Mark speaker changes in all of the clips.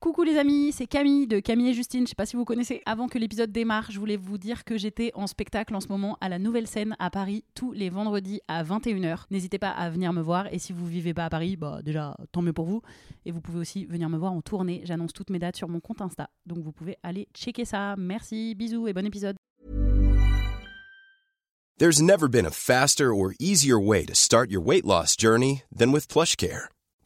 Speaker 1: Coucou les amis, c'est Camille de Camille et Justine. Je sais pas si vous connaissez. Avant que l'épisode démarre, je voulais vous dire que j'étais en spectacle en ce moment à la Nouvelle Scène à Paris tous les vendredis à 21h. N'hésitez pas à venir me voir et si vous vivez pas à Paris, bah déjà tant mieux pour vous. Et vous pouvez aussi venir me voir en tournée. J'annonce toutes mes dates sur mon compte Insta, donc vous pouvez aller checker ça. Merci, bisous et bon épisode.
Speaker 2: There's never been a faster or easier way to start your weight loss journey than with PlushCare.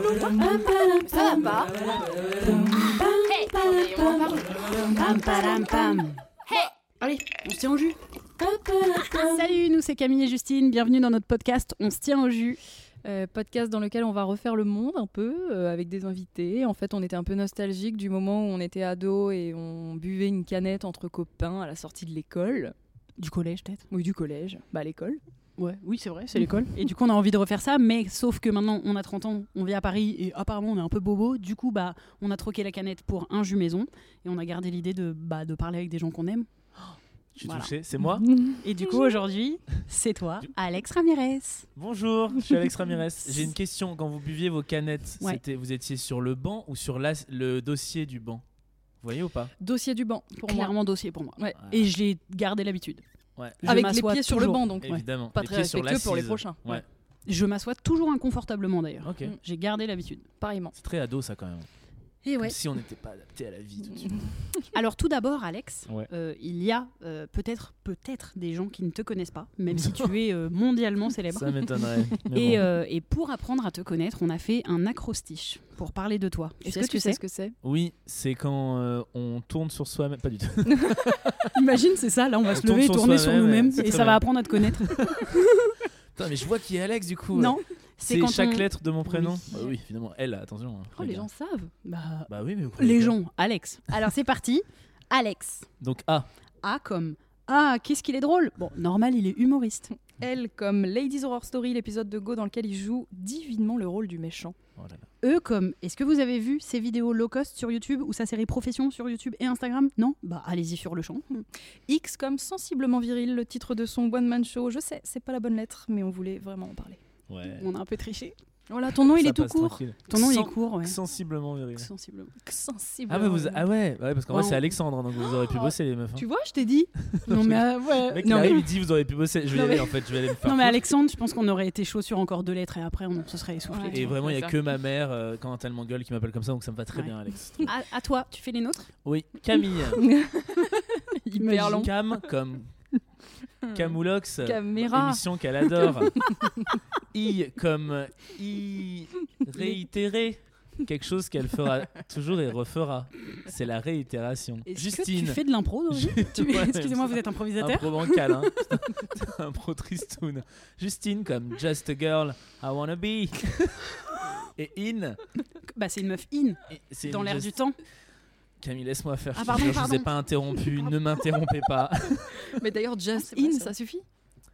Speaker 3: Ça va pas
Speaker 1: Allez, on se tient au jus. Salut, nous c'est Camille et Justine. Bienvenue dans notre podcast On se tient au jus.
Speaker 3: Euh, Podcast dans lequel on va refaire le monde un peu euh, avec des invités. En fait, on était un peu nostalgique du moment où on était ado et on buvait une canette entre copains à la sortie de l'école.
Speaker 1: Du collège peut-être.
Speaker 3: Oui, du collège. Bah, à l'école.
Speaker 1: Ouais, oui, c'est vrai, c'est l'école. Mmh. Et du coup, on a envie de refaire ça, mais sauf que maintenant, on a 30 ans, on vit à Paris et apparemment, on est un peu bobo. Du coup, bah, on a troqué la canette pour un jus maison et on a gardé l'idée de, bah, de parler avec des gens qu'on aime.
Speaker 4: Je suis
Speaker 1: Voilà.
Speaker 4: touché, c'est moi
Speaker 1: Et du coup, aujourd'hui, c'est toi, Alex Ramirez.
Speaker 4: Bonjour, je suis Alex Ramirez. J'ai une question, quand vous buviez vos canettes,
Speaker 1: Ouais.
Speaker 4: c'était, vous étiez sur le banc ou sur la- le dossier du banc Vous voyez ou pas
Speaker 3: Dossier du banc pour moi.
Speaker 1: Clairement dossier pour moi.
Speaker 3: Ouais.
Speaker 1: Et j'ai gardé l'habitude.
Speaker 4: Ouais,
Speaker 1: Je
Speaker 3: Avec les
Speaker 1: m'assois
Speaker 3: pieds sur le
Speaker 1: toujours.
Speaker 3: banc, donc.
Speaker 4: évidemment.
Speaker 3: Pas
Speaker 4: Les
Speaker 3: très
Speaker 4: pieds sur
Speaker 3: respectueux pour les
Speaker 4: l'assise.
Speaker 3: prochains.
Speaker 4: Ouais,
Speaker 1: Je m'assois toujours inconfortablement d'ailleurs.
Speaker 4: ok.
Speaker 3: Mm.
Speaker 1: J'ai gardé l'habitude.
Speaker 3: Pareillement.
Speaker 4: C'est très ado ça quand même.
Speaker 1: Et
Speaker 4: Comme si on n'était pas adapté à la vie tout de suite.
Speaker 1: Alors tout d'abord, Alex,
Speaker 4: Ouais.
Speaker 1: euh, il y a euh, peut-être peut-être des gens qui ne te connaissent pas, même si tu es euh, mondialement célèbre.
Speaker 4: Ça m'étonnerait. mais
Speaker 1: Et,
Speaker 4: bon.
Speaker 1: euh, et pour apprendre à te connaître, on a fait un acrostiche pour parler de toi. Tu
Speaker 3: Est-ce
Speaker 1: sais
Speaker 3: que
Speaker 1: ce que
Speaker 3: tu sais
Speaker 1: c'est
Speaker 3: ce que c'est
Speaker 4: Oui, c'est quand euh, on tourne sur soi-même. Pas du tout.
Speaker 1: Imagine, c'est ça. Là, on va
Speaker 4: On
Speaker 1: se
Speaker 4: tourne
Speaker 1: lever et
Speaker 4: sur
Speaker 1: tourner sur
Speaker 4: soi-même,
Speaker 1: nous-mêmes,
Speaker 4: ouais, c'est
Speaker 1: et
Speaker 4: très
Speaker 1: ça va
Speaker 4: bien.
Speaker 1: apprendre à te connaître.
Speaker 4: Putain, mais je vois qui est Alex du coup.
Speaker 1: non,
Speaker 4: c'est
Speaker 1: quand
Speaker 4: chaque
Speaker 1: on-
Speaker 4: lettre de mon prénom.
Speaker 1: Oui.
Speaker 4: Bah oui, finalement, elle, attention. hein.
Speaker 3: Oh, les gens savent.
Speaker 1: Bah,
Speaker 4: Bah oui, mais vous
Speaker 1: les
Speaker 4: pouvez-
Speaker 1: gens, Alex. Alors c'est parti, Alex.
Speaker 4: Donc A.
Speaker 1: A comme ah, qu'est-ce qu'il est drôle. Bon, normal, il est humoriste.
Speaker 3: Elle, comme Ladies Horror Story, l'épisode de Go dans lequel il joue divinement le rôle du méchant.
Speaker 4: Oh là là.
Speaker 1: E comme est-ce que vous avez vu ses vidéos low cost sur YouTube ou sa série Profession sur YouTube et Instagram Non Bah allez-y sur le champ.
Speaker 3: X comme sensiblement viril, le titre de son One Man Show. Je sais, c'est pas la bonne lettre, mais on voulait vraiment en parler.
Speaker 4: Ouais.
Speaker 1: On a un peu triché.
Speaker 3: Voilà, ton nom il
Speaker 4: Ça
Speaker 3: est tout
Speaker 4: passe
Speaker 3: court.
Speaker 4: tranquille.
Speaker 1: Ton nom il est
Speaker 4: Sans-
Speaker 1: court, ouais.
Speaker 4: Sensiblement viril.
Speaker 1: Sensiblement.
Speaker 3: Sensiblement.
Speaker 4: Ah, bah vous, ah ouais, ouais, parce qu'en
Speaker 1: Ouais,
Speaker 4: vrai c'est
Speaker 1: on-
Speaker 4: Alexandre, hein, donc vous aurez pu
Speaker 3: Oh
Speaker 4: bosser les meufs. hein.
Speaker 3: Tu vois, je t'ai dit.
Speaker 1: Non mais euh,
Speaker 4: Le
Speaker 1: ouais.
Speaker 4: mec, il
Speaker 1: non, mais,
Speaker 4: arrive, il dit vous aurez pu bosser, je vais
Speaker 3: Non,
Speaker 4: y aller
Speaker 3: mais-
Speaker 4: en fait, je vais aller me faire.
Speaker 1: non mais
Speaker 4: foutre.
Speaker 1: Alexandre, je pense qu'on aurait été chaud sur encore deux lettres et après on se serait essoufflé.
Speaker 3: Ouais.
Speaker 4: Et vraiment, il n'y a
Speaker 3: Ouais.
Speaker 4: que ma mère, euh, quand elle m'engueule, qui m'appelle comme ça, donc ça me va très
Speaker 1: Ouais.
Speaker 4: bien, Alex.
Speaker 1: À, à toi, tu fais les nôtres
Speaker 4: Oui, Camille.
Speaker 3: Hyper long.
Speaker 4: Cam, comme Camoulox.
Speaker 3: Caméra.
Speaker 4: Émission qu'elle adore. I, comme I. Réitérer. Quelque chose qu'elle fera toujours et refera. C'est la réitération.
Speaker 1: Est-ce
Speaker 4: Justine.
Speaker 1: que tu fais de l'impro Dory Tu-
Speaker 4: Ouais,
Speaker 1: Excusez-moi, vous êtes
Speaker 4: Un
Speaker 1: improvisateur
Speaker 4: pro bancal, hein. Putain, un pro tristoun. Justine comme Just a Girl, I Wanna Be. Et In.
Speaker 1: Bah c'est une meuf in,
Speaker 4: et Ah. c'est
Speaker 1: dans
Speaker 4: une
Speaker 1: l'air
Speaker 4: Just-
Speaker 1: du temps.
Speaker 4: Camille, laisse-moi faire.
Speaker 1: Ah,
Speaker 4: je te
Speaker 1: pardon,
Speaker 4: jure, je vous ai
Speaker 1: pardon.
Speaker 4: pas interrompu. ne m'interrompez pas.
Speaker 3: Mais d'ailleurs, Just
Speaker 1: c'est
Speaker 3: In,
Speaker 1: vrai,
Speaker 3: Ah, ça suffit.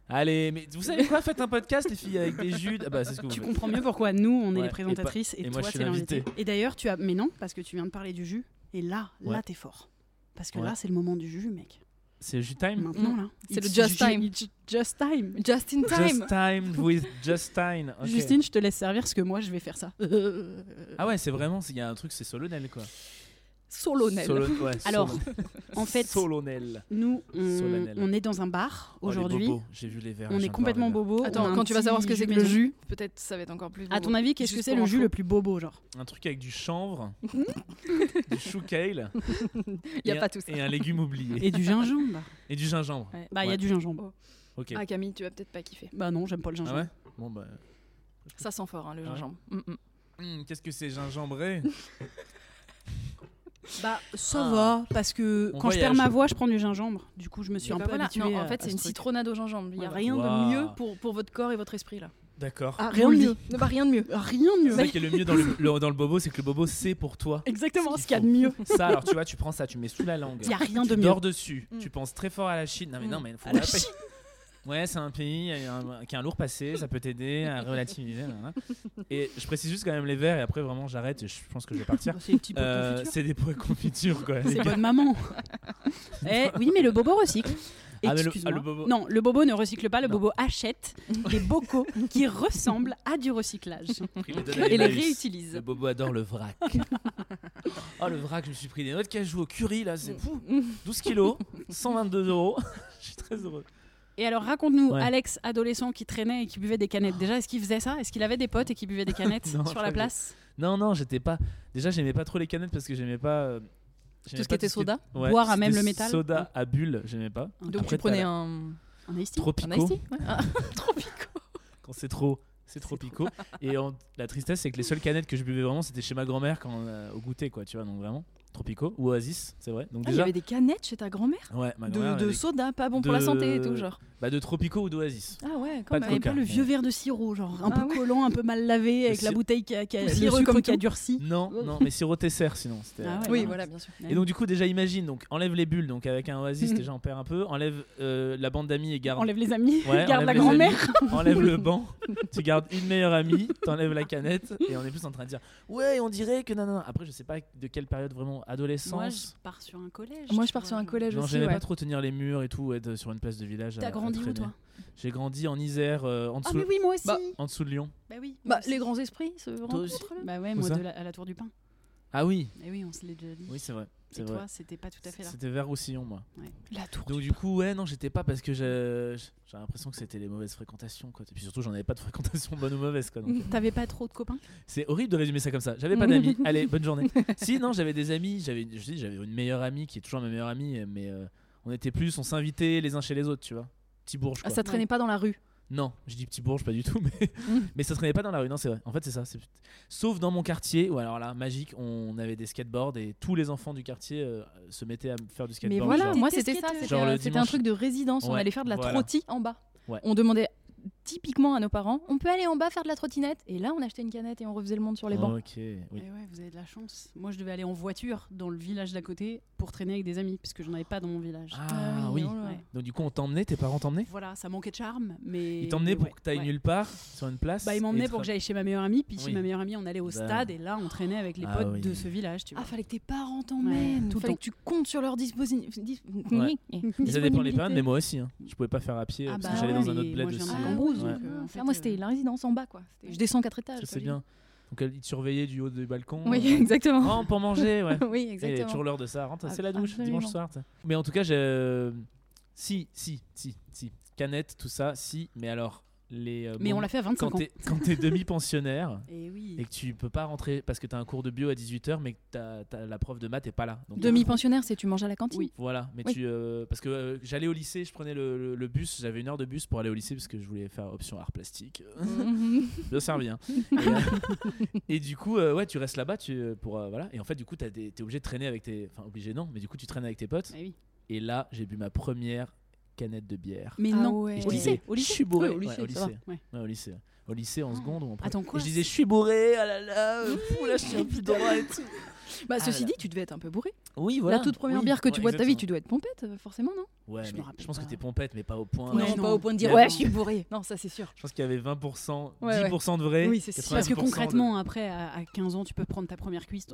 Speaker 4: Allez, mais vous savez quoi Faites un podcast, les filles, avec des jus. Ah bah, c'est ce que vous
Speaker 1: Tu
Speaker 4: faites.
Speaker 1: comprends mieux pourquoi nous on est
Speaker 4: Ouais,
Speaker 1: les présentatrices et,
Speaker 4: et moi,
Speaker 1: toi
Speaker 4: je suis
Speaker 1: c'est l'invité.
Speaker 4: l'invité.
Speaker 1: Et d'ailleurs tu as, mais non parce que tu viens de parler du jus et là, là
Speaker 4: Ouais.
Speaker 1: t'es fort parce que
Speaker 4: Ouais.
Speaker 1: là c'est le moment du jus mec.
Speaker 4: C'est Jus Time
Speaker 1: Maintenant là,
Speaker 3: C'est le
Speaker 1: It's
Speaker 3: just
Speaker 1: ju-
Speaker 3: time.
Speaker 1: it's Just time.
Speaker 3: Just in Time.
Speaker 4: Just Time with Justine. ok.
Speaker 1: Justine, je te laisse servir parce que moi je vais faire ça.
Speaker 4: Ah ouais, c'est vraiment, il y a un truc, c'est solennel quoi.
Speaker 3: Solonel.
Speaker 4: Solo- ouais,
Speaker 1: Alors,
Speaker 4: solennel.
Speaker 1: en fait,
Speaker 4: solennel.
Speaker 1: Nous, on,
Speaker 4: Solennel.
Speaker 1: on est dans un bar
Speaker 4: Oh, les
Speaker 1: aujourd'hui.
Speaker 4: bobos, J'ai vu les verres.
Speaker 1: on
Speaker 4: j'ai
Speaker 1: est
Speaker 4: encore
Speaker 1: complètement
Speaker 4: les verres.
Speaker 1: bobo. on a
Speaker 3: Attends,
Speaker 1: un
Speaker 3: quand tu vas
Speaker 1: petit
Speaker 3: savoir ce que c'est que le
Speaker 1: maison.
Speaker 3: jus, peut-être ça va être encore plus.
Speaker 1: À ton avis, qu'est-ce que
Speaker 3: Juste
Speaker 1: c'est
Speaker 3: pour
Speaker 1: le jus
Speaker 3: info.
Speaker 1: le plus bobo, genre
Speaker 4: Un truc avec du chanvre, du chou kale.
Speaker 3: Il y a
Speaker 4: et
Speaker 3: pas
Speaker 4: un-
Speaker 3: tout ça.
Speaker 4: Et un légume oublié.
Speaker 1: Et du gingembre
Speaker 4: Et du gingembre.
Speaker 3: Ouais.
Speaker 1: Ah. Bah, il y a
Speaker 4: Ouais.
Speaker 1: du gingembre.
Speaker 4: Ok.
Speaker 3: Ah Camille, tu vas peut-être pas kiffer.
Speaker 1: Bah non, j'aime pas le
Speaker 4: Ah
Speaker 1: gingembre.
Speaker 4: ouais Bon bah.
Speaker 3: Ça sent fort, hein, le
Speaker 4: Ah ouais.
Speaker 3: gingembre. Mm, mm.
Speaker 4: hum, Qu'est-ce que c'est gingembré
Speaker 1: Bah ça
Speaker 4: Ah.
Speaker 1: va, parce que
Speaker 4: On
Speaker 1: quand je perds ma
Speaker 4: voyage.
Speaker 1: voix, je prends du gingembre. Du coup, je me suis
Speaker 3: Bah
Speaker 1: un peu
Speaker 3: voilà.
Speaker 1: habituée
Speaker 3: Non,
Speaker 1: à-
Speaker 3: en fait,
Speaker 1: à
Speaker 3: c'est
Speaker 1: ce
Speaker 3: une
Speaker 1: truc.
Speaker 3: citronnade au gingembre. Il y a
Speaker 1: Ouais.
Speaker 3: rien de
Speaker 4: Waouh.
Speaker 3: mieux pour, pour votre corps et votre esprit là.
Speaker 4: D'accord.
Speaker 1: Ah, rien
Speaker 3: Rien de
Speaker 1: de
Speaker 3: mieux. Ne- bah, rien de mieux.
Speaker 1: Rien de
Speaker 4: C'est
Speaker 1: mieux.
Speaker 4: ça qui est le Ah, mieux dans le, le- dans le bobo, c'est que le bobo, c'est pour toi.
Speaker 1: Exactement
Speaker 4: Ce
Speaker 1: ce
Speaker 4: qu'il
Speaker 1: qu'il y a de mieux.
Speaker 4: Ça, alors tu vois, tu prends ça, tu mets sous la langue.
Speaker 1: Il n'y a rien
Speaker 4: tu
Speaker 1: de mieux. Hmm.
Speaker 4: dors dessus.
Speaker 3: Mm.
Speaker 4: Tu penses très fort à la Chine. Non, mais
Speaker 3: Mm.
Speaker 4: non, mais faut
Speaker 1: À la
Speaker 4: pas-
Speaker 1: Chine.
Speaker 4: Ouais, c'est un pays euh, un- qui a un lourd passé, ça peut t'aider à relativiser. là, là. Et je précise juste quand même les verres, et après vraiment j'arrête, et je pense que je vais partir.
Speaker 1: Bah, C'est les petits pots de
Speaker 4: Euh,
Speaker 1: confiture.
Speaker 4: c'est des pots à confiture quoi. les
Speaker 1: C'est
Speaker 4: gars.
Speaker 1: bonne maman. eh, oui, mais le bobo recycle.
Speaker 4: Ah, mais le-
Speaker 1: Excuse-moi.
Speaker 4: ah, le bobo-
Speaker 1: Non, le bobo ne recycle pas, le
Speaker 4: Non.
Speaker 1: bobo achète des bocaux qui ressemblent à du recyclage
Speaker 4: Il les donne à
Speaker 1: et les
Speaker 4: Emmaüs.
Speaker 1: réutilise.
Speaker 4: Le bobo adore le vrac. oh, le vrac, je me suis pris des noix de cajou au curry là, c'est fou. 12 kilos, 122 euros. Je suis très heureux.
Speaker 1: Et alors raconte-nous,
Speaker 4: Ouais.
Speaker 1: Alex, adolescent qui traînait et qui buvait des canettes. Déjà, est-ce qu'il faisait ça Est-ce qu'il avait des potes et qui buvaient des canettes
Speaker 4: Non, je
Speaker 1: sur
Speaker 4: crois
Speaker 1: la
Speaker 4: que-
Speaker 1: place
Speaker 4: Non, non, j'étais pas. Déjà, j'aimais pas trop les canettes parce que j'aimais pas. euh, j'aimais
Speaker 3: Tout ce qui
Speaker 4: pas
Speaker 3: était soda
Speaker 4: qui- Ouais,
Speaker 1: Boire à
Speaker 4: tout ce
Speaker 1: même
Speaker 4: qui
Speaker 1: le
Speaker 4: était
Speaker 1: métal
Speaker 4: Soda à bulles, j'aimais pas.
Speaker 3: Donc tu
Speaker 4: Après,
Speaker 3: prenais
Speaker 4: t'as la-
Speaker 3: un,
Speaker 1: Un iced tea
Speaker 3: un
Speaker 4: Tropico.
Speaker 3: iced tea, ouais. Ah, Tropico.
Speaker 4: Quand c'est trop. C'est trop picot. Et en- la tristesse, c'est que les seules canettes que je buvais vraiment, c'était chez ma grand-mère quand euh, au goûter, quoi, tu vois. Donc vraiment, Tropico ou Oasis, c'est vrai. Donc
Speaker 3: Ah, il y
Speaker 4: déjà,
Speaker 3: avait des canettes chez ta grand-mère
Speaker 4: ouais, ma
Speaker 3: de,
Speaker 4: grand-mère.
Speaker 3: de
Speaker 4: avait-
Speaker 3: soda, pas bon pour la
Speaker 4: de-
Speaker 3: santé et tout, genre.
Speaker 4: Bah, de Tropico ou d'Oasis.
Speaker 3: Ah ouais, quand
Speaker 4: Pas de
Speaker 1: Il n'y avait
Speaker 3: même.
Speaker 4: coca.
Speaker 1: pas le vieux verre de sirop, genre un
Speaker 3: Ah
Speaker 1: peu
Speaker 3: ouais.
Speaker 1: collant, un peu mal lavé, avec la
Speaker 4: si-
Speaker 1: bouteille qui a, qui a-
Speaker 3: Le
Speaker 1: le
Speaker 3: sirop
Speaker 1: sucre
Speaker 3: comme
Speaker 1: qui a
Speaker 3: tout.
Speaker 1: durci.
Speaker 4: Non, non, mais sirop Tesser sinon. c'était,
Speaker 1: Ah
Speaker 4: euh,
Speaker 1: ouais, voilà.
Speaker 3: Oui, voilà, bien sûr.
Speaker 4: Et donc du coup déjà imagine, donc enlève les bulles, donc avec un oasis déjà on perd un peu, enlève euh, la bande d'amis et garde,
Speaker 1: Enlève les amis,
Speaker 4: Ouais,
Speaker 1: garde
Speaker 4: enlève
Speaker 1: la
Speaker 4: les
Speaker 1: grand-mère.
Speaker 4: enlève le banc, tu gardes une meilleure amie, t'enlèves la canette et on est plus en train de dire ouais on dirait que non non non. Après je sais pas de quelle période vraiment
Speaker 1: Moi, je
Speaker 4: adolescence.
Speaker 1: pars sur un collège.
Speaker 3: Moi,
Speaker 1: tu
Speaker 3: je pars
Speaker 1: vois,
Speaker 3: sur un
Speaker 1: genre.
Speaker 3: collège
Speaker 4: non
Speaker 3: aussi,
Speaker 4: j'aimais
Speaker 3: ouais.
Speaker 4: pas trop tenir les murs et tout, être sur une place de village. à-
Speaker 1: T'as
Speaker 4: à
Speaker 1: grandi où
Speaker 4: traîner.
Speaker 1: toi
Speaker 4: J'ai grandi en Isère, euh, en
Speaker 1: Ah
Speaker 4: dessous,
Speaker 1: mais oui, moi aussi.
Speaker 3: Bah,
Speaker 4: en dessous de Lyon.
Speaker 1: Bah oui.
Speaker 3: Bah, les grands esprits se
Speaker 4: aussi.
Speaker 3: rencontrent là.
Speaker 1: Bah ouais,
Speaker 4: Où
Speaker 1: moi
Speaker 4: ça
Speaker 1: de la- à la Tour du Pain.
Speaker 4: Ah oui,
Speaker 1: Et oui, on se l'est déjà dit.
Speaker 4: oui c'est vrai, c'est
Speaker 1: Et
Speaker 4: vrai.
Speaker 1: toi, c'était pas tout à fait là.
Speaker 4: C'était vers Roussillon moi.
Speaker 3: La tour.
Speaker 4: Donc du coup ouais non j'étais pas parce que j'ai j'ai l'impression que c'était les mauvaises fréquentations quoi. Et puis surtout j'en avais pas de fréquentation bonne ou mauvaise quoi. donc,
Speaker 1: T'avais pas trop de copains
Speaker 4: C'est horrible de résumer ça comme ça. J'avais pas d'amis. Allez, bonne journée. si, non, j'avais des amis. J'avais, je dis, j'avais une meilleure amie qui est toujours ma meilleure amie, mais euh, on était plus, on s'invitait les uns chez les autres, tu vois. Petit bourge.
Speaker 3: Ah,
Speaker 4: Quoi.
Speaker 3: ça traînait pas dans la rue.
Speaker 4: Non, je dis petit bourge, pas du tout, mais mais ça traînait pas dans la rue. Non, c'est vrai. En fait, c'est ça. c'est- Sauf dans mon quartier, où alors là, magique, on avait des skateboards et tous les enfants du quartier euh, se mettaient à faire du
Speaker 3: Mais
Speaker 4: skateboard.
Speaker 3: voilà,
Speaker 4: genre.
Speaker 3: moi
Speaker 1: T'étais
Speaker 3: c'était ça,
Speaker 1: skateuse.
Speaker 3: c'était
Speaker 4: Genre le
Speaker 3: euh, c'était un
Speaker 4: dimanche.
Speaker 3: truc de résidence, on
Speaker 4: Ouais,
Speaker 3: allait faire de la
Speaker 4: voilà.
Speaker 3: trottie en bas.
Speaker 4: Ouais.
Speaker 3: On demandait typiquement à nos parents, on peut aller en bas faire de la trottinette Et là on achetait une canette et on refaisait le monde sur les bancs.
Speaker 4: Ok. oui.
Speaker 1: Eh ouais, vous avez de la chance. Moi, je devais aller en voiture dans le village d'à côté pour traîner avec des amis, parce que j'en avais pas dans mon village.
Speaker 4: Ah oui.
Speaker 3: oh là.
Speaker 1: Ouais.
Speaker 4: Donc du coup, on t'emmenait, tes parents t'emmenaient.
Speaker 1: Voilà, ça manquait de charme, mais.
Speaker 4: Ils t'emmenaient
Speaker 1: mais
Speaker 4: pour
Speaker 1: ouais,
Speaker 4: que t'ailles
Speaker 1: ouais.
Speaker 4: nulle part sur une place.
Speaker 1: Bah, ils
Speaker 4: et
Speaker 1: m'emmenaient
Speaker 4: te
Speaker 1: pour que
Speaker 4: ra-
Speaker 1: j'aille chez ma meilleure amie, puis chez
Speaker 4: Oui.
Speaker 1: ma meilleure amie, on allait au
Speaker 4: Bah.
Speaker 1: stade, et là, on traînait avec les
Speaker 4: Ah
Speaker 1: potes
Speaker 4: oui.
Speaker 1: de ce village, tu vois.
Speaker 3: Ah fallait que tes parents t'emmènent,
Speaker 1: Ouais, tout le
Speaker 3: fallait
Speaker 1: temps.
Speaker 3: que tu comptes sur leur Ah dispositif.
Speaker 4: Ouais. Mais ça dépend les périodes,
Speaker 3: Disponibilité.
Speaker 4: mais moi aussi. hein. Je pouvais pas faire à pied
Speaker 1: Ah
Speaker 4: euh, parce
Speaker 1: bah
Speaker 4: que j'allais
Speaker 1: ouais,
Speaker 4: dans un
Speaker 1: mais
Speaker 4: autre bled
Speaker 1: moi, je
Speaker 4: aussi.
Speaker 1: viens
Speaker 3: Ah,
Speaker 1: de Cambrousse,
Speaker 4: Ouais.
Speaker 1: donc, euh, en
Speaker 3: Ah,
Speaker 1: fait,
Speaker 3: moi
Speaker 1: euh,
Speaker 3: c'était la résidence en bas quoi. C'était- Je descends quatre étages.
Speaker 4: Je
Speaker 3: quoi,
Speaker 4: sais
Speaker 3: j'ai
Speaker 4: bien. Donc elle- ils te surveillaient du haut du balcon.
Speaker 3: dit. Oui exactement.
Speaker 4: Rentre pour manger, ouais.
Speaker 3: Oui
Speaker 4: Et il y a toujours
Speaker 3: exactement.
Speaker 4: l'heure de ça. Rentre, c'est la
Speaker 3: Ab-
Speaker 4: douche
Speaker 3: absolument.
Speaker 4: dimanche soir. tu sais. Mais en tout cas, j'ai. euh, Si, si, si, si. Canette, tout ça, si. Mais alors, les. euh,
Speaker 1: Mais on
Speaker 4: moments-
Speaker 1: l'a fait à
Speaker 4: quand
Speaker 1: 25 ans.
Speaker 4: t'es quand t'es demi-pensionnaire
Speaker 1: Et oui.
Speaker 4: et que tu peux pas rentrer parce que t'as un cours de bio à 18h, mais que t'as- t'as- la prof de maths est pas là. Donc,
Speaker 3: Demi-pensionnaire c'est tu manges à la cantine.
Speaker 1: Oui.
Speaker 4: Voilà, mais
Speaker 3: Oui.
Speaker 4: tu. euh, parce que euh, j'allais au lycée, je prenais le, le- le bus, j'avais une heure de bus pour aller au lycée parce que je voulais faire option art plastique. bien servi. hein. Et, euh, et du coup, euh, ouais, tu restes là-bas, tu euh, pour euh, voilà. Et en fait, du coup, t'as des- t'es obligé de traîner avec tes, enfin obligé non, mais du coup, tu traînes avec tes potes.
Speaker 1: Eh oui.
Speaker 4: Et là, j'ai bu ma première canette de bière.
Speaker 1: Mais
Speaker 3: Ah
Speaker 1: non.
Speaker 3: ouais.
Speaker 4: Et je
Speaker 1: Au
Speaker 4: disais,
Speaker 1: lycée, au lycée.
Speaker 4: Je suis bourré.
Speaker 3: Oui, au
Speaker 4: Ouais,
Speaker 3: lycée, ça
Speaker 1: va. Ouais.
Speaker 4: Ouais, au lycée. Au lycée,
Speaker 3: Ah.
Speaker 4: en seconde ou en première.
Speaker 1: Attends, quoi
Speaker 4: Et je disais, je suis bourré. Ah là là. euh, Pouh, là, je suis un peu droit et tout.
Speaker 3: Bah
Speaker 4: Ah
Speaker 3: ceci
Speaker 4: là.
Speaker 3: dit tu devais être un peu bourré.
Speaker 4: Oui, voilà.
Speaker 3: La toute première
Speaker 4: Oui,
Speaker 3: bière que tu
Speaker 4: ouais,
Speaker 3: bois de ta vie
Speaker 4: exactement.
Speaker 3: tu dois être pompette euh, forcément non
Speaker 4: Ouais,
Speaker 1: Je me
Speaker 4: mais
Speaker 1: rappelle
Speaker 4: je pense
Speaker 1: pas.
Speaker 4: que t'es pompette, mais pas au point.
Speaker 1: Ouais,
Speaker 3: non,
Speaker 1: non.
Speaker 3: pas au point de dire
Speaker 4: Il y a-
Speaker 3: ouais, je suis bourré. Non, ça c'est sûr.
Speaker 4: Je pense qu'il y avait 20%,
Speaker 3: Ouais, ouais.
Speaker 4: 10% de vrai.
Speaker 3: Oui, c'est sûr.
Speaker 1: Parce que
Speaker 4: 90% de-
Speaker 1: concrètement, après, à, à 15 ans, tu peux prendre ta première cuisse.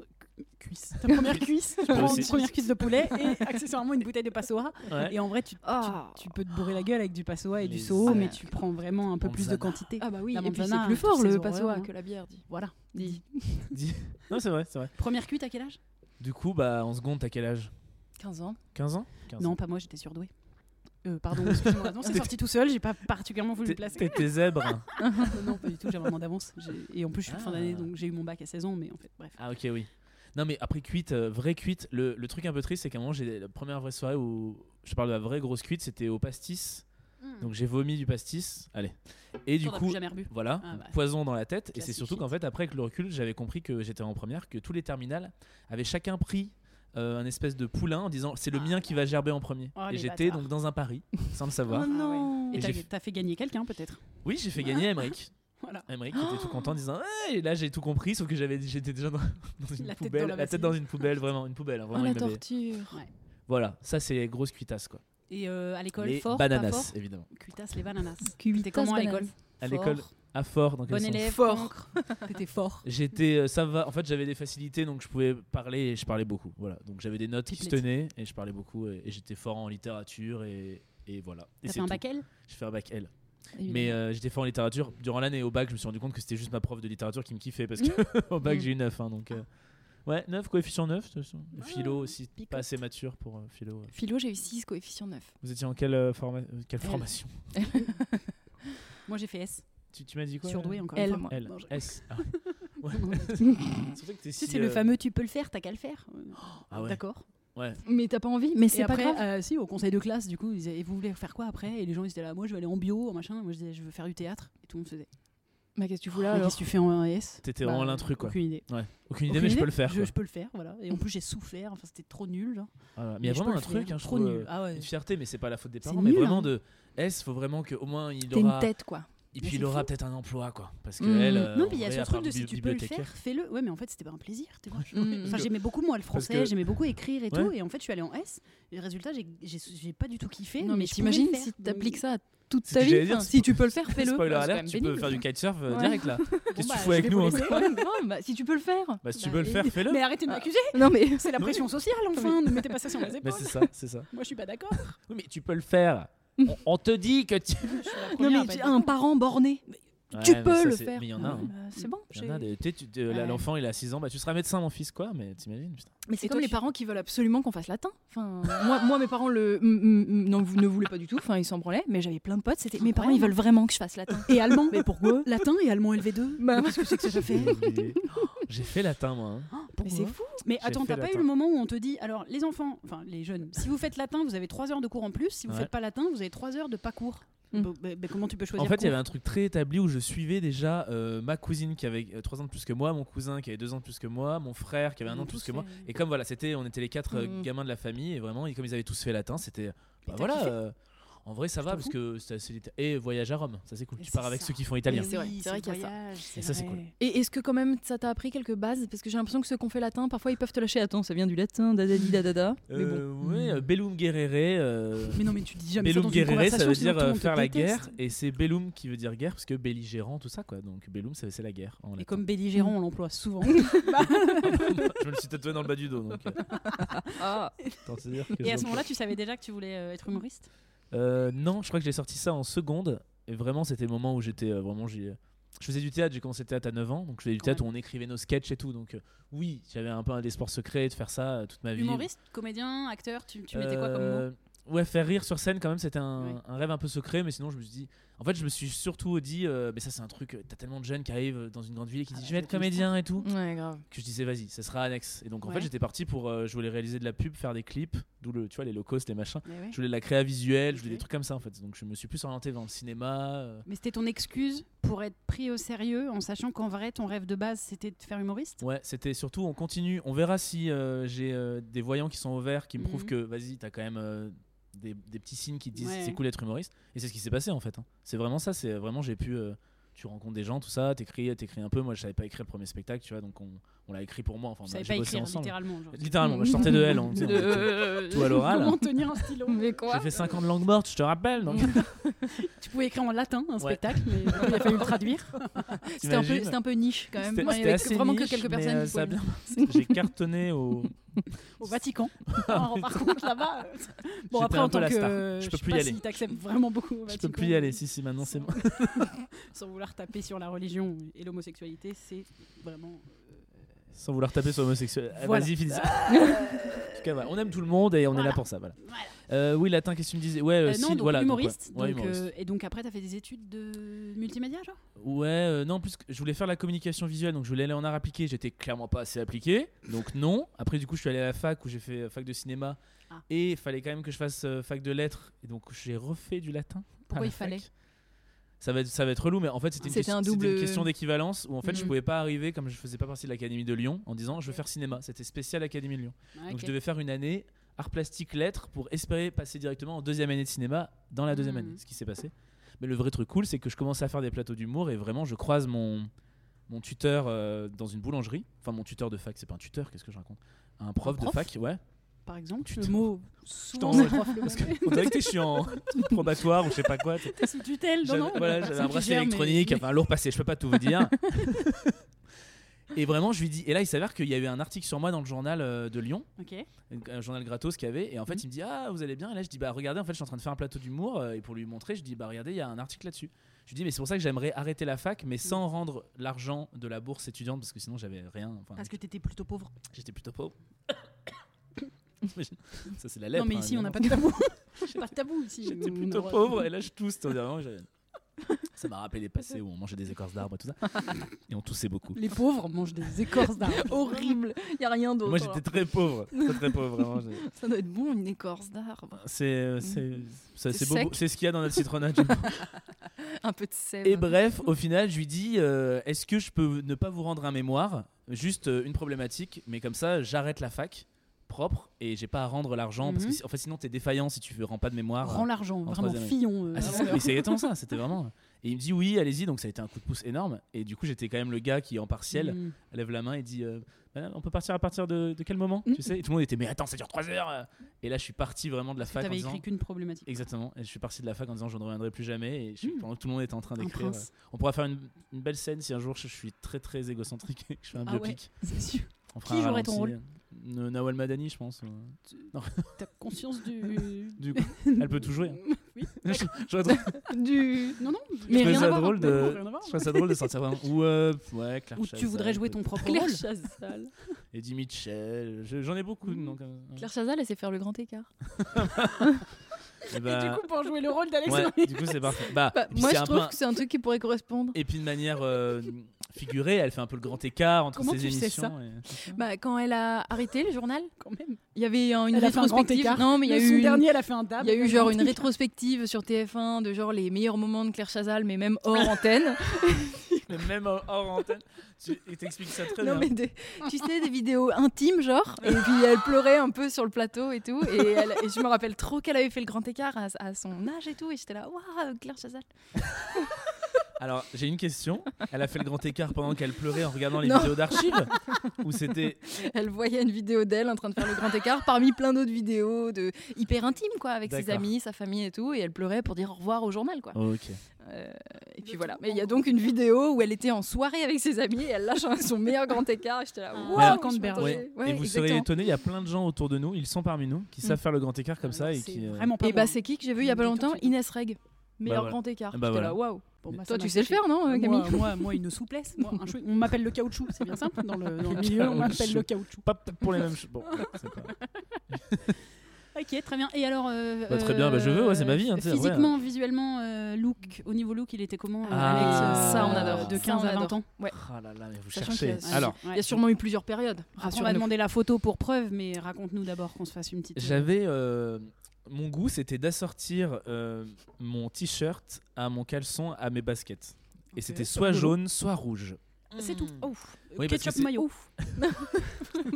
Speaker 1: cuisse ta première cuisse. Tu
Speaker 4: peux
Speaker 1: prends
Speaker 4: aussi.
Speaker 1: une première cuisse de poulet et accessoirement une bouteille de passoa.
Speaker 4: Ouais.
Speaker 1: Et en vrai, tu, tu-
Speaker 3: Ah.
Speaker 1: tu peux te bourrer la gueule avec du passoa et du
Speaker 4: Les
Speaker 1: saut, mais
Speaker 4: arnaques.
Speaker 1: tu prends vraiment un peu plus de
Speaker 4: Manzana.
Speaker 1: quantité.
Speaker 3: Ah bah oui,
Speaker 1: La
Speaker 3: et puis
Speaker 1: manzana,
Speaker 3: c'est plus
Speaker 1: toutes
Speaker 3: fort
Speaker 1: ces
Speaker 3: le
Speaker 1: horreurs,
Speaker 3: passoa
Speaker 1: hein.
Speaker 3: que la bière dit.
Speaker 1: Voilà. Dis.
Speaker 4: Non, c'est vrai, c'est vrai.
Speaker 1: Première cuite à quel âge
Speaker 4: Du coup, bah, en seconde, t'as quel âge
Speaker 3: 15 ans.
Speaker 4: 15 ans 15 ans.
Speaker 1: Non, pas moi, j'étais surdouée. Euh, pardon, excuse-moi. Non, c'est sorti tout seul, j'ai pas particulièrement voulu
Speaker 4: T'es-
Speaker 1: le placer.
Speaker 4: T'étais zèbre.
Speaker 1: non, pas du tout, j'avais un an d'avance. J'ai- Et en plus, je suis de fin d'année,
Speaker 4: Ah.
Speaker 1: donc j'ai eu mon bac à 16 ans, mais en fait, bref.
Speaker 4: ah ok oui. Non mais après cuite, euh, vraie cuite, le, le truc un peu triste c'est qu'à un moment j'ai la première vraie soirée où je parle de la vraie grosse cuite, c'était au pastis.
Speaker 1: Hmm.
Speaker 4: Donc j'ai vomi du pastis. Allez. Et
Speaker 1: Mm.
Speaker 4: du
Speaker 1: T'en as plus
Speaker 4: coup,
Speaker 1: jamais rebu.
Speaker 4: voilà,
Speaker 1: Ah, bah.
Speaker 4: poison dans la tête. Et c'est
Speaker 1: Classique
Speaker 4: surtout
Speaker 1: cuite.
Speaker 4: qu'en fait après avec le recul j'avais compris que j'étais en première, que tous les terminales avaient chacun pris euh, un espèce de poulain en disant c'est le
Speaker 1: Ah.
Speaker 4: mien qui va gerber en premier.
Speaker 1: Oh,
Speaker 4: et
Speaker 1: les
Speaker 4: j'étais
Speaker 1: bâtards.
Speaker 4: donc dans un pari, sans le savoir.
Speaker 3: Oh
Speaker 1: non.
Speaker 4: Et
Speaker 1: Et
Speaker 4: j'ai
Speaker 1: t'as
Speaker 4: fait-
Speaker 1: t'as fait gagner quelqu'un, peut-être
Speaker 4: Oui, j'ai fait gagner Emmerich.
Speaker 1: Voilà. Oh
Speaker 4: Emmerich qui était tout content en disant Hey, là j'ai tout compris sauf que j'avais j'étais déjà dans, dans une
Speaker 1: La tête dans
Speaker 4: poubelle
Speaker 1: la
Speaker 4: la tête
Speaker 1: bassine.
Speaker 4: dans une poubelle vraiment une poubelle hein,
Speaker 3: Oh,
Speaker 4: vraiment
Speaker 3: la
Speaker 4: il m'avait-
Speaker 3: torture.
Speaker 4: voilà ça c'est grosse cuitasse quoi
Speaker 1: Et euh, à l'école,
Speaker 4: les
Speaker 1: fort,
Speaker 4: bananas
Speaker 1: pas fort
Speaker 4: évidemment
Speaker 1: Cuitasse, les bananas.
Speaker 3: Cuitasse,
Speaker 1: T'étais comment à
Speaker 3: bananas.
Speaker 1: l'école
Speaker 4: à
Speaker 1: Fort,
Speaker 4: l'école à fort donc
Speaker 1: Bon élève,
Speaker 3: Fort.
Speaker 1: fort. T'étais fort.
Speaker 4: j'étais euh, ça va en fait j'avais des facilités donc je pouvais parler et je parlais beaucoup voilà donc j'avais des notes qui se
Speaker 1: Triplette.
Speaker 4: tenaient et je parlais beaucoup et, et j'étais fort en littérature et, et voilà et
Speaker 1: T'as
Speaker 4: c'est
Speaker 1: fait un
Speaker 4: tout.
Speaker 1: bac L
Speaker 4: j'ai fait un bac L
Speaker 3: évidemment.
Speaker 4: mais euh, j'étais fort en littérature durant l'année au bac je me suis rendu compte que c'était juste ma prof de littérature qui me kiffait parce que au bac
Speaker 1: Mm.
Speaker 4: j'ai eu 9 hein, donc euh, ouais 9 coefficient 9 de toute façon.
Speaker 1: Ah,
Speaker 4: philo aussi
Speaker 1: picote.
Speaker 4: pas assez mature pour euh, philo ouais.
Speaker 3: Philo, j'ai eu 6, coefficient 9.
Speaker 4: vous étiez en quelle, euh, forma- euh, quelle
Speaker 1: L.
Speaker 4: formation
Speaker 1: Moi, j'ai fait S.
Speaker 4: tu, tu m'as dit quoi euh,
Speaker 1: Surdoué encore
Speaker 3: L,
Speaker 1: une fois.
Speaker 3: moi.
Speaker 4: L
Speaker 1: Non, je-
Speaker 4: S Ah. Ouais. C'est vrai que t'es
Speaker 1: Tu sais,
Speaker 4: si,
Speaker 1: c'est le
Speaker 4: euh,
Speaker 1: fameux tu peux le faire, t'as qu'à le faire. Euh,
Speaker 4: ah ouais.
Speaker 1: D'accord.
Speaker 3: Mais t'as pas envie Mais
Speaker 1: Et
Speaker 3: c'est pas
Speaker 1: après,
Speaker 3: grave.
Speaker 1: euh, si, au conseil de classe, du coup, ils disaient, et vous voulez faire quoi après Et les gens, ils étaient là, moi, je vais aller en bio, en machin. Moi, je disais, je veux faire du théâtre. Et tout le monde se disait,
Speaker 4: Ah,
Speaker 3: Mais qu'est-ce que tu fous là
Speaker 1: mais
Speaker 3: alors
Speaker 1: qu'est-ce que tu fais en S
Speaker 4: T'étais
Speaker 1: Bah,
Speaker 4: vraiment l'intrus quoi.
Speaker 1: Aucune idée.
Speaker 4: Ouais. Aucune idée, mais je peux le faire.
Speaker 1: Je,
Speaker 4: quoi.
Speaker 1: je peux le faire, voilà. Et en plus, j'ai souffert. Enfin, c'était trop nul. genre.
Speaker 4: Voilà. Mais il y a
Speaker 1: je peux
Speaker 4: vraiment
Speaker 1: le
Speaker 4: un truc,
Speaker 1: faire.
Speaker 4: hein, je
Speaker 1: trop
Speaker 4: trouve,
Speaker 1: nul.
Speaker 4: euh,
Speaker 1: Ah ouais.
Speaker 4: une fierté, mais c'est pas la faute des
Speaker 1: C'est
Speaker 4: parents, mais
Speaker 1: nul,
Speaker 4: vraiment
Speaker 1: hein.
Speaker 4: de S, faut vraiment qu'au moins il
Speaker 3: T'es une
Speaker 4: aura.
Speaker 3: tête quoi.
Speaker 4: Et
Speaker 1: Mais
Speaker 4: puis il
Speaker 1: c'est
Speaker 4: aura
Speaker 1: fou. Mmh.
Speaker 4: peut-être un emploi quoi. Parce que
Speaker 3: Mm.
Speaker 4: elle. euh,
Speaker 1: non,
Speaker 4: en
Speaker 1: mais il y a
Speaker 4: vrai,
Speaker 1: ce
Speaker 4: à
Speaker 1: truc
Speaker 4: part
Speaker 1: de si
Speaker 4: bibli-
Speaker 1: tu peux le faire, Mmh.
Speaker 4: bibliothécaire,
Speaker 1: fais-le. Ouais, mais en fait, c'était pas un plaisir. tu vois.
Speaker 3: Mm.
Speaker 1: Enfin, j'aimais beaucoup moi le
Speaker 4: parce
Speaker 1: français,
Speaker 4: que-
Speaker 1: j'aimais beaucoup écrire et
Speaker 4: Ouais.
Speaker 1: tout, et en fait je suis allée en S. Et le résultat, j'ai- j'ai j'ai pas du tout kiffé.
Speaker 3: Non, mais
Speaker 1: je pouvais le
Speaker 3: t'imagines
Speaker 1: faire.
Speaker 3: si t'appliques ça à toute
Speaker 4: C'est
Speaker 3: ta
Speaker 4: ce que
Speaker 3: vie
Speaker 4: j'allais dire,
Speaker 3: enfin,
Speaker 4: c'est
Speaker 3: Si
Speaker 4: pas-
Speaker 3: tu peux le faire, fais-le.
Speaker 4: Spoiler
Speaker 3: Enfin, c'est quand
Speaker 4: alert,
Speaker 3: même
Speaker 4: tu
Speaker 3: pénible.
Speaker 4: peux faire du kitesurf euh,
Speaker 3: Ouais.
Speaker 4: direct là. Qu'est-ce que
Speaker 1: bah,
Speaker 4: tu
Speaker 1: je
Speaker 4: fous avec
Speaker 1: vais
Speaker 4: nous
Speaker 1: vous
Speaker 4: encore
Speaker 1: laisser.
Speaker 3: Non, bah, si tu peux le faire. Ah.
Speaker 4: Bah si tu
Speaker 1: Bah,
Speaker 4: veux le
Speaker 1: et-
Speaker 4: faire, fais-le.
Speaker 1: Mais arrêtez de m'accuser,
Speaker 3: Non mais
Speaker 1: c'est la pression sociale enfin, ne mettez pas ça sur mes
Speaker 4: Mais
Speaker 1: épaules.
Speaker 4: c'est ça, c'est ça.
Speaker 1: Moi je suis pas d'accord.
Speaker 4: Oui, mais tu peux le faire. On, on te dit que tu.
Speaker 1: Je suis la
Speaker 3: non
Speaker 1: première à
Speaker 3: mais
Speaker 1: pas
Speaker 3: tu-
Speaker 1: être
Speaker 3: un parent borné,
Speaker 4: Ouais,
Speaker 3: tu
Speaker 4: mais
Speaker 3: peux
Speaker 4: ça,
Speaker 3: le
Speaker 4: c'est-
Speaker 3: faire.
Speaker 4: Mais il y en a.
Speaker 3: Ah,
Speaker 4: hein.
Speaker 3: bah, C'est bon.
Speaker 4: Il y en a
Speaker 3: j'ai-
Speaker 4: des- tu sais, tu- de- là,
Speaker 3: Ouais.
Speaker 4: L'enfant il a 6 ans, bah tu seras médecin mon fils quoi, mais t'imagines putain.
Speaker 3: Mais c'est
Speaker 1: Et
Speaker 3: comme
Speaker 1: toi,
Speaker 3: les
Speaker 1: tu-
Speaker 3: parents qui veulent absolument qu'on fasse latin. Enfin, moi, moi, mes parents le mm, mm, mm, non, vous ne voulaient pas du tout. Enfin, ils s'en branlaient. Mais j'avais plein de potes. C'était mes parents, ils veulent vraiment que je fasse latin.
Speaker 1: d'accord. Et allemand Mais pourquoi Latin et allemand LV2
Speaker 3: Bah,
Speaker 1: Mais Qu'est-ce que c'est que ça fait
Speaker 4: Et- Oh, J'ai fait latin moi. hein.
Speaker 1: Oh,
Speaker 3: Mais
Speaker 1: pourquoi
Speaker 3: c'est fou.
Speaker 1: Mais
Speaker 4: J'ai
Speaker 1: attends,
Speaker 4: fait
Speaker 1: t'as pas eu
Speaker 4: latin.
Speaker 1: le moment où on te dit alors les enfants, enfin les jeunes, si vous faites latin, vous avez 3 heures de cours en plus, si vous
Speaker 4: Ouais. Hmm.
Speaker 1: faites pas latin, vous avez 3 heures de pas cours.
Speaker 3: Mm.
Speaker 1: Bah, bah, bah, comment tu peux choisir
Speaker 4: En fait, il y
Speaker 1: cours
Speaker 4: avait un truc très établi où je suivais déjà euh, ma cousine qui avait 3 ans de plus que moi, mon cousin qui avait 2 ans de plus que moi, mon frère qui avait 1
Speaker 3: Ils
Speaker 4: an
Speaker 3: ont
Speaker 4: de plus
Speaker 3: tous
Speaker 4: que moi.
Speaker 3: fait-
Speaker 4: Et comme voilà, c'était, on était les 4
Speaker 3: Mhm.
Speaker 4: gamins de la famille et vraiment, et comme ils avaient tous fait latin, c'était. Bah
Speaker 1: t'as
Speaker 4: voilà.
Speaker 1: kiffé
Speaker 4: euh, en vrai, ça
Speaker 1: Je
Speaker 4: va
Speaker 1: t'en
Speaker 4: parce
Speaker 1: fous.
Speaker 4: que c'est assez littér- Et voyage à Rome, ça c'est cool.
Speaker 1: Et
Speaker 4: tu pars
Speaker 1: c'est
Speaker 4: avec
Speaker 1: ça.
Speaker 4: ceux qui font italien.
Speaker 3: Mais C'est vrai, c'est vrai qu'il y a ça.
Speaker 1: ça.
Speaker 4: Et ça, c'est cool.
Speaker 3: Et est-ce que quand même ça t'a appris quelques bases Parce que j'ai l'impression que ceux qu'on fait latin, parfois ils peuvent te lâcher. Attends, ça vient du latin, dadadi, dadada. Mais bon.
Speaker 4: Euh, ouais, euh, Bellum Guerrere. euh,
Speaker 1: Mm. Mais non, mais tu dis jamais ça
Speaker 4: Bellum
Speaker 1: dans une
Speaker 4: Guerrere, ça
Speaker 1: conversation,
Speaker 4: veut
Speaker 1: sinon
Speaker 4: dire
Speaker 1: tout le
Speaker 4: euh,
Speaker 1: monde te
Speaker 4: faire la
Speaker 1: déteste.
Speaker 4: guerre, et c'est Bellum qui veut dire guerre, parce que belligérant, tout ça quoi. Donc Bellum, ça, c'est la guerre. En
Speaker 1: Et
Speaker 4: latin.
Speaker 1: comme belligérant,
Speaker 4: Hmm.
Speaker 1: on l'emploie souvent.
Speaker 4: je me le suis tatoué dans le bas du dos, donc. euh,
Speaker 3: Ah.
Speaker 4: autant te dire que
Speaker 1: Et à
Speaker 4: je-
Speaker 1: ce moment-là, tu savais déjà que tu voulais euh, être humoriste
Speaker 4: Euh, non, je crois que j'ai sorti ça en seconde. Et vraiment, c'était le moment où j'étais euh, vraiment. j'ai- Je faisais du théâtre, j'ai commencé le théâtre à 9 ans. Donc, je faisais du
Speaker 1: Quand
Speaker 4: théâtre où on écrivait nos sketchs et tout. Donc, euh, oui, j'avais un peu un espoir secret de faire ça euh, toute ma vie.
Speaker 1: Humoriste, comédien, acteur, tu, tu mettais quoi comme mot
Speaker 4: Euh, Ouais, faire rire sur scène, quand même, c'était un,
Speaker 1: Ouais.
Speaker 4: un rêve un peu secret. Mais sinon, je me suis dit. En fait, je me suis surtout dit. euh, mais ça, c'est un truc. euh, T'as tellement de jeunes qui arrivent euh, dans une grande ville et qui
Speaker 1: Ah
Speaker 4: disent
Speaker 1: bah,
Speaker 4: Je vais être
Speaker 1: c'est une
Speaker 4: comédien et tout.
Speaker 3: Ouais, grave.
Speaker 4: Que je disais Vas-y, ça sera annexe. Et donc, en
Speaker 1: Ouais.
Speaker 4: fait, j'étais parti pour. euh, je voulais réaliser de la pub, faire des clips. D'où, le, tu vois, les locos, les machins.
Speaker 1: Mais, Eh ouais.
Speaker 4: Je voulais de la créa visuelle, je voulais
Speaker 1: Ok.
Speaker 4: des trucs comme ça en fait. Donc je me suis plus orienté vers le cinéma. euh,
Speaker 1: Mais c'était ton excuse pour être pris au sérieux en sachant qu'en vrai, ton rêve de base, c'était de faire humoriste
Speaker 4: Ouais, c'était surtout on continue. On verra si euh, j'ai euh, des voyants qui sont au vert qui me prouvent
Speaker 1: Mhm.
Speaker 4: que vas-y, t'as quand même euh, des, des petits signes qui te disent
Speaker 1: Ouais.
Speaker 4: c'est cool d'être humoriste. Et c'est ce qui s'est passé en fait. hein. C'est vraiment ça. C'est vraiment j'ai pu. euh, tu rencontres des gens, tout ça, t'écris, euh, t'écris un peu. Moi, je savais pas écrire le premier spectacle, tu vois, donc on, on l'a écrit pour moi. Enfin,
Speaker 1: Tu
Speaker 4: on a-
Speaker 1: savais
Speaker 4: j'ai
Speaker 1: pas
Speaker 4: bossé
Speaker 1: écrire,
Speaker 4: ensemble.
Speaker 1: littéralement. genre.
Speaker 4: Littéralement, moi, je sortais de elle. on- on- tout à l'oral.
Speaker 1: Comment tenir un stylo
Speaker 3: Mais euh, quoi
Speaker 4: J'ai fait 5 ans de langue morte, je te rappelle. Donc,
Speaker 1: Tu pouvais écrire en latin un
Speaker 4: Ouais.
Speaker 1: spectacle, mais du coup, il a fallu le traduire.
Speaker 3: C'était un, peu,
Speaker 4: t'imagines
Speaker 3: c'était un peu niche quand même.
Speaker 4: C'était-
Speaker 3: Moi, il y
Speaker 4: c'était
Speaker 3: avait que-
Speaker 4: assez
Speaker 3: vraiment que
Speaker 4: niche,
Speaker 3: quelques
Speaker 4: mais,
Speaker 3: personnes.
Speaker 4: euh,
Speaker 3: qui
Speaker 4: ça a
Speaker 3: pouvaient-
Speaker 4: bien J'ai cartonné au.
Speaker 1: Au Vatican. Alors, par contre, là-bas. euh, Bon,
Speaker 4: J'étais
Speaker 1: après,
Speaker 4: un
Speaker 1: en
Speaker 4: peu
Speaker 1: tant
Speaker 4: la
Speaker 1: que.
Speaker 4: star.
Speaker 1: euh,
Speaker 4: Je
Speaker 1: Je
Speaker 4: peux
Speaker 1: sais
Speaker 4: plus y
Speaker 1: pas
Speaker 4: aller.
Speaker 1: si t'acceptes vraiment beaucoup au
Speaker 4: Je
Speaker 1: Vatican.
Speaker 4: peux plus y aller. Si, si, maintenant c'est
Speaker 1: sans-
Speaker 4: bon.
Speaker 1: Sans vouloir taper sur la religion et l'homosexualité, c'est vraiment.
Speaker 4: Sans vouloir taper sur l'homosexuel. Ah,
Speaker 1: Voilà.
Speaker 4: Vas-y, finis ça. en tout cas, voilà, on aime tout le monde et on est
Speaker 1: Voilà.
Speaker 4: là pour ça. Voilà.
Speaker 1: Voilà.
Speaker 4: Euh, oui, latin, qu'est-ce que tu me disais Ouais,
Speaker 1: Euh,
Speaker 4: euh,
Speaker 1: non,
Speaker 4: si,
Speaker 1: donc
Speaker 4: voilà, donc,
Speaker 1: humoriste.
Speaker 4: ouais. Ouais,
Speaker 1: donc,
Speaker 4: humoriste.
Speaker 1: euh, et donc après, t'as fait des études de multimédia, genre
Speaker 4: Ouais, euh, non, en plus, je voulais faire la communication visuelle, donc je voulais aller en art appliqué. J'étais clairement pas assez appliqué, donc non. Après, du coup, je suis allé à la fac où j'ai fait euh, fac de cinéma
Speaker 1: Ah.
Speaker 4: et il fallait quand même que je fasse euh, fac de lettres, et donc j'ai refait du latin. à
Speaker 3: Pourquoi
Speaker 4: la
Speaker 3: il fallait
Speaker 4: fac. ça va, être, ça va être relou, mais en fait, c'était une,
Speaker 3: C'était
Speaker 4: question-
Speaker 3: un
Speaker 4: c'était une
Speaker 3: double-
Speaker 4: question d'équivalence où en fait, je
Speaker 3: Mhm.
Speaker 4: pouvais pas arriver, comme je faisais pas partie de l'Académie de Lyon, en disant je veux faire cinéma. C'était spécial Académie de Lyon. Donc je devais faire une année art plastique lettres pour espérer passer directement en deuxième année de cinéma dans la deuxième
Speaker 1: Mhm.
Speaker 4: année, ce qui s'est passé. Mais le vrai truc cool, c'est que je commence à faire des plateaux d'humour et vraiment, je croise mon, mon tuteur euh, dans une boulangerie. Enfin, mon tuteur de fac, c'est pas un tuteur, qu'est-ce que je raconte Un prof,
Speaker 1: prof
Speaker 4: de fac, ouais.
Speaker 1: Par exemple,
Speaker 4: Tu
Speaker 1: le
Speaker 4: te-
Speaker 1: mot
Speaker 4: t'en
Speaker 1: souvent
Speaker 4: sais.
Speaker 1: prof le
Speaker 4: Parce
Speaker 1: même.
Speaker 4: que on dirait que t'es chiant, hein. probatoire ou je sais pas quoi.
Speaker 1: T'es sous tutelle, non,
Speaker 4: J'avais-
Speaker 1: non
Speaker 4: voilà,
Speaker 1: personne
Speaker 4: j'avais un
Speaker 1: qui
Speaker 4: bracelet
Speaker 1: gère, mais-
Speaker 4: électronique,
Speaker 1: mais-
Speaker 4: enfin un lourd passé, je peux pas tout vous dire. et vraiment, je lui dis. Et là, il s'avère qu'il y a eu un article sur moi dans le journal euh, de Lyon,
Speaker 1: Ok.
Speaker 4: un journal gratos qu'il y avait. Et
Speaker 1: Mhm.
Speaker 4: en fait, il me dit Ah, vous allez bien Et là, je dis Bah, regardez, en fait, je suis en train de faire un plateau d'humour. euh, Et pour lui montrer, je dis Bah, regardez, il y a un article là-dessus. Je lui dis Mais c'est pour ça que j'aimerais arrêter la fac, mais sans
Speaker 1: Mhm.
Speaker 4: rendre l'argent de la bourse étudiante, parce que sinon, j'avais rien. Enfin,
Speaker 1: Parce que t'étais plutôt pauvre.
Speaker 4: j'étais plutôt pauvre. ça, c'est la lèpre.
Speaker 1: non, mais
Speaker 4: hein,
Speaker 1: ici, on n'a
Speaker 4: évidemment.
Speaker 1: pas de tabou. pas de tabou ici.
Speaker 4: J'étais plutôt pauvre et là je tousse. t'as vraiment, j'avais- Ça m'a rappelé les passés où on mangeait des écorces d'arbres et tout ça. Et on toussait beaucoup.
Speaker 1: Les pauvres mangent des écorces d'arbres.
Speaker 3: Horrible, y a rien d'autre.
Speaker 4: Moi j'étais très pauvre. Très très pauvre vraiment. j'ai-
Speaker 3: Ça doit être bon une écorce d'arbre,
Speaker 4: C'est c'est
Speaker 1: Mhm.
Speaker 4: ça,
Speaker 3: C'est
Speaker 4: c'est beau-
Speaker 3: sec.
Speaker 4: c'est ce qu'il y a dans notre citronnade. je pense.
Speaker 3: un peu de sève.
Speaker 4: Et bref, au final, je lui dis euh, est-ce que je peux ne pas vous rendre un mémoire Juste euh, une problématique, mais comme ça, j'arrête la fac propre et j'ai pas à rendre l'argent parce que
Speaker 1: Mhm.
Speaker 4: si- en fait sinon t'es défaillant si tu rends pas de mémoire.
Speaker 1: Rends l'argent,
Speaker 4: Ah, en
Speaker 1: vraiment
Speaker 4: troisième.
Speaker 1: fillon. euh,
Speaker 4: Ah, c'est ça, mais c'est étant ça, c'était vraiment. Et il me dit oui, allez-y, donc ça a été un coup de pouce énorme. Et du coup, j'étais quand même le gars qui, en partiel,
Speaker 1: Mm.
Speaker 4: lève la main et dit euh, Madame, on peut partir à partir de, de quel moment
Speaker 1: Mhm.
Speaker 4: Tu sais Et tout le monde était Mais attends, ça dure 3 heures euh. Et là, je suis parti vraiment de la fac en
Speaker 1: T'avais
Speaker 4: disant.
Speaker 1: écrit qu'une problématique.
Speaker 4: Exactement, et je suis parti de la fac en disant Je ne reviendrai plus jamais. Et je suis-
Speaker 1: Mm.
Speaker 4: pendant que tout le monde était en train
Speaker 1: Un
Speaker 4: d'écrire.
Speaker 1: prince.
Speaker 4: euh, on pourra faire une, une belle scène si un jour je, je suis très très égocentrique et que je fais un
Speaker 1: Ah
Speaker 4: biopic.
Speaker 1: C'est sûr.
Speaker 4: On
Speaker 1: Qui
Speaker 4: un
Speaker 1: jouerait ton
Speaker 4: rôle Nawal Madani, je pense. euh,
Speaker 1: T'as conscience du.
Speaker 4: Du coup, elle peut tout jouer. hein.
Speaker 1: Oui.
Speaker 4: Je- j'aurais trop-
Speaker 3: du.
Speaker 1: Non, non.
Speaker 3: Mais
Speaker 4: je
Speaker 1: rien
Speaker 4: trouvais
Speaker 1: à
Speaker 4: ça
Speaker 1: voir,
Speaker 4: drôle
Speaker 1: hein,
Speaker 4: de,
Speaker 1: vraiment, rien à voir.
Speaker 4: je trouvais ça drôle de sortir vraiment. Ou euh, ouais, Claire
Speaker 1: Ou tu voudrais
Speaker 4: Chazal,
Speaker 1: jouer
Speaker 4: peut-être.
Speaker 1: ton propre
Speaker 3: Claire
Speaker 1: rôle.
Speaker 3: Chazal.
Speaker 4: Eddie Mitchell, je- j'en ai beaucoup
Speaker 1: Mm.
Speaker 4: euh, de noms comme ça.
Speaker 3: Claire Chazal, elle sait faire le grand écart.
Speaker 4: Et bah,
Speaker 1: coup, pour jouer le rôle d'Alex
Speaker 4: ouais, du coup, c'est parfait. Bah,
Speaker 3: Bah,
Speaker 4: et puis
Speaker 3: moi,
Speaker 4: c'est
Speaker 3: je
Speaker 4: un peu
Speaker 3: trouve
Speaker 4: un-
Speaker 3: que c'est un truc qui pourrait correspondre.
Speaker 4: Et puis de manière euh, figurée, elle fait un peu le grand écart entre
Speaker 1: Comment
Speaker 4: ses
Speaker 1: tu sais
Speaker 4: émissions.
Speaker 1: ça
Speaker 4: et-
Speaker 3: Bah, quand elle a arrêté le journal,
Speaker 1: quand même.
Speaker 3: il y avait un- une
Speaker 1: Elle a fait un grand
Speaker 3: rétrospective.
Speaker 1: écart.
Speaker 3: non, mais il y a
Speaker 1: Le son
Speaker 3: eu. une-
Speaker 1: dernier, elle a fait un dab.
Speaker 3: Il y a eu genre une rétrospective sur TF1 de genre les meilleurs moments de Claire Chazal, mais même hors antenne.
Speaker 4: Mais même hors hors antenne, tu et t'expliques ça très
Speaker 3: Non, mais
Speaker 4: bien.
Speaker 3: des- tu sais, des vidéos intimes, genre. Et puis elle pleurait un peu sur le plateau et tout. Et, elle- et je me rappelle trop qu'elle avait fait le grand écart à, à son âge et tout. Et j'étais là, waouh, Claire Chazal.
Speaker 4: Alors, j'ai une question. Elle a fait le grand écart pendant qu'elle pleurait en regardant les
Speaker 3: Non.
Speaker 4: vidéos d'archives Ou c'était.
Speaker 3: Elle voyait une vidéo d'elle en train de faire le grand écart parmi plein d'autres vidéos de hyper intimes, quoi, avec ses
Speaker 4: D'accord.
Speaker 3: amis, sa famille et tout. Et elle pleurait pour dire au revoir au journal, quoi.
Speaker 4: Ok.
Speaker 3: Euh, et puis voilà. Mais il y a donc une vidéo où elle était en soirée avec ses amis et elle lâche un- son meilleur grand écart. et J'étais là,
Speaker 1: Ah,
Speaker 3: waouh,
Speaker 4: mais-
Speaker 3: je
Speaker 1: Camembert.
Speaker 3: m'attendais-
Speaker 4: Ouais.
Speaker 3: ouais,
Speaker 4: et vous serez
Speaker 3: exactement.
Speaker 4: étonnés, il y a plein de gens autour de nous, ils sont parmi nous, qui savent faire le grand écart comme ça et qui. euh,
Speaker 1: Vraiment pas.
Speaker 3: Et bah, Ah, c'est qui que j'ai vu il y a pas
Speaker 1: Dis-toi que
Speaker 3: longtemps
Speaker 1: Eh c'est bon.
Speaker 3: Inès Reg. Meilleur
Speaker 4: voilà.
Speaker 3: grand écart.
Speaker 4: Bah
Speaker 3: J'étais
Speaker 4: voilà.
Speaker 3: là, waouh.
Speaker 1: moi.
Speaker 3: Toi, tu sais le faire, non, euh, Camille
Speaker 1: Moi, moi, moi, une souplesse. Moi, un chou- On m'appelle le caoutchouc, c'est bien simple. Dans le, dans le
Speaker 4: Le
Speaker 1: milieu, on m'appelle
Speaker 4: caoutchouc.
Speaker 1: le caoutchouc.
Speaker 4: Pas pour les mêmes choses. Bon, c'est pas-
Speaker 1: Ok, très bien. Et alors euh,
Speaker 4: Bah, très bien, bah, je veux, ouais, c'est ma vie, hein, tu sais, ouais.
Speaker 1: physiquement, visuellement, euh, look, au niveau look, il était comment euh,
Speaker 4: Ah,
Speaker 1: Alex, euh,
Speaker 4: ça, on adore.
Speaker 1: De
Speaker 3: Ça,
Speaker 1: 15
Speaker 3: on
Speaker 1: à 20
Speaker 3: adore.
Speaker 1: ans.
Speaker 4: Ah là là, mais vous
Speaker 3: Sachant
Speaker 4: cherchez.
Speaker 3: qu'il y a-
Speaker 4: Alors,
Speaker 1: Ouais.
Speaker 3: Il y a sûrement eu plusieurs périodes.
Speaker 1: Après, on va
Speaker 3: rassure-nous.
Speaker 1: demander la photo pour preuve, mais raconte-nous d'abord qu'on se fasse une petite.
Speaker 4: j'avais. euh, mon goût, c'était d'assortir euh, mon t-shirt à mon caleçon, à mes baskets. Et c'était soit
Speaker 1: Rigolo.
Speaker 4: jaune, soit rouge.
Speaker 1: C'est tout.
Speaker 3: Oh,
Speaker 1: Ouf.
Speaker 4: Oui, parce que
Speaker 1: euh, Ketchup
Speaker 4: c'est-
Speaker 1: mayo.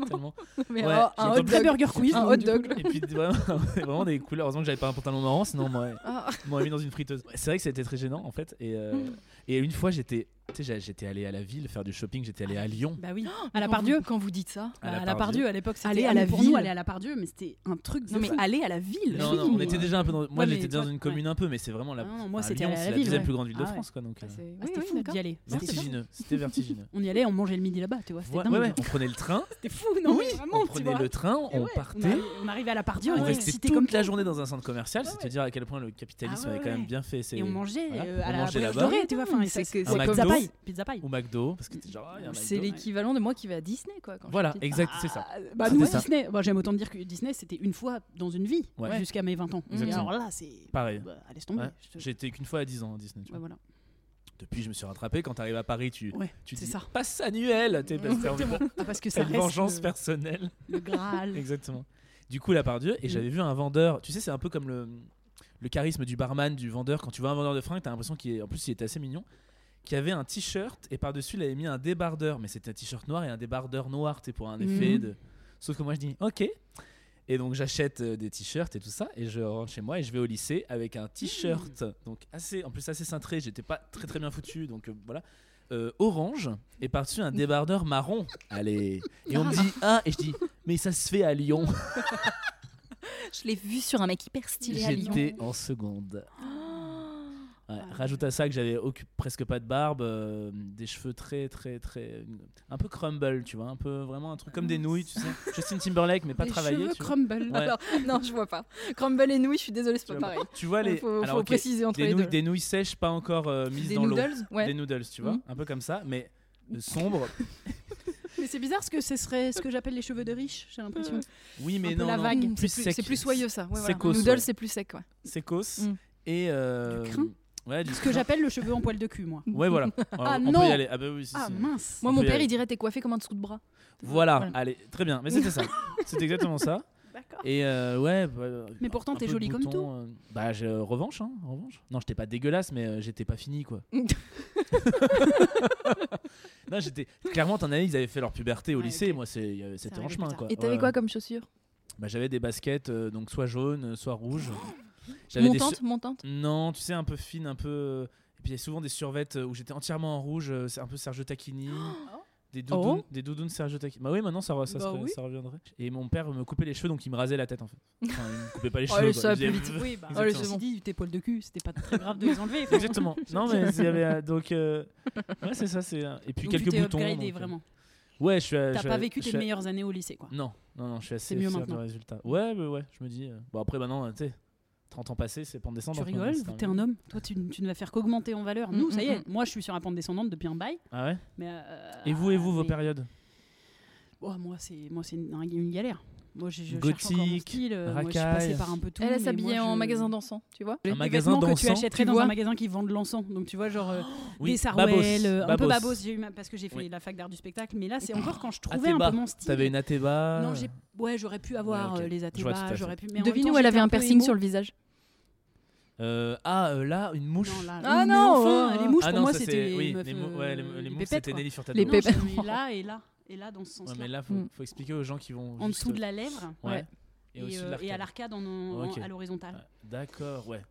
Speaker 4: Tellement.
Speaker 3: Mais
Speaker 4: Ouais,
Speaker 3: un- un
Speaker 4: j'ai
Speaker 3: hot
Speaker 4: comme
Speaker 1: Très
Speaker 3: dog.
Speaker 1: burger quiz.
Speaker 3: Un
Speaker 1: donc,
Speaker 3: hot
Speaker 1: du coup,
Speaker 3: dog.
Speaker 4: Et puis vraiment, vraiment des couleurs. Heureusement que j'avais pas un pantalon marron, sinon moi,
Speaker 3: Ah,
Speaker 4: m'aurait mis dans une friteuse. Ouais, C'est vrai que c'était très gênant en fait. Et, euh,
Speaker 1: Hmm.
Speaker 4: et une fois, j'étais, tu sais, j'a- j'étais allé à la ville faire du shopping. J'étais allé à Lyon.
Speaker 1: Bah oui. À la
Speaker 4: Mmh.
Speaker 3: quand
Speaker 1: Pardieu.
Speaker 3: vous- Quand vous dites ça.
Speaker 1: Bah, À la Pardieu, à l'époque, c'était
Speaker 3: Aller à
Speaker 1: ah,
Speaker 3: la
Speaker 1: mais pour nous,
Speaker 3: ville.
Speaker 1: aller à la Pardieu, mais c'était un truc. de
Speaker 3: Non, mais
Speaker 1: fou.
Speaker 3: aller à la ville.
Speaker 4: Non, non, on était déjà un peu dans. Moi,
Speaker 1: Ouais, mais
Speaker 4: j'étais dans
Speaker 1: toi-
Speaker 4: une commune un peu, mais c'est vraiment la.
Speaker 1: Ah non, moi,
Speaker 4: enfin,
Speaker 1: c'était
Speaker 4: Lyon,
Speaker 1: aller à la
Speaker 4: c'est la
Speaker 1: ville,
Speaker 4: deuxième
Speaker 1: ouais.
Speaker 4: plus grande ville de
Speaker 1: Ah ouais.
Speaker 4: France, quoi. Donc, euh,
Speaker 1: Ah, c'était fou d'y aller.
Speaker 3: Non, c'est
Speaker 4: vertigineux. C'était vertigineux.
Speaker 1: On y allait, on mangeait le midi là-bas, tu vois. C'était
Speaker 4: Ouais,
Speaker 1: dingue.
Speaker 4: ouais, ouais, on prenait le train,
Speaker 1: C'était fou, non
Speaker 4: Oui,
Speaker 1: mais Vraiment,
Speaker 4: on
Speaker 1: tu
Speaker 4: prenait
Speaker 1: vois.
Speaker 4: le train,
Speaker 1: Eh
Speaker 4: on
Speaker 1: ouais,
Speaker 4: partait.
Speaker 1: arri- On arrivait à la Pardieu,
Speaker 3: On
Speaker 1: on
Speaker 4: On
Speaker 3: ouais.
Speaker 4: restait
Speaker 1: restait
Speaker 4: toute
Speaker 1: comme
Speaker 4: la journée dans un centre commercial, c'est te dire à quel point le capitalisme
Speaker 1: Ah ouais,
Speaker 4: avait quand
Speaker 1: ouais.
Speaker 4: même bien fait ses.
Speaker 1: Et on mangeait
Speaker 4: Voilà,
Speaker 1: euh,
Speaker 4: on
Speaker 1: à la
Speaker 4: mangeait
Speaker 1: brioche
Speaker 4: là-bas.
Speaker 1: dorée, tu vois. Enfin,
Speaker 3: Mais
Speaker 1: et ça,
Speaker 3: c'est que-
Speaker 1: c'est
Speaker 4: Un
Speaker 1: pizza
Speaker 4: McDo.
Speaker 1: paille. Pizza paille.
Speaker 4: Au McDo, parce que t'es genre. ah, il y a un
Speaker 3: C'est
Speaker 4: McDo.
Speaker 3: l'équivalent de moi qui vais à Disney, quoi. quand
Speaker 4: Voilà,
Speaker 3: j'étais petite.
Speaker 4: exact, c'est ça.
Speaker 1: Bah,
Speaker 4: C'était
Speaker 1: nous,
Speaker 4: ça.
Speaker 1: Disney, bah, j'aime autant dire que Disney, c'était une fois dans une vie,
Speaker 4: Ouais.
Speaker 1: jusqu'à mes 20 ans. Et
Speaker 4: Exactement.
Speaker 1: alors là, c'est.
Speaker 4: Pareil.
Speaker 1: Bah, laisse tomber.
Speaker 4: Ouais.
Speaker 1: je te-
Speaker 4: J'ai été qu'une fois à 10 ans à Disney. tu
Speaker 1: Ouais,
Speaker 4: vois.
Speaker 1: voilà.
Speaker 4: Depuis, je me suis rattrapé. Quand t'arrives à Paris, tu,
Speaker 1: Ouais,
Speaker 4: tu
Speaker 1: c'est
Speaker 4: dis
Speaker 1: ça.
Speaker 4: passe annuel. T'es parce que t'as envie de-
Speaker 1: Ah, parce que
Speaker 4: t'as
Speaker 1: ça
Speaker 4: une
Speaker 1: reste.
Speaker 4: vengeance
Speaker 1: le-
Speaker 4: personnelle.
Speaker 1: Le Graal.
Speaker 4: Exactement. Du coup, là, par Dieu, et
Speaker 1: Mm.
Speaker 4: j'avais vu un vendeur. Tu sais, c'est un peu comme le, le charisme du barman, du vendeur. Quand tu vois un vendeur de fringues, t'as l'impression qu'il est. En plus, il était assez mignon. Qui avait un t-shirt et par-dessus, il avait mis un débardeur. Mais c'était un t-shirt noir et un débardeur noir, tu sais, pour un effet
Speaker 1: Mhm.
Speaker 4: de. Sauf que moi, je dis ok. Et donc j'achète euh, des t-shirts et tout ça, et je rentre chez moi et je vais au lycée avec un t-shirt,
Speaker 5: Mhm.
Speaker 4: donc assez, en plus assez cintré, j'étais pas très très bien foutu, donc euh, voilà. euh, orange et par-dessus un débardeur marron. Allez. Et on me dit ah et je dis mais ça se fait à Lyon.
Speaker 5: Je l'ai vu sur un mec hyper stylé à Lyon.
Speaker 4: J'étais en seconde. Ouais, rajoute à ça que j'avais aucu- presque pas de barbe, euh, des cheveux très très très un peu crumble, tu vois, un peu vraiment un truc comme des nouilles, tu sais. Justin Timberlake mais pas
Speaker 3: Les
Speaker 4: travaillé.
Speaker 3: cheveux
Speaker 4: tu vois.
Speaker 3: crumble.
Speaker 4: Ouais.
Speaker 5: Alors, non, je vois pas. Crumble et nouilles, je suis désolée, c'est
Speaker 4: Tu
Speaker 5: pas
Speaker 4: vois,
Speaker 5: pareil.
Speaker 4: Tu vois les
Speaker 3: Il faut,
Speaker 4: alors,
Speaker 3: faut
Speaker 4: ok,
Speaker 3: préciser entre
Speaker 4: des
Speaker 3: les
Speaker 4: nouilles,
Speaker 3: deux.
Speaker 4: des nouilles sèches pas encore euh, mises
Speaker 3: Des
Speaker 4: dans l'eau.
Speaker 3: noodles Ouais.
Speaker 4: Des noodles, tu vois,
Speaker 3: Mhm.
Speaker 4: un peu comme ça mais euh, sombre.
Speaker 1: Mais c'est bizarre ce que ce serait ce que j'appelle les cheveux de riche, j'ai l'impression.
Speaker 4: Oui mais
Speaker 1: peu
Speaker 4: non,
Speaker 1: la
Speaker 4: non,
Speaker 1: vague.
Speaker 3: Mm,
Speaker 4: plus
Speaker 3: C'est plus,
Speaker 4: sec.
Speaker 3: c'est plus soyeux ça. Ouais, voilà.
Speaker 4: Secos,
Speaker 3: Noodles,
Speaker 4: ouais.
Speaker 3: c'est plus sec. Ouais.
Speaker 4: sécos
Speaker 3: Mhm.
Speaker 4: et euh,
Speaker 1: Du crin
Speaker 4: Ouais, du
Speaker 1: Ce que
Speaker 4: crin.
Speaker 1: j'appelle le cheveu en poil de cul, moi.
Speaker 4: Ouais, voilà.
Speaker 1: Ah,
Speaker 4: on peut
Speaker 1: non.
Speaker 4: y aller. Ah bah oui, si,
Speaker 1: Ah
Speaker 4: si.
Speaker 1: mince.
Speaker 3: Moi,
Speaker 4: On
Speaker 3: mon
Speaker 4: peut y
Speaker 3: père,
Speaker 4: aller.
Speaker 3: il dirait t'es coiffé comme un dessous de bras.
Speaker 4: Voilà,
Speaker 1: Voilà.
Speaker 4: allez, très bien. Mais c'était ça. C'était exactement ça. Et euh, ouais.
Speaker 1: Mais pourtant, t'es jolie comme tout.
Speaker 4: tout. Bah, je, revanche, hein, revanche. Non, j'étais pas dégueulasse, mais euh, j'étais pas fini, quoi. non, j'étais. Clairement, t'en as ils avaient fait leur puberté au
Speaker 1: Ouais,
Speaker 4: lycée.
Speaker 1: ok.
Speaker 4: Moi, c'est, il y avait- c'était
Speaker 1: arrivé
Speaker 4: en chemin,
Speaker 1: plus tard.
Speaker 4: quoi.
Speaker 3: Et t'avais
Speaker 4: Ouais.
Speaker 3: quoi comme chaussures
Speaker 4: Bah, j'avais des baskets, euh, donc soit jaunes, soit rouges. J'avais des.
Speaker 3: Montante, montante.
Speaker 4: su- Non, tu sais, un peu fines, un peu. euh, Et puis, il y a souvent des survettes euh, où j'étais entièrement en rouge. euh, C'est un peu Sergio Tacchini.
Speaker 1: Ah
Speaker 4: Des doudounes, des doudounes Sergio Tacchini. Bah oui, maintenant ça, re- ça,
Speaker 3: Bah
Speaker 4: serait-
Speaker 3: oui.
Speaker 4: ça reviendrait. Et mon père me coupait les cheveux, donc il me rasait la tête en fait. Enfin, il me coupait pas les
Speaker 3: Oh,
Speaker 4: cheveux.
Speaker 3: allez,
Speaker 4: quoi.
Speaker 3: ça va
Speaker 4: Il faisait-
Speaker 3: plus vite.
Speaker 1: Oui, bah,
Speaker 4: Exactement.
Speaker 1: je me suis dit, tes poils de cul, c'était pas très grave de les enlever. enfin.
Speaker 4: Exactement. non, mais il y avait. euh, Donc, euh, ouais, c'est ça. c'est euh, Et puis
Speaker 1: Donc, tu
Speaker 4: quelques
Speaker 1: t'es
Speaker 4: boutons.
Speaker 1: upgradé,
Speaker 4: donc, euh,
Speaker 1: vraiment.
Speaker 4: Ouais, je suis. à- je
Speaker 1: T'as
Speaker 4: suis
Speaker 1: pas
Speaker 4: à-
Speaker 1: vécu
Speaker 4: je
Speaker 1: tes
Speaker 4: suis à-
Speaker 1: meilleures années au lycée, quoi.
Speaker 4: Non, non, non, je suis assez
Speaker 1: mieux
Speaker 4: fier de
Speaker 1: maintenant.
Speaker 4: résultat. Ouais, ouais, ouais. Je me dis, euh, bon, après, maintenant, tu sais, 30 ans passés, c'est pour en descendre.
Speaker 1: Tu
Speaker 4: maintenant,
Speaker 1: rigoles,
Speaker 4: c'est
Speaker 1: vous,
Speaker 4: un-
Speaker 1: t'es un homme. Toi, tu, tu ne vas faire qu'augmenter en valeur.
Speaker 3: Mm,
Speaker 1: Nous, ça y
Speaker 3: mm,
Speaker 1: est, moi, je suis sur la pente descendante depuis un bail.
Speaker 4: Ah ouais
Speaker 1: Mais euh,
Speaker 4: Et vous, et vous, vos
Speaker 1: mais-
Speaker 4: périodes
Speaker 1: Oh, Moi, c'est moi, c'est une, une galère. Moi, je, je cherche encore mon
Speaker 4: Gothique,
Speaker 1: style. euh, moi, je suis
Speaker 4: racaille.
Speaker 1: passée par un peu tout.
Speaker 3: Elle,
Speaker 1: mais
Speaker 3: elle s'habillait
Speaker 1: moi,
Speaker 3: en
Speaker 1: je-
Speaker 3: magasin dansant, tu vois.
Speaker 1: Les
Speaker 4: magasin
Speaker 1: vêtements que tu
Speaker 4: dansant,
Speaker 1: achèterais
Speaker 4: tu
Speaker 1: dans
Speaker 4: vois.
Speaker 1: un magasin qui vend de l'encens. Donc tu vois genre euh,
Speaker 4: Oui,
Speaker 1: des
Speaker 4: Babos,
Speaker 1: sarouels, euh, un peu
Speaker 4: Babos.
Speaker 1: babos. J'ai eu ma- parce que j'ai fait
Speaker 4: Oui.
Speaker 1: la fac d'art du spectacle. Mais là c'est encore quand je trouvais un
Speaker 4: Athéba.
Speaker 1: peu mon style.
Speaker 4: T'avais une Athéba
Speaker 1: Non, j'ai- ouais, j'aurais pu avoir
Speaker 4: Ouais, ok.
Speaker 1: euh, les
Speaker 4: Je vois tout à
Speaker 1: Athéba,
Speaker 4: fait.
Speaker 1: j'aurais pu. mais en même
Speaker 3: Devine
Speaker 1: temps,
Speaker 3: où elle
Speaker 1: j'étais
Speaker 3: avait
Speaker 1: un
Speaker 3: un
Speaker 1: peu
Speaker 3: piercing
Speaker 1: émo.
Speaker 3: sur le visage.
Speaker 4: Euh, ah, euh, là, une mouche.
Speaker 1: Non, là,
Speaker 3: Ah
Speaker 1: mais
Speaker 3: non,
Speaker 1: enfin,
Speaker 3: ouais,
Speaker 1: les
Speaker 3: ouais.
Speaker 1: mouches
Speaker 4: ah
Speaker 1: pour
Speaker 4: non,
Speaker 1: moi
Speaker 4: ça, c'est-
Speaker 1: c'était
Speaker 4: oui,
Speaker 1: une meuf,
Speaker 4: les, mou-
Speaker 1: euh,
Speaker 4: ouais, les, mou- les
Speaker 1: des
Speaker 4: mouches,
Speaker 1: pépettes,
Speaker 4: c'était
Speaker 1: quoi.
Speaker 4: Nelly Furtado.
Speaker 3: Les
Speaker 1: Non,
Speaker 3: pépés.
Speaker 1: j'en ai eu là et là et là dans ce
Speaker 4: Ouais,
Speaker 1: sens-là.
Speaker 4: mais là, faut,
Speaker 3: Mm.
Speaker 4: faut expliquer aux gens qui vont.
Speaker 1: en
Speaker 4: juste-
Speaker 1: dessous de la lèvre
Speaker 4: Ouais.
Speaker 3: Ouais.
Speaker 1: et,
Speaker 4: Et, au-dessus de
Speaker 1: euh, et à hein. l'arcade en, en-
Speaker 4: Ok.
Speaker 1: à l'horizontale.
Speaker 4: Ouais, D'accord, ouais.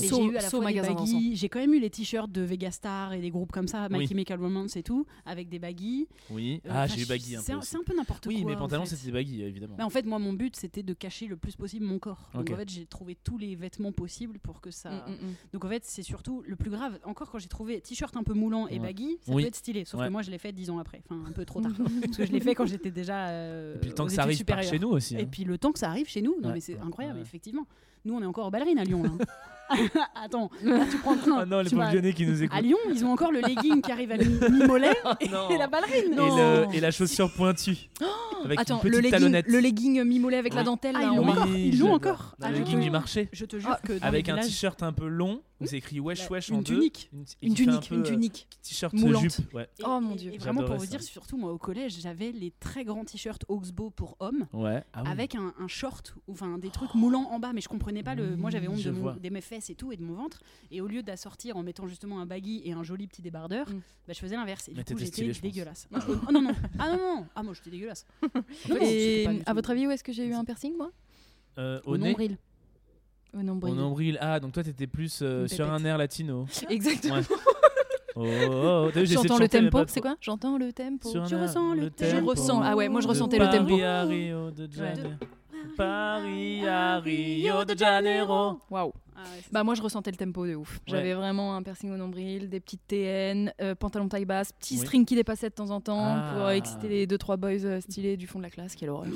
Speaker 1: Mais
Speaker 3: Saut-
Speaker 1: j'ai eu à la
Speaker 3: saut
Speaker 1: fois des
Speaker 3: magasin
Speaker 1: baggies, j'ai quand même eu les t-shirts de Vega Star et des groupes comme ça, My
Speaker 4: Oui.
Speaker 1: Chemical Romance et tout, avec des baggies.
Speaker 4: Oui.
Speaker 1: Euh,
Speaker 4: ah,
Speaker 1: enfin,
Speaker 4: j'ai eu
Speaker 1: je-
Speaker 4: baggy un
Speaker 1: c'est un-
Speaker 4: peu. aussi.
Speaker 1: C'est un peu n'importe quoi.
Speaker 4: Oui, mes
Speaker 1: en
Speaker 4: pantalons,
Speaker 1: fait.
Speaker 4: c'était des baggy, évidemment.
Speaker 1: Bah, en fait, moi, mon but, c'était de cacher le plus possible mon corps. Donc,
Speaker 4: Ok.
Speaker 1: en fait, j'ai trouvé tous les vêtements possibles pour que ça.
Speaker 3: Mm, mm, mm.
Speaker 1: Donc, en fait, c'est surtout le plus grave. Encore quand j'ai trouvé t-shirt un peu moulant et
Speaker 4: Ouais.
Speaker 1: baggy, ça
Speaker 4: Oui.
Speaker 1: peut être stylé. Sauf
Speaker 4: Ouais.
Speaker 1: que moi, je l'ai fait dix ans après. Enfin, un peu trop tard. Parce que je l'ai fait quand j'étais déjà. euh,
Speaker 4: Et puis le temps
Speaker 1: aux
Speaker 4: que
Speaker 1: études
Speaker 4: ça arrive par
Speaker 1: supérieures.
Speaker 4: chez nous aussi.
Speaker 1: Et
Speaker 4: hein.
Speaker 1: puis le temps que ça arrive chez nous, non
Speaker 4: Ouais.
Speaker 1: mais c'est
Speaker 4: Ouais.
Speaker 1: incroyable,
Speaker 4: Ouais.
Speaker 1: effectivement. Nous, on est encore aux ballerines à Lyon. là. Attends, là, tu prends le train.
Speaker 4: Ah non, les
Speaker 1: tu vas-
Speaker 4: pauvres lyonnais qui nous
Speaker 1: À
Speaker 4: écoutent.
Speaker 1: Lyon, ils ont encore le legging qui arrive à mi- mi-mollet et,
Speaker 4: Non.
Speaker 1: la ballerine.
Speaker 4: Et,
Speaker 3: Non.
Speaker 4: le- et la chaussure pointue. avec
Speaker 3: Attends, le
Speaker 4: une petite
Speaker 3: legging,
Speaker 4: talonnette.
Speaker 3: le legging mi-mollet avec la
Speaker 4: Oui.
Speaker 3: dentelle.
Speaker 1: Ah,
Speaker 3: là,
Speaker 1: ils
Speaker 3: en
Speaker 1: l'ont
Speaker 4: Oui,
Speaker 3: bas.
Speaker 1: encore Ils l'ont
Speaker 4: j'adore.
Speaker 1: encore
Speaker 4: Le
Speaker 1: Ah, je
Speaker 4: legging
Speaker 1: te-
Speaker 4: du marché.
Speaker 1: Je te jure que dans
Speaker 4: Ah. Avec
Speaker 1: les
Speaker 4: un
Speaker 1: villages-
Speaker 4: t-shirt un peu long où c'est écrit wesh
Speaker 1: La-
Speaker 4: wesh en
Speaker 1: une
Speaker 4: deux.
Speaker 1: tunique.
Speaker 4: et
Speaker 3: Une
Speaker 4: qui fait un
Speaker 3: tunique,
Speaker 4: peu,
Speaker 3: une
Speaker 4: euh,
Speaker 3: tunique.
Speaker 4: T-shirt
Speaker 3: moulante.
Speaker 4: jupe. Ouais.
Speaker 1: Et-
Speaker 3: Oh,
Speaker 1: et-
Speaker 3: mon Dieu.
Speaker 1: Et vraiment pour
Speaker 4: J'adorais
Speaker 1: vous
Speaker 4: ça.
Speaker 1: dire, surtout moi au collège, j'avais les très grands t-shirts Oxbow pour hommes
Speaker 4: Ouais. Ah oui.
Speaker 1: avec un, un short ou enfin des trucs moulants en bas, mais je comprenais pas le. Moi j'avais honte
Speaker 4: Oui, je
Speaker 1: de, mon,
Speaker 4: vois.
Speaker 1: de mes fesses et tout et de mon ventre. Et au lieu d'assortir en mettant justement un baggy et un joli petit débardeur,
Speaker 3: Mm.
Speaker 1: bah, je faisais l'inverse. Et
Speaker 4: Mais
Speaker 1: du coup
Speaker 4: t'étais
Speaker 1: j'étais
Speaker 4: stylée, je pense.
Speaker 1: dégueulasse. Non, je- oh, non non ah non non ah moi j'étais dégueulasse. Non, j'étais
Speaker 3: Et
Speaker 1: pas du
Speaker 3: à
Speaker 1: tout-
Speaker 3: votre avis, où est-ce que j'ai eu un piercing, moi Euh,
Speaker 4: Euh,
Speaker 1: au
Speaker 4: Au nez.
Speaker 1: nombril.
Speaker 3: Au
Speaker 4: Au
Speaker 3: nombril.
Speaker 4: nombril. Ah, donc toi, t'étais plus euh,
Speaker 3: Une
Speaker 4: sur un
Speaker 3: pépette.
Speaker 4: air latino.
Speaker 3: Exactement.
Speaker 4: Ouais. Oh, oh, oh, t'as vu, j'essaie de
Speaker 3: J'entends le
Speaker 4: chanter, mais
Speaker 3: tempo,
Speaker 4: pas
Speaker 3: c'est quoi J'entends le tempo.
Speaker 4: Sur un
Speaker 1: Je
Speaker 4: air,
Speaker 1: ressens le
Speaker 3: Je
Speaker 1: tempo.
Speaker 3: ressens. Ah ouais, moi je
Speaker 4: De
Speaker 3: ressentais le tempo.
Speaker 4: Paris à Rio de Janeiro. Paris à Rio de Janeiro.
Speaker 3: Waouh.
Speaker 1: Ah ouais, c'est-
Speaker 3: Bah moi je ressentais le tempo de ouf. J'avais vraiment un piercing au nombril, des petites TN, euh, pantalon taille basse, petit
Speaker 4: Oui.
Speaker 3: string qui dépassait de temps en temps
Speaker 4: Ah.
Speaker 3: pour euh, exciter les deux trois boys euh, stylés du fond de la classe, quelle horreur.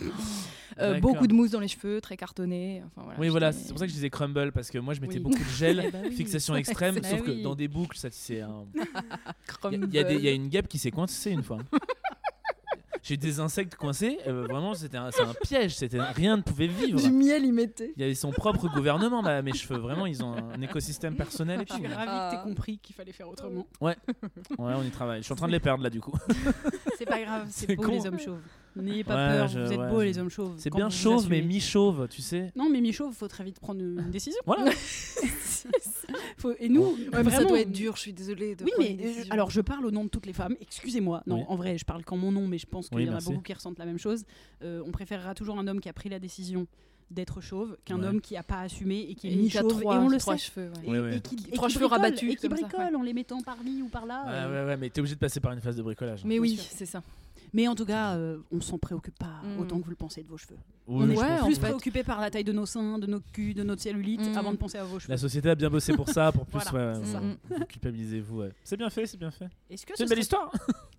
Speaker 3: Euh,
Speaker 4: D'accord.
Speaker 3: beaucoup de mousse dans les cheveux, très cartonné. Enfin, voilà,
Speaker 4: Oui, voilà,
Speaker 3: j'étais-
Speaker 4: c'est pour ça que je disais crumble parce que moi je mettais
Speaker 1: Oui.
Speaker 4: beaucoup de gel,
Speaker 1: Eh bah oui.
Speaker 4: fixation extrême,
Speaker 1: c'est
Speaker 4: sauf
Speaker 1: vrai.
Speaker 4: que dans des boucles, ça c'est un. Il y, a-
Speaker 3: Crumble.
Speaker 4: il y a des- il y a une guêpe qui s'est coincée une fois. J'ai eu des insectes coincés, euh, vraiment c'était un, c'est un piège, c'était rien ne pouvait vivre.
Speaker 3: du miel il mettait.
Speaker 4: Il y avait son propre gouvernement là, mes cheveux, vraiment ils ont un, un écosystème personnel et
Speaker 1: Je
Speaker 4: tout.
Speaker 1: suis
Speaker 4: Ouais,
Speaker 1: ravie que
Speaker 3: Ah.
Speaker 1: t'aies compris qu'il fallait faire autrement.
Speaker 4: on y travaille. Je suis en train de les perdre là du coup.
Speaker 1: C'est pas grave,
Speaker 4: c'est
Speaker 1: c'est beau
Speaker 4: con.
Speaker 1: les hommes chauves. N'ayez pas
Speaker 4: Ouais,
Speaker 1: peur,
Speaker 4: je-
Speaker 1: vous êtes
Speaker 4: ouais,
Speaker 1: beaux
Speaker 4: je-
Speaker 1: les hommes chauves.
Speaker 4: C'est
Speaker 1: quand
Speaker 4: bien
Speaker 1: vous vous
Speaker 4: chauve, mais
Speaker 1: assumez.
Speaker 4: mi-chauve, tu sais.
Speaker 1: Non, mais mi-chauve, faut très vite prendre une décision.
Speaker 4: Voilà.
Speaker 1: Faut- Et nous, vraiment,
Speaker 5: ça doit être dur, je suis désolée. De
Speaker 1: Oui,
Speaker 5: prendre
Speaker 1: mais
Speaker 5: une
Speaker 1: euh,
Speaker 5: décision.
Speaker 1: alors je parle au nom de toutes les femmes, excusez-moi. Non,
Speaker 4: Oui.
Speaker 1: en vrai, je parle qu'en mon nom, mais je pense qu'il
Speaker 4: Oui,
Speaker 1: y en
Speaker 4: merci.
Speaker 1: a beaucoup qui ressentent la même chose. Euh, on préférera toujours un homme qui a pris la décision d'être chauve qu'un
Speaker 4: Ouais.
Speaker 1: homme qui a pas assumé et qui est
Speaker 3: Et qui a
Speaker 1: mi-chauve. Et
Speaker 3: trois,
Speaker 1: on le
Speaker 3: trois
Speaker 1: sait.
Speaker 3: cheveux. ouais.
Speaker 1: Et,
Speaker 4: Ouais, ouais.
Speaker 1: et qui, et
Speaker 3: Trois
Speaker 1: qui
Speaker 3: cheveux
Speaker 1: bricole,
Speaker 3: rabattus,
Speaker 1: Et qui
Speaker 3: comme ça, ouais.
Speaker 1: bricole en les mettant par-ci ou par-là.
Speaker 4: Ouais,
Speaker 1: euh.
Speaker 4: Ah, ouais, ouais, mais t'es obligé de passer par une phase de bricolage.
Speaker 3: Mais
Speaker 1: Bien
Speaker 3: oui,
Speaker 1: sûr.
Speaker 3: c'est ça.
Speaker 1: Mais en tout cas, euh, on s'en préoccupe pas
Speaker 3: Mm.
Speaker 1: autant que vous le pensez de vos cheveux.
Speaker 4: Oui,
Speaker 1: on
Speaker 4: oui,
Speaker 1: est
Speaker 4: je
Speaker 3: ouais,
Speaker 4: pense
Speaker 3: en
Speaker 1: plus
Speaker 4: que-
Speaker 3: fait.
Speaker 1: préoccupé par la taille de nos seins, de nos culs, de notre cellulite
Speaker 3: Mm.
Speaker 1: avant de penser à vos cheveux.
Speaker 4: La société a bien bossé pour ça, pour plus.
Speaker 1: Voilà,
Speaker 4: ouais,
Speaker 1: c'est ça.
Speaker 4: ouais, ouais. Vous culpabilisez-vous. ouais. C'est bien fait, c'est bien fait.
Speaker 1: Est-ce que, ce
Speaker 4: C'est une belle
Speaker 1: serait...
Speaker 4: histoire.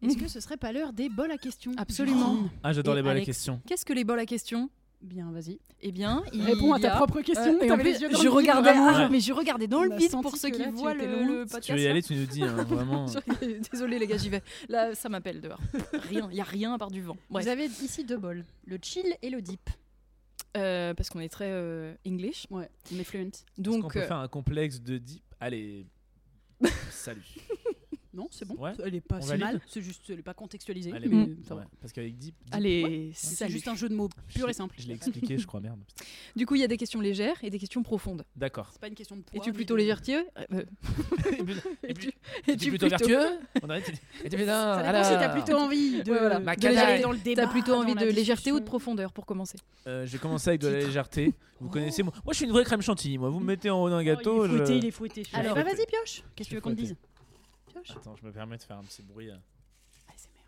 Speaker 1: est-ce que ce serait pas l'heure des bols à questions
Speaker 3: Absolument.
Speaker 1: Justine
Speaker 4: Ah, j'adore
Speaker 3: Et
Speaker 4: les bonnes
Speaker 3: Alex.
Speaker 4: questions.
Speaker 3: Qu'est-ce que les bols à question
Speaker 1: Bien, vas-y.
Speaker 3: Eh bien, il
Speaker 1: Réponds à
Speaker 3: y
Speaker 1: ta
Speaker 3: a-
Speaker 1: propre question.
Speaker 3: Euh, et en
Speaker 1: t'avais
Speaker 3: plus,
Speaker 1: les yeux dans
Speaker 3: je
Speaker 1: le vide,
Speaker 3: regardais,
Speaker 1: vraiment.
Speaker 3: ah,
Speaker 4: Ouais.
Speaker 3: mais je regardais dans
Speaker 1: On
Speaker 3: le
Speaker 1: a
Speaker 3: vide
Speaker 1: senti
Speaker 3: pour ceux
Speaker 1: que
Speaker 3: qui
Speaker 1: là, tu
Speaker 3: voient
Speaker 1: étais
Speaker 3: le,
Speaker 1: loin.
Speaker 3: le
Speaker 4: Si
Speaker 3: podcast.
Speaker 4: tu veux y aller, tu nous dis, hein, vraiment.
Speaker 3: Désolé les gars, j'y vais. Là, ça m'appelle dehors. Rien, il y a rien à part du vent. Bref,
Speaker 1: Vous avez ici deux bols, le chill et le deep.
Speaker 3: Euh, parce qu'on est très euh, English.
Speaker 1: Ouais, on est fluent.
Speaker 4: Donc, on
Speaker 3: Donc,
Speaker 4: peut
Speaker 3: euh,
Speaker 4: faire un complexe de deep. Allez. Salut.
Speaker 1: Non, c'est bon.
Speaker 4: Ouais.
Speaker 1: Elle est pas
Speaker 4: On
Speaker 1: si
Speaker 4: valide
Speaker 1: mal, c'est juste elle est pas contextualisée.
Speaker 4: Allez, Mm.
Speaker 1: mais
Speaker 4: ouais,
Speaker 1: ça va.
Speaker 4: Parce qu'avec deep, deep,
Speaker 3: allez,
Speaker 1: C'est
Speaker 3: salut.
Speaker 1: juste un jeu de mots pur et
Speaker 4: je-
Speaker 1: simple.
Speaker 4: Je l'ai expliqué, je crois, merde. Putain.
Speaker 3: Du coup, il y a des questions légères et des questions profondes.
Speaker 4: D'accord.
Speaker 1: C'est pas une question de poids.
Speaker 3: Es-tu
Speaker 1: ni
Speaker 3: plutôt
Speaker 1: de-
Speaker 3: légèretieux Euh,
Speaker 4: Et puis- et puis-
Speaker 3: Es-tu
Speaker 4: Es-tu plutôt vertueux On arrête. Et tu fais
Speaker 1: Ça
Speaker 4: ça.
Speaker 1: dépend si t'as
Speaker 4: euh,
Speaker 1: plutôt envie de,
Speaker 3: Ouais, voilà.
Speaker 1: de
Speaker 4: Ma
Speaker 1: d'aller
Speaker 4: canaille.
Speaker 1: dans le débat.
Speaker 3: T'as plutôt
Speaker 1: Eh ben, dans
Speaker 3: envie
Speaker 1: la
Speaker 3: de légèreté
Speaker 1: discussion.
Speaker 3: ou de profondeur pour commencer
Speaker 4: Euh, je vais commencer avec de la légèreté. Vous connaissez moi. Moi, je suis une vraie crème chantilly. Moi, vous me mettez en haut d'un
Speaker 1: Oh,
Speaker 4: gâteau.
Speaker 1: il est fouetté,
Speaker 4: je-
Speaker 1: il est fouetté.
Speaker 4: vais
Speaker 1: Alors,
Speaker 4: fouetter.
Speaker 1: bah, vas-y, pioche. Qu'est-ce que tu veux
Speaker 4: Je vais
Speaker 1: qu'on te dise
Speaker 4: fouetter.
Speaker 1: Pioche.
Speaker 4: Attends, je me permets de faire un petit bruit. euh,
Speaker 1: ASMR.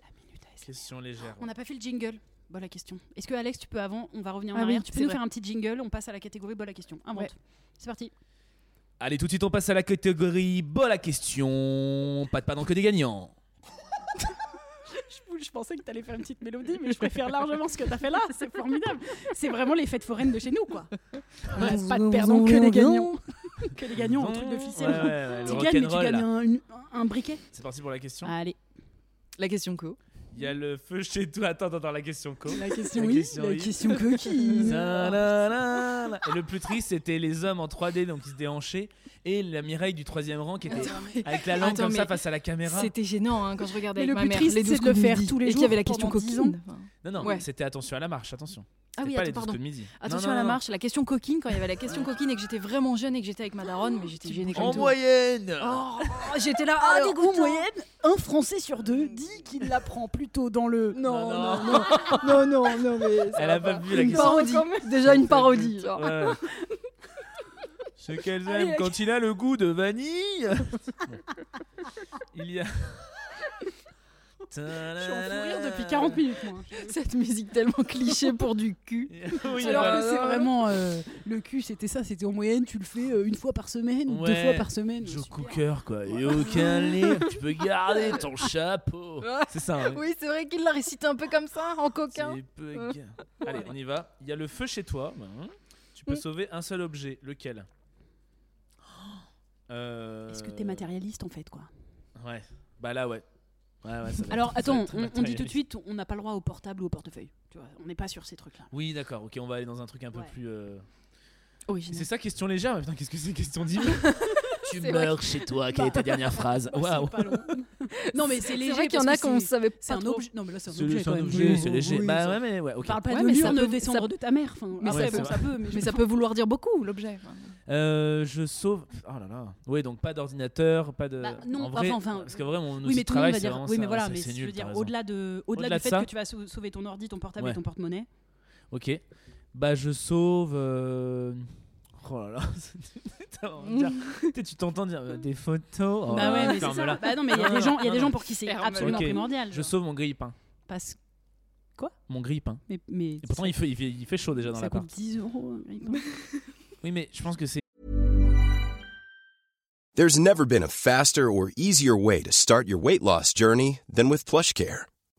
Speaker 1: La minute ASMR.
Speaker 4: Question légère.
Speaker 1: On n'a pas fait le jingle. Bon, la question. Est-ce que Alex, tu peux avant, on va revenir en
Speaker 3: Ah oui,
Speaker 1: arrière, tu peux
Speaker 3: c'est
Speaker 1: nous
Speaker 3: vrai.
Speaker 1: faire un petit jingle, on passe à la catégorie bol à question. Invente.
Speaker 3: Ouais.
Speaker 1: C'est parti.
Speaker 4: Allez, tout de suite, on passe à la catégorie bol à question. Pas de pas dans que des gagnants.
Speaker 1: Je, pensais que t'allais faire une petite mélodie, mais je préfère largement ce que t'as fait là, c'est formidable. C'est vraiment les fêtes foraines de chez nous, quoi. pas de perdants, que des gagnants. que des gagnants, un truc de ficelle.
Speaker 4: Ouais, ouais, ouais, le
Speaker 1: tu gagnes, mais tu
Speaker 4: rock'n'roll,
Speaker 1: gagnes
Speaker 4: là.
Speaker 1: un, une- un briquet.
Speaker 4: C'est parti pour la question.
Speaker 1: Allez,
Speaker 3: La question co.
Speaker 4: Il y a le feu chez toi. Attends, attends, attends, la question co.
Speaker 1: la question
Speaker 4: La
Speaker 1: oui,
Speaker 4: question
Speaker 1: la
Speaker 4: oui.
Speaker 1: question que qui
Speaker 4: La, la, la, la. Et le plus triste, c'était les hommes en 3D, donc ils se déhanchaient, et la Mireille du troisième rang qui était avec la langue
Speaker 3: Attends,
Speaker 4: comme
Speaker 3: mais
Speaker 4: ça face à la caméra.
Speaker 3: C'était gênant hein, quand je regardais
Speaker 1: Mais
Speaker 3: avec
Speaker 1: le plus
Speaker 3: ma mère
Speaker 1: triste,
Speaker 3: les
Speaker 1: c'est
Speaker 3: 12
Speaker 1: de le
Speaker 3: coups
Speaker 1: faire
Speaker 3: midi.
Speaker 1: tous les
Speaker 3: Et qu'il y avait la
Speaker 1: jours
Speaker 3: question
Speaker 1: pendant 10 ans.
Speaker 3: coquine. Enfin,
Speaker 4: Non, non,
Speaker 3: Ouais.
Speaker 4: c'était attention à la marche, attention.
Speaker 3: Ah
Speaker 4: C'était
Speaker 3: oui,
Speaker 4: pas
Speaker 3: attends,
Speaker 4: les 12
Speaker 3: pardon.
Speaker 4: coups de midi. Non,
Speaker 3: Attention
Speaker 4: non,
Speaker 3: à la
Speaker 4: non.
Speaker 3: marche, la question coquine, quand il y avait la question coquine et que j'étais vraiment jeune et que j'étais avec ma daronne, mais j'étais gênée comme
Speaker 4: En
Speaker 3: tout.
Speaker 4: moyenne
Speaker 3: Oh, j'étais là,
Speaker 1: Ah,
Speaker 3: alors,
Speaker 1: donc, en moyenne, un Français sur deux dit qu'il la prend plutôt dans le.
Speaker 4: Non, non,
Speaker 3: non, non, non, mais.
Speaker 4: Elle a pas vu la
Speaker 3: Une
Speaker 4: question.
Speaker 3: parodie, déjà une parodie. genre.
Speaker 4: Ouais. Ce qu'elles
Speaker 3: Allez,
Speaker 4: aiment
Speaker 3: la-
Speaker 4: quand il a le goût de vanille. Bon. Il y a.
Speaker 1: Je suis en fou rire depuis 40 minutes, moi.
Speaker 3: Cette musique tellement cliché pour du cul.
Speaker 4: Oui,
Speaker 1: Alors
Speaker 4: voilà.
Speaker 1: que c'est vraiment euh, le cul, c'était ça, c'était en moyenne, tu le fais euh, une fois par semaine ou deux
Speaker 4: Ouais.
Speaker 1: fois par semaine.
Speaker 4: Joe Cooker, quoi. Et aucun livre. Tu peux garder ton chapeau. C'est ça. hein.
Speaker 3: Oui, c'est vrai qu'il l'a récité un peu comme ça, en coquin.
Speaker 4: C'est peu gay. Allez, on y va. Il y a le feu chez toi. Bah, hein. Tu peux
Speaker 3: Mm.
Speaker 4: sauver un seul objet. Lequel Euh,
Speaker 1: Est-ce que t'es matérialiste en fait, quoi
Speaker 4: Ouais. Bah là, ouais. Ouais, ouais, ça doit
Speaker 1: Alors
Speaker 4: être- ça
Speaker 1: attends,
Speaker 4: doit être très
Speaker 1: on, on dit tout de
Speaker 4: matérialiste.
Speaker 1: suite, on n'a pas le droit au portable ou au portefeuille. Tu vois, on n'est pas sur ces trucs-là.
Speaker 4: Oui, d'accord, ok, on va aller dans un truc un peu
Speaker 1: Ouais.
Speaker 4: plus. euh, C'est
Speaker 3: Original.
Speaker 4: ça, question légère, mais putain, qu'est-ce que c'est, question deep Tu
Speaker 3: C'est
Speaker 4: meurs chez toi, quelle
Speaker 1: Bah.
Speaker 4: est ta dernière phrase Ah, Waouh
Speaker 1: C'est pas long. non mais c'est léger.
Speaker 3: C'est vrai qu'il y en a
Speaker 1: parce
Speaker 3: qu'on
Speaker 1: que c'est-
Speaker 3: savait pas.
Speaker 1: C'est un
Speaker 3: trop.
Speaker 1: objet. Non mais là c'est
Speaker 4: C'est
Speaker 1: un objet.
Speaker 4: c'est un
Speaker 1: quand même.
Speaker 4: objet,
Speaker 1: Oui,
Speaker 4: c'est
Speaker 1: oui,
Speaker 4: léger.
Speaker 1: oui,
Speaker 4: bah
Speaker 1: ça-
Speaker 4: ouais, mais ouais, ok.
Speaker 1: Parle pas
Speaker 3: Ouais,
Speaker 1: de
Speaker 3: mais
Speaker 1: mur,
Speaker 3: ça
Speaker 1: ne
Speaker 3: peut-
Speaker 1: descendre
Speaker 3: ça-
Speaker 1: de ta mère. enfin,
Speaker 3: Mais
Speaker 1: après,
Speaker 4: ça
Speaker 1: bon,
Speaker 4: peut-
Speaker 1: ça peut, mais je
Speaker 3: Mais ça peut vouloir dire beaucoup, l'objet.
Speaker 4: Euh, je sauve. Oh là là. Ouais, donc pas d'ordinateur, pas de.
Speaker 1: Bah, non,
Speaker 4: En vrai,
Speaker 1: enfin, enfin,
Speaker 4: Parce que vraiment, on
Speaker 1: Oui, mais tout le monde
Speaker 4: travail,
Speaker 1: va
Speaker 4: c'est
Speaker 1: dire.
Speaker 4: vraiment
Speaker 1: Oui,
Speaker 4: ça,
Speaker 1: mais voilà,
Speaker 4: c'est-
Speaker 1: mais
Speaker 4: c'est
Speaker 1: je
Speaker 4: nul,
Speaker 1: veux dire,
Speaker 4: t'as raison.
Speaker 1: au-delà de,
Speaker 4: Au-delà
Speaker 1: au-delà
Speaker 4: de
Speaker 1: du fait
Speaker 4: ça-
Speaker 1: que tu vas sau- sauver ton ordi, ton portable
Speaker 4: Ouais.
Speaker 1: et ton porte-monnaie.
Speaker 4: Ok. Bah, je sauve. euh, Oh là là. T'as envie de dire- Tu sais, tu t'entends dire euh, des photos. Oh
Speaker 1: bah
Speaker 4: là
Speaker 1: ouais,
Speaker 4: là,
Speaker 1: mais
Speaker 4: putain,
Speaker 1: c'est ça.
Speaker 4: mais là,
Speaker 1: Bah non, mais il y a
Speaker 4: Non,
Speaker 1: des
Speaker 4: non,
Speaker 1: gens, il y a
Speaker 4: non,
Speaker 1: des gens
Speaker 4: non.
Speaker 1: pour qui c'est
Speaker 3: Ferme.
Speaker 1: absolument
Speaker 4: Ok.
Speaker 1: primordial.
Speaker 4: Je
Speaker 1: genre.
Speaker 4: sauve mon grille-pain.
Speaker 1: Parce
Speaker 4: Mon grille-pain.
Speaker 1: mais mais
Speaker 4: Et pourtant, il fait, il fait, il fait chaud déjà dans
Speaker 1: ça coûte
Speaker 4: l'appart.
Speaker 1: 10 euros. euh, il pense.
Speaker 4: Oui, mais je pense que c'est
Speaker 2: There's never been a faster or easier way to start your weight loss journey than with PlushCare.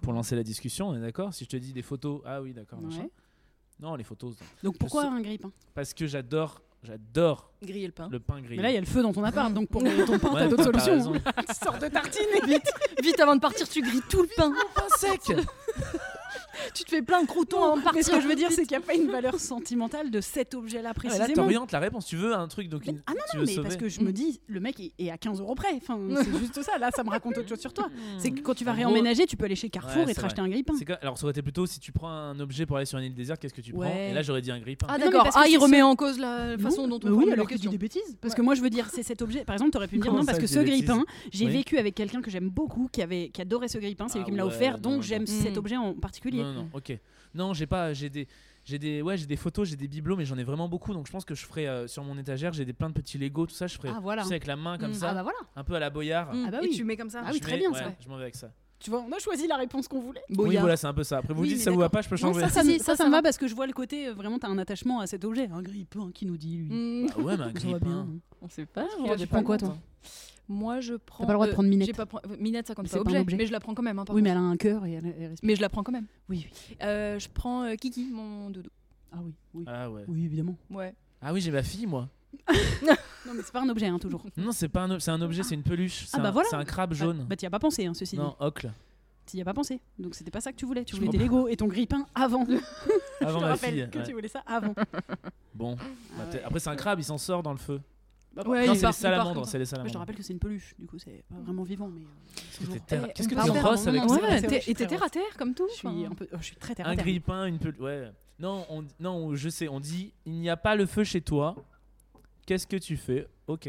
Speaker 4: pour lancer la discussion, on est d'accord Si je te dis des photos, ah oui, d'accord, machin.
Speaker 1: Ouais.
Speaker 4: Non, les photos. non.
Speaker 1: Donc pourquoi
Speaker 4: sais-
Speaker 1: un grille-pain
Speaker 4: Parce que j'adore, j'adore
Speaker 5: Griller le pain.
Speaker 4: le pain grillé.
Speaker 1: Mais là, il y a le feu dans ton appart, donc pour griller ton pain, t'as
Speaker 4: Ouais,
Speaker 1: d'autres
Speaker 4: t'as
Speaker 1: solutions.
Speaker 4: raison.
Speaker 1: Sors de tartine vite
Speaker 5: Vite avant de partir, tu grilles tout le pain.
Speaker 4: Pain sec
Speaker 5: tu te fais plein de croutons avant de partir.
Speaker 1: Mais ce que je veux dire, c'est qu'il n'y a pas une valeur sentimentale de cet objet-là
Speaker 4: Ah, mais Là,
Speaker 1: précisément.
Speaker 4: t'orientes la réponse. Tu veux un truc, donc une-
Speaker 1: ah non,
Speaker 4: tu
Speaker 1: non,
Speaker 4: veux
Speaker 1: mais parce
Speaker 4: sauver.
Speaker 1: que je me dis, le mec est- est à 15 euros près. Enfin, c'est juste ça. Là, ça me raconte autre chose sur toi. C'est que quand tu vas
Speaker 4: En gros-
Speaker 1: réemménager, tu peux aller chez Carrefour
Speaker 4: Ouais,
Speaker 1: et te
Speaker 4: c'est
Speaker 1: racheter un grille-pain.
Speaker 4: Hmm. C'est quoi- Alors, ça aurait été plutôt si tu prends un objet pour aller sur une île déserte, qu'est-ce que tu prends
Speaker 1: Ouais.
Speaker 4: Et là, j'aurais dit un grille
Speaker 5: Ah
Speaker 1: Non, mais
Speaker 5: d'accord,
Speaker 1: parce que
Speaker 5: ah il
Speaker 1: c'est-
Speaker 5: remet en cause la façon
Speaker 1: Non, mais
Speaker 5: dont on
Speaker 1: oui,
Speaker 5: formule la
Speaker 1: alors que tu
Speaker 5: question.
Speaker 1: dis des bêtises. Parce que moi, je veux dire, c'est cet objet. Par exemple, t'aurais pu me dire
Speaker 4: Comment
Speaker 1: non,
Speaker 4: ça,
Speaker 1: parce que
Speaker 4: c'est
Speaker 1: ce
Speaker 4: des
Speaker 1: grille-pain, j'ai
Speaker 4: Oui.
Speaker 1: vécu avec quelqu'un que j'aime beaucoup, qui avait, qui adorait ce grille-pain, c'est
Speaker 4: Ah
Speaker 1: lui qui me l'a
Speaker 4: ouais,
Speaker 1: offert,
Speaker 4: non,
Speaker 1: donc
Speaker 4: non.
Speaker 1: j'aime cet
Speaker 5: Mm.
Speaker 1: objet en particulier.
Speaker 4: Non, non, non, ok. Non, j'ai pas. J'ai des. J'ai des, ouais, j'ai des photos, j'ai des bibelots, mais j'en ai vraiment beaucoup. Donc je pense que je ferai euh, sur mon étagère, j'ai des plein de petits Lego, tout ça. Je ferai
Speaker 1: Ah voilà.
Speaker 4: tu sais, avec la main comme
Speaker 5: Mm.
Speaker 4: ça,
Speaker 1: Ah bah voilà.
Speaker 4: un peu à la boyard.
Speaker 5: Mm.
Speaker 1: Ah bah
Speaker 5: Et
Speaker 1: oui.
Speaker 5: tu mets comme ça.
Speaker 1: Ah oui,
Speaker 4: Je
Speaker 1: très
Speaker 4: mets-
Speaker 1: bien,
Speaker 4: ouais,
Speaker 1: ça.
Speaker 4: Je m'en vais avec ça.
Speaker 1: Tu vois, on a choisi la réponse qu'on voulait.
Speaker 4: Oui,
Speaker 5: Boyard.
Speaker 4: voilà, c'est un peu ça. Après, vous
Speaker 1: Oui,
Speaker 4: dites
Speaker 1: mais
Speaker 4: ça vous va
Speaker 1: d'accord.
Speaker 4: pas, je peux
Speaker 1: Non,
Speaker 4: changer.
Speaker 1: ça, ça,
Speaker 5: Si,
Speaker 1: me-
Speaker 5: ça,
Speaker 1: ça, ça
Speaker 5: ça
Speaker 1: me
Speaker 5: va.
Speaker 1: va parce que je vois le côté euh, vraiment t'as un attachement à cet objet, un grille-pain qui nous dit lui.
Speaker 3: Mm.
Speaker 4: Ah ouais, mais un
Speaker 1: Ça va
Speaker 4: grille
Speaker 1: bien.
Speaker 3: On sait pas.
Speaker 1: qu'il a
Speaker 3: je
Speaker 1: des
Speaker 3: sais pas
Speaker 1: prends quoi,
Speaker 3: comment.
Speaker 1: toi
Speaker 3: Moi je prends.
Speaker 1: pas le droit de
Speaker 3: euh,
Speaker 1: prendre Minette.
Speaker 3: j'ai pas pr- Minette ça compte
Speaker 1: C'est
Speaker 3: pas,
Speaker 1: pas un
Speaker 3: objet,
Speaker 1: objet.
Speaker 3: mais je la prends quand même. hein, par
Speaker 1: Oui, mais
Speaker 3: contre.
Speaker 1: elle a un cœur et elle, elle respecte.
Speaker 3: mais je la prends quand même.
Speaker 1: Oui, oui.
Speaker 3: Euh, je prends euh, Kiki, mon doudou.
Speaker 1: Ah oui, oui.
Speaker 4: Ah ouais.
Speaker 1: Oui, évidemment.
Speaker 3: Ouais.
Speaker 4: Ah oui, j'ai ma fille, moi.
Speaker 1: Non, mais c'est pas un objet, hein, toujours.
Speaker 4: Non, c'est pas un, ob- c'est un objet, c'est une peluche. C'est
Speaker 1: Ah bah
Speaker 4: un,
Speaker 1: voilà.
Speaker 4: c'est un crabe jaune.
Speaker 1: Bah, t'y as pas pensé, hein, ceci
Speaker 4: non, ocle.
Speaker 1: dit. T'y as pas pensé. Donc, c'était pas ça que tu voulais. Tu
Speaker 4: Je
Speaker 1: voulais tes
Speaker 4: comprends
Speaker 1: Lego et ton grille-pain avant.
Speaker 4: Avant
Speaker 1: Je te
Speaker 4: ma
Speaker 1: rappelle
Speaker 4: fille.
Speaker 1: que
Speaker 4: bah, ouais.
Speaker 1: tu voulais ça avant.
Speaker 4: Bon. bah,
Speaker 1: Ah
Speaker 4: t'es-
Speaker 1: ouais.
Speaker 4: Après, c'est un crabe, il s'en sort dans le feu.
Speaker 1: Bah,
Speaker 3: Ouais,
Speaker 4: non,
Speaker 3: il part- il
Speaker 4: c'est les
Speaker 3: part comme
Speaker 4: salamandres.
Speaker 3: ça.
Speaker 4: C'est les
Speaker 1: je te
Speaker 4: salamandres.
Speaker 1: rappelle que c'est une peluche, du coup, c'est pas vraiment vivant, mais. euh, toujours.
Speaker 4: T'es terre-
Speaker 3: Eh,
Speaker 4: Qu'est-ce que
Speaker 3: pardon.
Speaker 4: tu rosses avec
Speaker 1: Non,
Speaker 4: ça
Speaker 1: c'est vrai, c'est vrai,
Speaker 3: Ouais,
Speaker 1: je
Speaker 3: t'es-
Speaker 1: suis
Speaker 3: et t'es
Speaker 1: très
Speaker 3: terre à terre comme tout.
Speaker 1: Je suis,
Speaker 3: enfin.
Speaker 1: un peu... oh, je suis très terre à
Speaker 4: Un
Speaker 1: terre.
Speaker 4: grille-pain, une peluche. Ouais. Non, on... non, je sais, on dit il n'y a pas le feu chez toi. Qu'est-ce que tu fais Ok.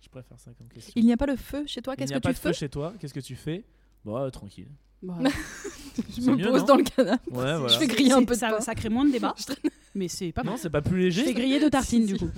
Speaker 4: Je préfère ça comme question.
Speaker 3: Il n'y a pas le feu chez toi,
Speaker 4: Il
Speaker 3: qu'est-ce
Speaker 4: n'y
Speaker 3: que
Speaker 4: a pas
Speaker 3: tu
Speaker 4: de feu
Speaker 3: fais
Speaker 4: chez toi. Qu'est-ce que tu fais Bah, euh, tranquille.
Speaker 1: Voilà.
Speaker 3: Je
Speaker 4: C'est
Speaker 3: me
Speaker 4: mieux, non
Speaker 3: pose dans le canapé.
Speaker 4: Ouais, voilà.
Speaker 3: fais griller un
Speaker 1: C'est-
Speaker 3: peu de
Speaker 1: ça,
Speaker 3: pain.
Speaker 1: ça crée moins de débats, mais c'est pas mal.
Speaker 4: Non, c'est pas plus
Speaker 1: Je fais
Speaker 4: léger.
Speaker 1: griller de tartines,
Speaker 3: Si,
Speaker 1: du coup.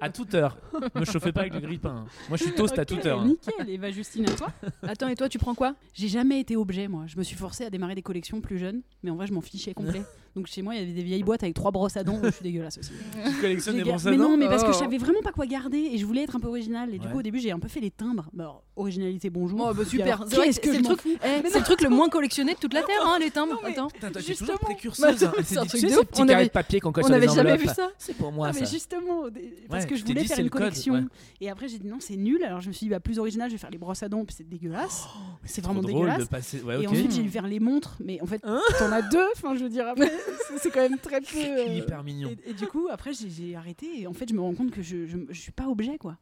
Speaker 4: À toute heure. Me chauffez pas avec le grille-pain. Moi, je suis toast à
Speaker 1: Ok,
Speaker 4: toute heure. hein.
Speaker 1: Nickel, et va Justine à toi.
Speaker 3: Attends, et toi, tu prends quoi
Speaker 1: J'ai jamais été objet, moi. Je me suis forcée à démarrer des collections plus jeunes, mais en vrai, je m'en fichais complet. Donc chez moi, il y avait des vieilles boîtes avec trois brosses à dents. Je suis dégueulasse aussi.
Speaker 4: Tu collectionnes
Speaker 1: J'ai
Speaker 4: des
Speaker 1: gar-
Speaker 4: brosses à
Speaker 1: mais
Speaker 4: dents
Speaker 1: non, mais parce que
Speaker 3: Oh.
Speaker 1: je savais vraiment pas quoi garder et je voulais être un peu originale. Et du
Speaker 4: Ouais.
Speaker 1: coup, au début, j'ai un peu fait les timbres. Bah, alors, originalité, bonjour.
Speaker 3: Oh, bah,
Speaker 1: Puis
Speaker 3: super.
Speaker 1: alors,
Speaker 3: C'est vrai que
Speaker 1: Qu'est-ce que
Speaker 3: c'est
Speaker 1: je
Speaker 3: le
Speaker 1: m'en
Speaker 3: truc-
Speaker 1: fous
Speaker 3: Eh,
Speaker 1: Mais
Speaker 3: c'est le truc le moins collectionné de toute la Terre, hein, les timbres.
Speaker 1: mais-
Speaker 3: Attends.
Speaker 4: Putain, toi, t'es
Speaker 3: Justement.
Speaker 4: toujours précurseuse. hein.
Speaker 3: C'est un
Speaker 4: Tu
Speaker 3: truc
Speaker 4: sais,
Speaker 3: de
Speaker 4: ce
Speaker 3: ouf.
Speaker 4: petit
Speaker 3: On
Speaker 4: carré
Speaker 3: avait-
Speaker 4: de papier qu'on colle
Speaker 3: On
Speaker 4: sur les
Speaker 3: n'avait jamais vu
Speaker 4: enveloppes.
Speaker 3: ça.
Speaker 4: C'est pour moi
Speaker 1: Non, mais
Speaker 4: bah, ça.
Speaker 1: justement, au dé- parce
Speaker 4: Ouais,
Speaker 1: que
Speaker 4: je
Speaker 1: je
Speaker 4: t'ai
Speaker 1: voulais
Speaker 4: dit,
Speaker 1: faire
Speaker 4: c'est
Speaker 1: une
Speaker 4: le code,
Speaker 1: collection.
Speaker 4: ouais.
Speaker 1: Et après, j'ai dit non, c'est nul. Alors je me suis dit, bah, plus original, je vais faire les brosses à dents, puis c'est dégueulasse. c'est
Speaker 4: Oh, Trop
Speaker 1: vraiment
Speaker 4: drôle
Speaker 1: dégueulasse.
Speaker 4: de passer. Ouais,
Speaker 1: Et
Speaker 4: ok.
Speaker 1: ensuite, j'ai dû faire les montres, mais en fait,
Speaker 4: Hein
Speaker 1: t'en as deux. Enfin, je veux dire, après, c'est- c'est quand même très peu. euh,
Speaker 4: Hyper mignon.
Speaker 1: Et, et du coup, après, j'ai- j'ai arrêté. Et en fait, je me rends compte que je, je, je suis pas objet, quoi.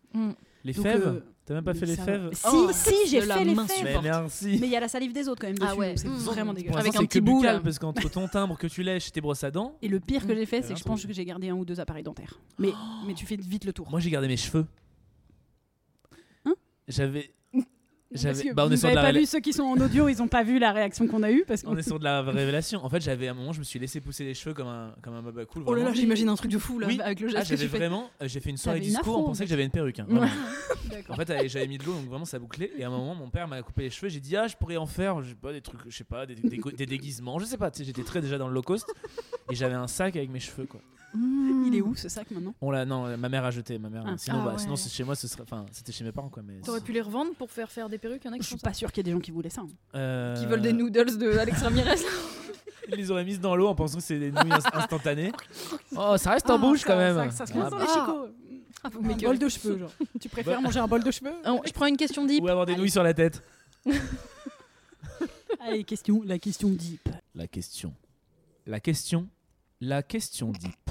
Speaker 4: Les
Speaker 1: Donc,
Speaker 4: fèves
Speaker 1: euh,
Speaker 4: T'as même pas
Speaker 1: mais
Speaker 4: fait les
Speaker 1: ça va.
Speaker 4: fèves
Speaker 1: Si,
Speaker 5: Oh,
Speaker 1: si, j'ai
Speaker 5: de la
Speaker 1: fait les
Speaker 5: mince
Speaker 1: fèves.
Speaker 4: Mais
Speaker 5: porte.
Speaker 4: merci.
Speaker 1: Mais il y a la salive des autres quand même.
Speaker 5: Ah
Speaker 1: dessus,
Speaker 5: ouais.
Speaker 1: donc C'est
Speaker 5: Mmh.
Speaker 1: vraiment
Speaker 4: Pour
Speaker 1: dégueulasse.
Speaker 5: Avec
Speaker 4: l'instant,
Speaker 5: un
Speaker 4: c'est que
Speaker 5: petit bout,
Speaker 4: buccal,
Speaker 5: là.
Speaker 4: parce qu'entre ton timbre que tu lèches et tes brosses à dents,
Speaker 1: Et le pire que j'ai fait, c'est que je
Speaker 4: Vingt
Speaker 1: pense que j'ai gardé un ou deux appareils dentaires. Mais, mais tu fais vite le tour.
Speaker 4: moi j'ai gardé mes cheveux.
Speaker 1: Hein
Speaker 4: J'avais.
Speaker 1: Parce que
Speaker 4: J'avais. Bah, on
Speaker 1: vous
Speaker 4: est sur de
Speaker 1: n'avez
Speaker 4: la
Speaker 1: pas
Speaker 4: réla-
Speaker 1: vu ceux qui sont en audio, ils n'ont pas vu la réaction qu'on a eue parce
Speaker 4: on
Speaker 1: qu'on
Speaker 4: est sur de la révélation. En fait, j'avais à un moment, je me suis laissé pousser les cheveux comme un comme un baba cool.
Speaker 5: Oh là là,
Speaker 4: vraiment.
Speaker 5: j'imagine un truc de fou là
Speaker 4: Oui.
Speaker 5: avec le
Speaker 4: Ah,
Speaker 5: geste que
Speaker 4: j'avais
Speaker 5: tu fais.
Speaker 4: vraiment, euh, j'ai fait une soirée
Speaker 1: T'avais une
Speaker 4: disco,
Speaker 1: afro,
Speaker 4: on
Speaker 1: en
Speaker 4: pensait
Speaker 1: fait.
Speaker 4: que j'avais une perruque. hein,
Speaker 5: Ouais.
Speaker 4: vraiment. en fait, euh, j'avais mis de l'eau, donc vraiment ça bouclait. Et à un moment, mon père m'a coupé les cheveux. J'ai dit, ah, je pourrais en faire, je sais pas, des trucs, je sais pas, des, des- des déguisements, je sais pas. Tu sais, J'étais très déjà dans le low cost. et j'avais un sac avec mes cheveux, quoi.
Speaker 1: Il est où ce sac maintenant
Speaker 4: On l'a, non, euh, ma mère a jeté, ma mère.
Speaker 1: Ah.
Speaker 4: Sinon,
Speaker 5: Ah
Speaker 4: bah,
Speaker 5: ouais.
Speaker 4: sinon, c'est chez moi, ce serait, enfin, c'était chez mes parents, quoi. Mais
Speaker 3: T'aurais pu les revendre pour faire faire des perruques, il y en a
Speaker 1: Je
Speaker 3: qui
Speaker 1: suis
Speaker 3: font ça.
Speaker 1: pas sûre qu'il y ait des gens qui voulaient ça.
Speaker 4: Euh,
Speaker 3: Qui veulent des noodles de Alex Ramirez.
Speaker 4: Ils les auraient mises dans l'eau en pensant que c'est des nouilles inst- instantanées. Oh, ça reste en
Speaker 1: Ah,
Speaker 4: bouche
Speaker 1: ça-
Speaker 4: quand même.
Speaker 1: ça- ça se mange
Speaker 4: Ah,
Speaker 1: dans
Speaker 4: bah.
Speaker 1: les
Speaker 5: bah.
Speaker 1: chicots.
Speaker 5: Ah, vous
Speaker 1: Un
Speaker 5: m'écoeurez.
Speaker 1: bol de cheveux, genre. Tu préfères
Speaker 4: Bah.
Speaker 1: manger un bol de cheveux
Speaker 3: Alors, Oh, Je prends une question deep.
Speaker 4: Ou avoir des nouilles sur la tête.
Speaker 1: Allez, question, la question deep.
Speaker 4: La question. La question. La question deep.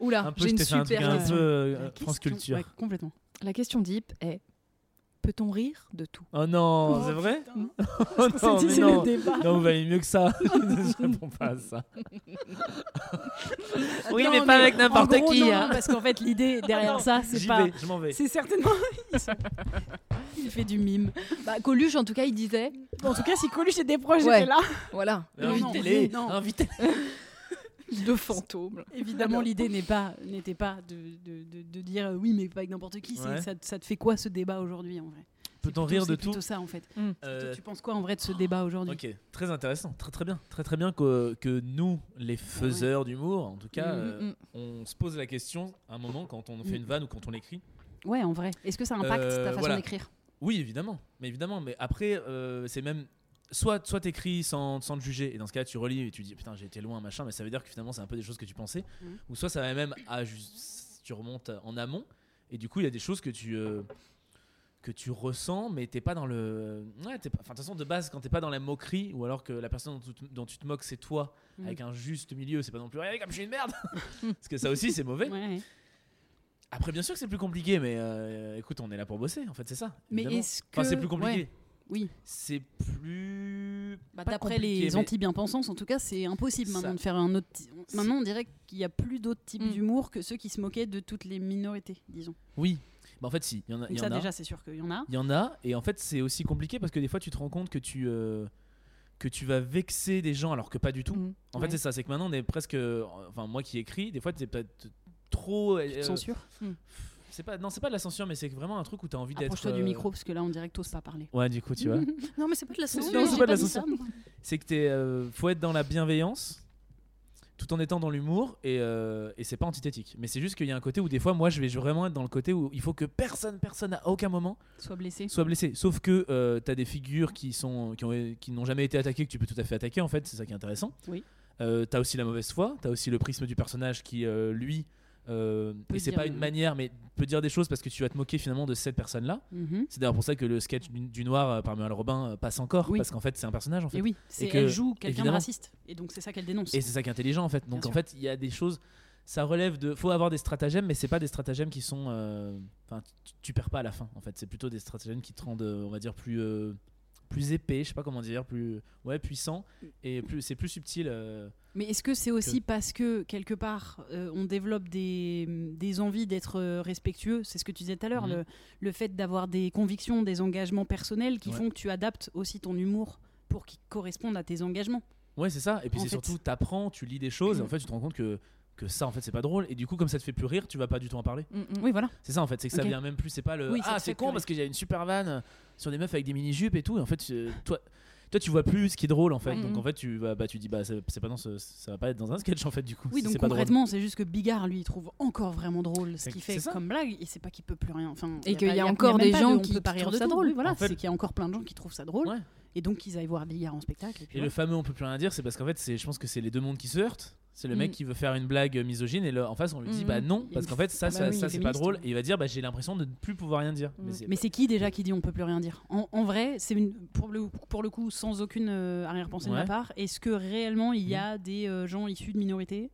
Speaker 3: Oula,
Speaker 1: Ah,
Speaker 4: un peu,
Speaker 3: j'ai
Speaker 4: je
Speaker 3: une
Speaker 4: t'ai fait un
Speaker 3: super
Speaker 4: truc un
Speaker 3: question.
Speaker 4: peu euh,
Speaker 1: La
Speaker 4: France
Speaker 1: question-
Speaker 4: Culture.
Speaker 1: ouais, complètement.
Speaker 3: La question deep est peut-on rire de tout
Speaker 4: Oh non,
Speaker 1: Oh,
Speaker 4: c'est vrai
Speaker 1: putain.
Speaker 4: Oh
Speaker 1: On
Speaker 4: non,
Speaker 1: s'est dit,
Speaker 4: mais
Speaker 1: c'est le
Speaker 4: non.
Speaker 1: débat.
Speaker 4: Non, vous valez mieux que ça. je réponds pas à ça. oui,
Speaker 1: Non,
Speaker 4: mais pas avec n'importe
Speaker 1: en gros,
Speaker 4: qui.
Speaker 1: non,
Speaker 4: hein.
Speaker 1: Parce qu'en fait, l'idée derrière
Speaker 4: Non,
Speaker 1: ça, c'est
Speaker 4: J'y
Speaker 1: pas.
Speaker 4: vais, je m'en vais.
Speaker 1: C'est certainement. Il fait du mime.
Speaker 3: Bah Coluche en tout cas il disait
Speaker 1: En tout cas, si Coluche était proche,
Speaker 3: Ouais.
Speaker 1: j'étais là.
Speaker 3: voilà
Speaker 1: Non, non,
Speaker 4: Invitez-les.
Speaker 1: non.
Speaker 4: Invitez.
Speaker 3: deux fantômes.
Speaker 1: Évidemment, l'idée n'est pas, n'était pas de, de, de, de dire euh, oui, mais pas avec n'importe qui. c'est-
Speaker 4: Ouais.
Speaker 1: Ça, ça te fait quoi ce débat aujourd'hui en vrai C'est plutôt-
Speaker 4: Peut-on rire de
Speaker 1: c'est
Speaker 4: tout
Speaker 1: plutôt ça en fait.
Speaker 4: Euh,
Speaker 1: Tu penses quoi en vrai de ce débat aujourd'hui
Speaker 4: Ok, très intéressant, très très bien, très très bien que, que nous, les faiseurs d'humour, en tout cas, euh,
Speaker 3: Mm, mm,
Speaker 4: on se pose la question à un moment quand on fait une vanne ou quand on l'écrit.
Speaker 1: Ouais, en vrai. Est-ce que ça impacte
Speaker 4: Euh,
Speaker 1: ta façon
Speaker 4: voilà.
Speaker 1: d'écrire
Speaker 4: Oui, évidemment, mais évidemment, mais après, euh, c'est même soit soit t'écris sans, sans te juger et dans ce cas tu relis et tu dis putain j'ai été loin machin mais ça veut dire que finalement c'est un peu des choses que tu pensais
Speaker 1: Mhm.
Speaker 4: ou soit ça va même à ju- tu remontes en amont et du coup il y a des choses que tu euh, que tu ressens mais t'es pas dans le ouais t'es pas enfin de toute façon de base quand t'es pas dans la moquerie ou alors que la personne dont tu te, dont tu te moques c'est toi
Speaker 1: Mhm.
Speaker 4: avec un juste milieu c'est pas non plus regardez comme je suis une merde parce que ça aussi c'est mauvais
Speaker 1: Ouais, ouais.
Speaker 4: après bien sûr que c'est plus compliqué mais euh, écoute on est là pour bosser en fait c'est ça
Speaker 3: Mais
Speaker 4: évidemment.
Speaker 3: est-ce que.
Speaker 4: Enfin, c'est plus compliqué
Speaker 3: Ouais.
Speaker 1: Oui.
Speaker 4: c'est plus
Speaker 1: Bah,
Speaker 4: pas
Speaker 1: D'après
Speaker 4: compliqué,
Speaker 1: les
Speaker 4: mais-
Speaker 1: anti-bien-pensants, en tout cas, c'est impossible
Speaker 4: Ça- Mm.
Speaker 1: maintenant de faire un autre. ti- Maintenant, on dirait qu'il n'y a plus d'autres types
Speaker 3: Mm.
Speaker 1: d'humour que ceux qui se moquaient de toutes les minorités, disons.
Speaker 4: Oui, bah en fait si, il y en a, il
Speaker 1: Donc
Speaker 4: y
Speaker 1: ça,
Speaker 4: en a,
Speaker 1: déjà, c'est sûr qu'il y en a.
Speaker 4: il y en a, et en fait c'est aussi compliqué parce que des fois tu te rends compte que tu euh, que tu vas vexer des gens alors que pas du tout.
Speaker 3: Mhm.
Speaker 4: En
Speaker 1: Ouais.
Speaker 4: fait c'est ça, c'est que maintenant on est presque, euh, enfin moi qui écris, des fois t'es peut-être trop, euh,
Speaker 1: Censure.
Speaker 4: c'est pas, non c'est pas de la censure mais c'est vraiment un truc où t'as envie d'être.
Speaker 1: Approche-toi du
Speaker 4: euh,
Speaker 1: micro parce que là, on dirait que t'oses pas parler.
Speaker 4: Ouais du coup tu vois,
Speaker 5: Non, mais c'est pas de la censure.
Speaker 4: Non, c'est
Speaker 5: j'ai
Speaker 4: pas de la
Speaker 5: dit
Speaker 4: censure.
Speaker 5: ça, moi.
Speaker 4: c'est que t'es, euh, faut être dans la bienveillance tout en étant dans l'humour et, euh, et c'est pas antithétique mais c'est juste qu'il y a un côté où des fois moi je vais vraiment être dans le côté où il faut que personne personne à aucun moment
Speaker 1: Sois blessé.
Speaker 4: soit blessé. Sauf que euh, t'as des figures qui sont qui ont- qui n'ont jamais été attaquées que tu peux tout à fait attaquer en fait, c'est ça qui est intéressant.
Speaker 1: Oui.
Speaker 4: Euh, t'as aussi la mauvaise foi, t'as aussi le prisme du personnage qui euh, lui euh,
Speaker 1: Peut
Speaker 4: et c'est
Speaker 1: dire
Speaker 4: pas une
Speaker 1: oui.
Speaker 4: manière mais peut dire des choses parce que tu vas te moquer finalement de cette personne là.
Speaker 3: Mm-hmm.
Speaker 1: Mhm.
Speaker 4: C'est d'ailleurs pour ça que le sketch du, du noir euh, par Muriel Robin euh, passe encore
Speaker 1: Oui.
Speaker 4: parce qu'en fait c'est un personnage en fait.
Speaker 1: Et oui, c'est
Speaker 4: que,
Speaker 1: elle joue quelqu'un de
Speaker 4: évidemment.
Speaker 1: raciste. Et donc, c'est ça qu'elle dénonce.
Speaker 4: Et c'est ça qui est intelligent en fait. Donc
Speaker 1: Bien
Speaker 4: en fait, il y a des choses. Ça relève de. Faut avoir des stratagèmes, mais c'est pas des stratagèmes qui sont. euh, Enfin, tu, tu perds pas à la fin en fait. C'est plutôt des stratagèmes qui te rendent, euh, on va dire, plus. euh, plus épais, je sais pas comment dire, plus. Ouais, puissant.
Speaker 1: Mm.
Speaker 4: Et plus, c'est plus subtil. euh.
Speaker 1: Mais est-ce que c'est aussi parce que, quelque part, euh, on développe des, des envies d'être euh, respectueux C'est ce que tu disais tout à l'heure,
Speaker 4: Mhm.
Speaker 1: le, le fait d'avoir des convictions, des engagements personnels qui
Speaker 4: Ouais.
Speaker 1: font que tu adaptes aussi ton humour pour qu'il corresponde à tes engagements.
Speaker 4: Ouais, c'est ça. Et puis
Speaker 1: En
Speaker 4: c'est
Speaker 1: fait- Mm.
Speaker 4: surtout, t'apprends, tu lis des choses, et en fait, tu te rends compte que. Que ça, en fait, c'est pas drôle. Et du coup, comme ça te fait plus rire, tu vas pas du tout en parler.
Speaker 3: Mm, mm.
Speaker 1: Oui, voilà.
Speaker 4: C'est ça, en fait. C'est que ça
Speaker 1: Ok.
Speaker 4: vient même plus. C'est pas le.
Speaker 1: Oui, ça
Speaker 4: ah,
Speaker 1: te fait
Speaker 4: c'est
Speaker 1: plus
Speaker 4: con
Speaker 1: rire.
Speaker 4: parce qu'il y a une super vanne sur des meufs avec des mini-jupes et tout. Et en fait, euh, toi. Toi, tu vois plus ce qui est drôle en fait.
Speaker 3: Ouais.
Speaker 4: Donc
Speaker 3: Mhm.
Speaker 4: en fait, tu vas, bah, tu dis bah c'est c'est pas dans ce- ça va pas être dans un sketch en fait du coup.
Speaker 1: Oui,
Speaker 4: si
Speaker 1: donc
Speaker 4: c'est pas drôle.
Speaker 1: concrètement, c'est juste que Bigard, lui, il trouve encore vraiment drôle ce
Speaker 4: C'est-
Speaker 1: qu'il
Speaker 4: c'est
Speaker 1: fait
Speaker 4: ça.
Speaker 1: comme blague, et c'est pas qu'il peut plus rien. Enfin,
Speaker 3: Et
Speaker 1: pas-
Speaker 3: qu'il y a
Speaker 1: même
Speaker 3: encore
Speaker 1: pas
Speaker 3: des
Speaker 1: de
Speaker 3: gens
Speaker 1: on
Speaker 3: qui
Speaker 1: peut pas rire
Speaker 3: trouvent
Speaker 1: de
Speaker 3: ça
Speaker 1: tout.
Speaker 3: drôle.
Speaker 1: Oui, voilà,
Speaker 4: En fait-
Speaker 1: c'est qu'il y a encore plein de gens qui trouvent ça drôle,
Speaker 4: Ouais.
Speaker 1: et donc qu'ils aillent voir Bigard en spectacle. Et puis
Speaker 4: Et le
Speaker 1: voilà.
Speaker 4: fameux on peut plus rien dire, c'est parce qu'en fait, c'est je pense que c'est les deux mondes qui se heurtent. C'est le mec
Speaker 3: Mhm.
Speaker 4: qui veut faire une blague misogyne et le- en face on lui dit
Speaker 3: Mhm.
Speaker 4: bah non
Speaker 1: Mm. Il y a
Speaker 4: parce
Speaker 1: une
Speaker 4: qu'en fait ça
Speaker 1: Ah bah
Speaker 4: ça,
Speaker 1: oui, il est
Speaker 4: ça, c'est pas
Speaker 1: féministe,
Speaker 4: drôle
Speaker 1: ouais.
Speaker 4: et il va dire bah j'ai l'impression de ne plus pouvoir rien dire.
Speaker 3: Mhm.
Speaker 1: Mais c'est qui déjà qui dit on peut plus rien dire en, en vrai, c'est une pour le, pour le coup sans aucune euh, arrière-pensée de ma
Speaker 4: Ouais. Mm.
Speaker 1: part. Est-ce que réellement il y a des euh, gens issus de minorités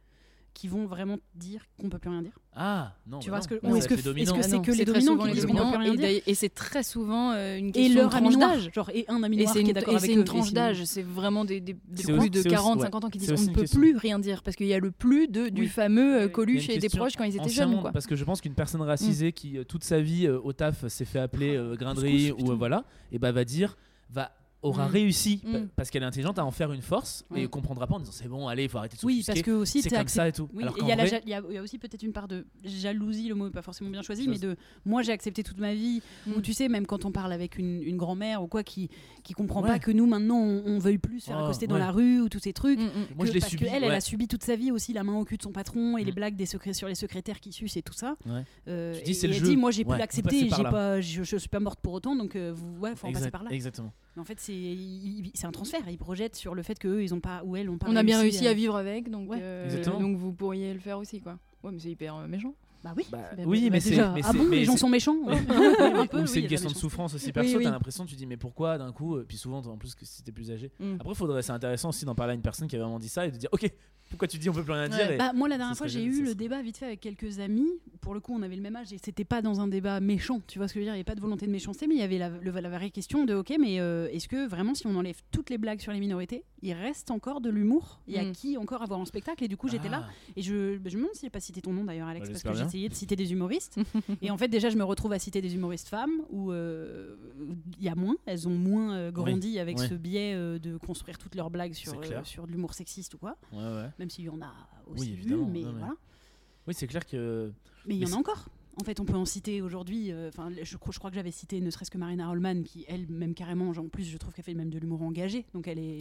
Speaker 1: qui vont vraiment dire qu'on peut plus rien dire
Speaker 4: ah non.
Speaker 1: Tu
Speaker 4: bah
Speaker 1: vois ce
Speaker 4: non.
Speaker 1: que-
Speaker 4: Ça,
Speaker 1: ou est-ce que
Speaker 4: c'est
Speaker 1: f-
Speaker 4: dominant.
Speaker 1: que c'est
Speaker 3: non,
Speaker 1: les
Speaker 3: très
Speaker 1: dominants
Speaker 3: souvent
Speaker 1: qui
Speaker 3: les
Speaker 1: disent qu'on peut
Speaker 3: dominants,
Speaker 1: plus rien
Speaker 3: et
Speaker 1: dire
Speaker 3: d'ailleurs- Et c'est très souvent euh, une
Speaker 1: Et
Speaker 3: question de
Speaker 1: leur ami
Speaker 3: tranche d'âge.
Speaker 1: noir, genre et un ami
Speaker 3: Et
Speaker 1: noir
Speaker 3: c'est
Speaker 1: qui est
Speaker 3: une,
Speaker 1: d'accord
Speaker 3: et
Speaker 1: avec
Speaker 3: c'est
Speaker 1: eux,
Speaker 3: une
Speaker 1: et
Speaker 3: tranche
Speaker 1: sinon-
Speaker 3: d'âge. C'est vraiment des, des, des
Speaker 4: C'est
Speaker 3: plus
Speaker 4: aussi-
Speaker 3: de
Speaker 4: c'est aussi-
Speaker 3: 40,
Speaker 4: ouais.
Speaker 3: 50 ans qui disent
Speaker 4: C'est
Speaker 3: on
Speaker 4: aussi
Speaker 3: ne
Speaker 4: une
Speaker 3: peut
Speaker 4: question.
Speaker 3: plus rien dire. Parce qu'il y a le plus de, du
Speaker 1: Oui.
Speaker 3: fameux euh,
Speaker 1: Oui.
Speaker 3: Coluche
Speaker 4: Il y a
Speaker 3: et
Speaker 4: une
Speaker 3: des
Speaker 4: question
Speaker 3: proches quand ils étaient
Speaker 4: Ancien
Speaker 3: jeunes.
Speaker 4: monde,
Speaker 3: Quoi.
Speaker 4: parce que je pense qu'une
Speaker 1: Mm.
Speaker 4: personne racisée qui euh, toute sa vie euh, au taf s'est fait appeler euh, grinderie ou euh, voilà, et bah va dire va aura
Speaker 3: Mm.
Speaker 4: réussi pa-
Speaker 3: Mm.
Speaker 4: parce qu'elle est intelligente à en faire une force et
Speaker 1: Ouais.
Speaker 4: comprendra pas en disant c'est bon allez il faut arrêter de
Speaker 1: Oui,
Speaker 4: s'offusquer.
Speaker 1: parce que aussi
Speaker 4: c'est
Speaker 1: t'es
Speaker 4: comme
Speaker 1: accep-
Speaker 4: ça et tout.
Speaker 1: Oui,
Speaker 4: Alors
Speaker 1: et il
Speaker 4: qu'en
Speaker 1: y, a la
Speaker 4: vrai,
Speaker 1: ja- il y a- il y a aussi peut-être une part de jalousie, le mot est pas forcément bien choisi,
Speaker 4: Chose.
Speaker 1: mais de moi j'ai accepté toute ma vie,
Speaker 3: Mm.
Speaker 1: ou tu sais, même quand on parle avec une, une grand-mère ou quoi qui, qui comprend pas
Speaker 4: Ouais.
Speaker 1: que nous maintenant on, on veuille plus se faire
Speaker 4: Oh,
Speaker 1: accoster dans
Speaker 4: ouais.
Speaker 1: la rue ou tous ces trucs.
Speaker 3: Mm, mm.
Speaker 4: moi je
Speaker 1: que-
Speaker 4: l'ai
Speaker 1: parce
Speaker 4: subi.
Speaker 1: qu'elle, elle
Speaker 4: ouais.
Speaker 1: a subi toute sa vie aussi la main au cul de son patron et les
Speaker 4: Mm.
Speaker 1: blagues des secrets sur les secrétaires qui sucent et tout ça.
Speaker 4: Ouais.
Speaker 1: Euh,
Speaker 4: Tu dis,
Speaker 1: et-
Speaker 4: c'est
Speaker 1: et
Speaker 4: le
Speaker 1: elle
Speaker 4: jeu.
Speaker 1: dit, moi j'ai
Speaker 4: Ouais,
Speaker 1: pu
Speaker 4: faut
Speaker 1: l'accepter,
Speaker 4: passer par
Speaker 1: j'ai
Speaker 4: là.
Speaker 1: pas, je, je suis pas morte pour autant, donc euh, vous- ouais, faut en passer
Speaker 4: Exact-
Speaker 1: par là. Bah
Speaker 4: Exactement.
Speaker 1: Mais en fait, c'est il- il- c'est un transfert. Ils projettent sur le fait qu'eux, ils ont pas ou elles ont pas.
Speaker 3: On a bien réussi
Speaker 1: euh,
Speaker 3: à vivre avec, donc,
Speaker 1: Ouais.
Speaker 3: euh,
Speaker 4: Exactement.
Speaker 3: donc vous pourriez le faire aussi. Quoi. Ouais, mais c'est hyper euh, méchant.
Speaker 1: Bah oui.
Speaker 3: Bah,
Speaker 4: oui,
Speaker 3: bah,
Speaker 4: mais c'est-
Speaker 1: Déjà,
Speaker 4: mais
Speaker 1: ah
Speaker 4: c'est-
Speaker 1: bon,
Speaker 4: mais
Speaker 1: les gens
Speaker 4: c'est-
Speaker 1: sont méchants. hein.
Speaker 4: Ouais.
Speaker 1: Un peu,
Speaker 4: Ou
Speaker 1: oui, il y a de la
Speaker 4: c'est une question de
Speaker 1: méchanceté.
Speaker 4: souffrance aussi perso,
Speaker 3: Oui, oui.
Speaker 4: t'as l'impression, tu dis mais pourquoi d'un coup, euh, puis souvent en plus que si t'es plus âgé.
Speaker 3: Mm.
Speaker 4: Après faudrait, c'est intéressant aussi d'en parler à une personne qui a vraiment dit ça et de dire ok, pourquoi tu dis on peut plus rien
Speaker 3: Ouais.
Speaker 4: dire et-
Speaker 1: Bah, moi, la dernière
Speaker 4: Ce
Speaker 1: fois,
Speaker 4: serait
Speaker 1: j'ai
Speaker 4: bien,
Speaker 1: eu
Speaker 4: c'est
Speaker 1: le
Speaker 4: ça.
Speaker 1: débat vite fait avec quelques amis. Pour le coup, on avait le même âge et c'était pas dans un débat méchant, tu vois ce que je veux dire. Il n'y avait pas de volonté de méchanceté, mais il y avait la, le- la vraie question de ok, mais euh, est-ce que vraiment, si on enlève toutes les blagues sur les minorités, il reste encore de l'humour Il y a
Speaker 3: Mm.
Speaker 1: qui encore à voir en spectacle Et du coup, j'étais là et je, bah, je me demande si j'ai pas cité ton nom d'ailleurs, Alex,
Speaker 4: Ah. Bah,
Speaker 1: parce
Speaker 4: j'espère
Speaker 1: que j'ai
Speaker 4: bien.
Speaker 1: essayé de citer des humoristes. et en fait, déjà, je me retrouve à citer des humoristes femmes où euh, il y a moins, elles ont moins euh, grandi avec
Speaker 4: ouais.
Speaker 1: ce biais euh, de construire toutes leurs blagues sur,
Speaker 4: C'est
Speaker 1: euh,
Speaker 4: clair.
Speaker 1: sur de l'humour sexiste ou quoi.
Speaker 4: Ah, ouais, ouais.
Speaker 1: Même s'il y en a aussi eu,
Speaker 4: évidemment,
Speaker 1: mais
Speaker 4: non, mais-
Speaker 1: voilà.
Speaker 4: Oui, c'est clair que
Speaker 1: Mais il y en
Speaker 4: Mais
Speaker 1: a
Speaker 4: c'est-
Speaker 1: encore. En fait, on peut en citer aujourd'hui. euh, Enfin, je, crois- je crois que j'avais cité ne serait-ce que Marina Rollman, qui elle, même carrément, genre, en plus, je trouve qu'elle fait même de l'humour engagé. Donc elle est.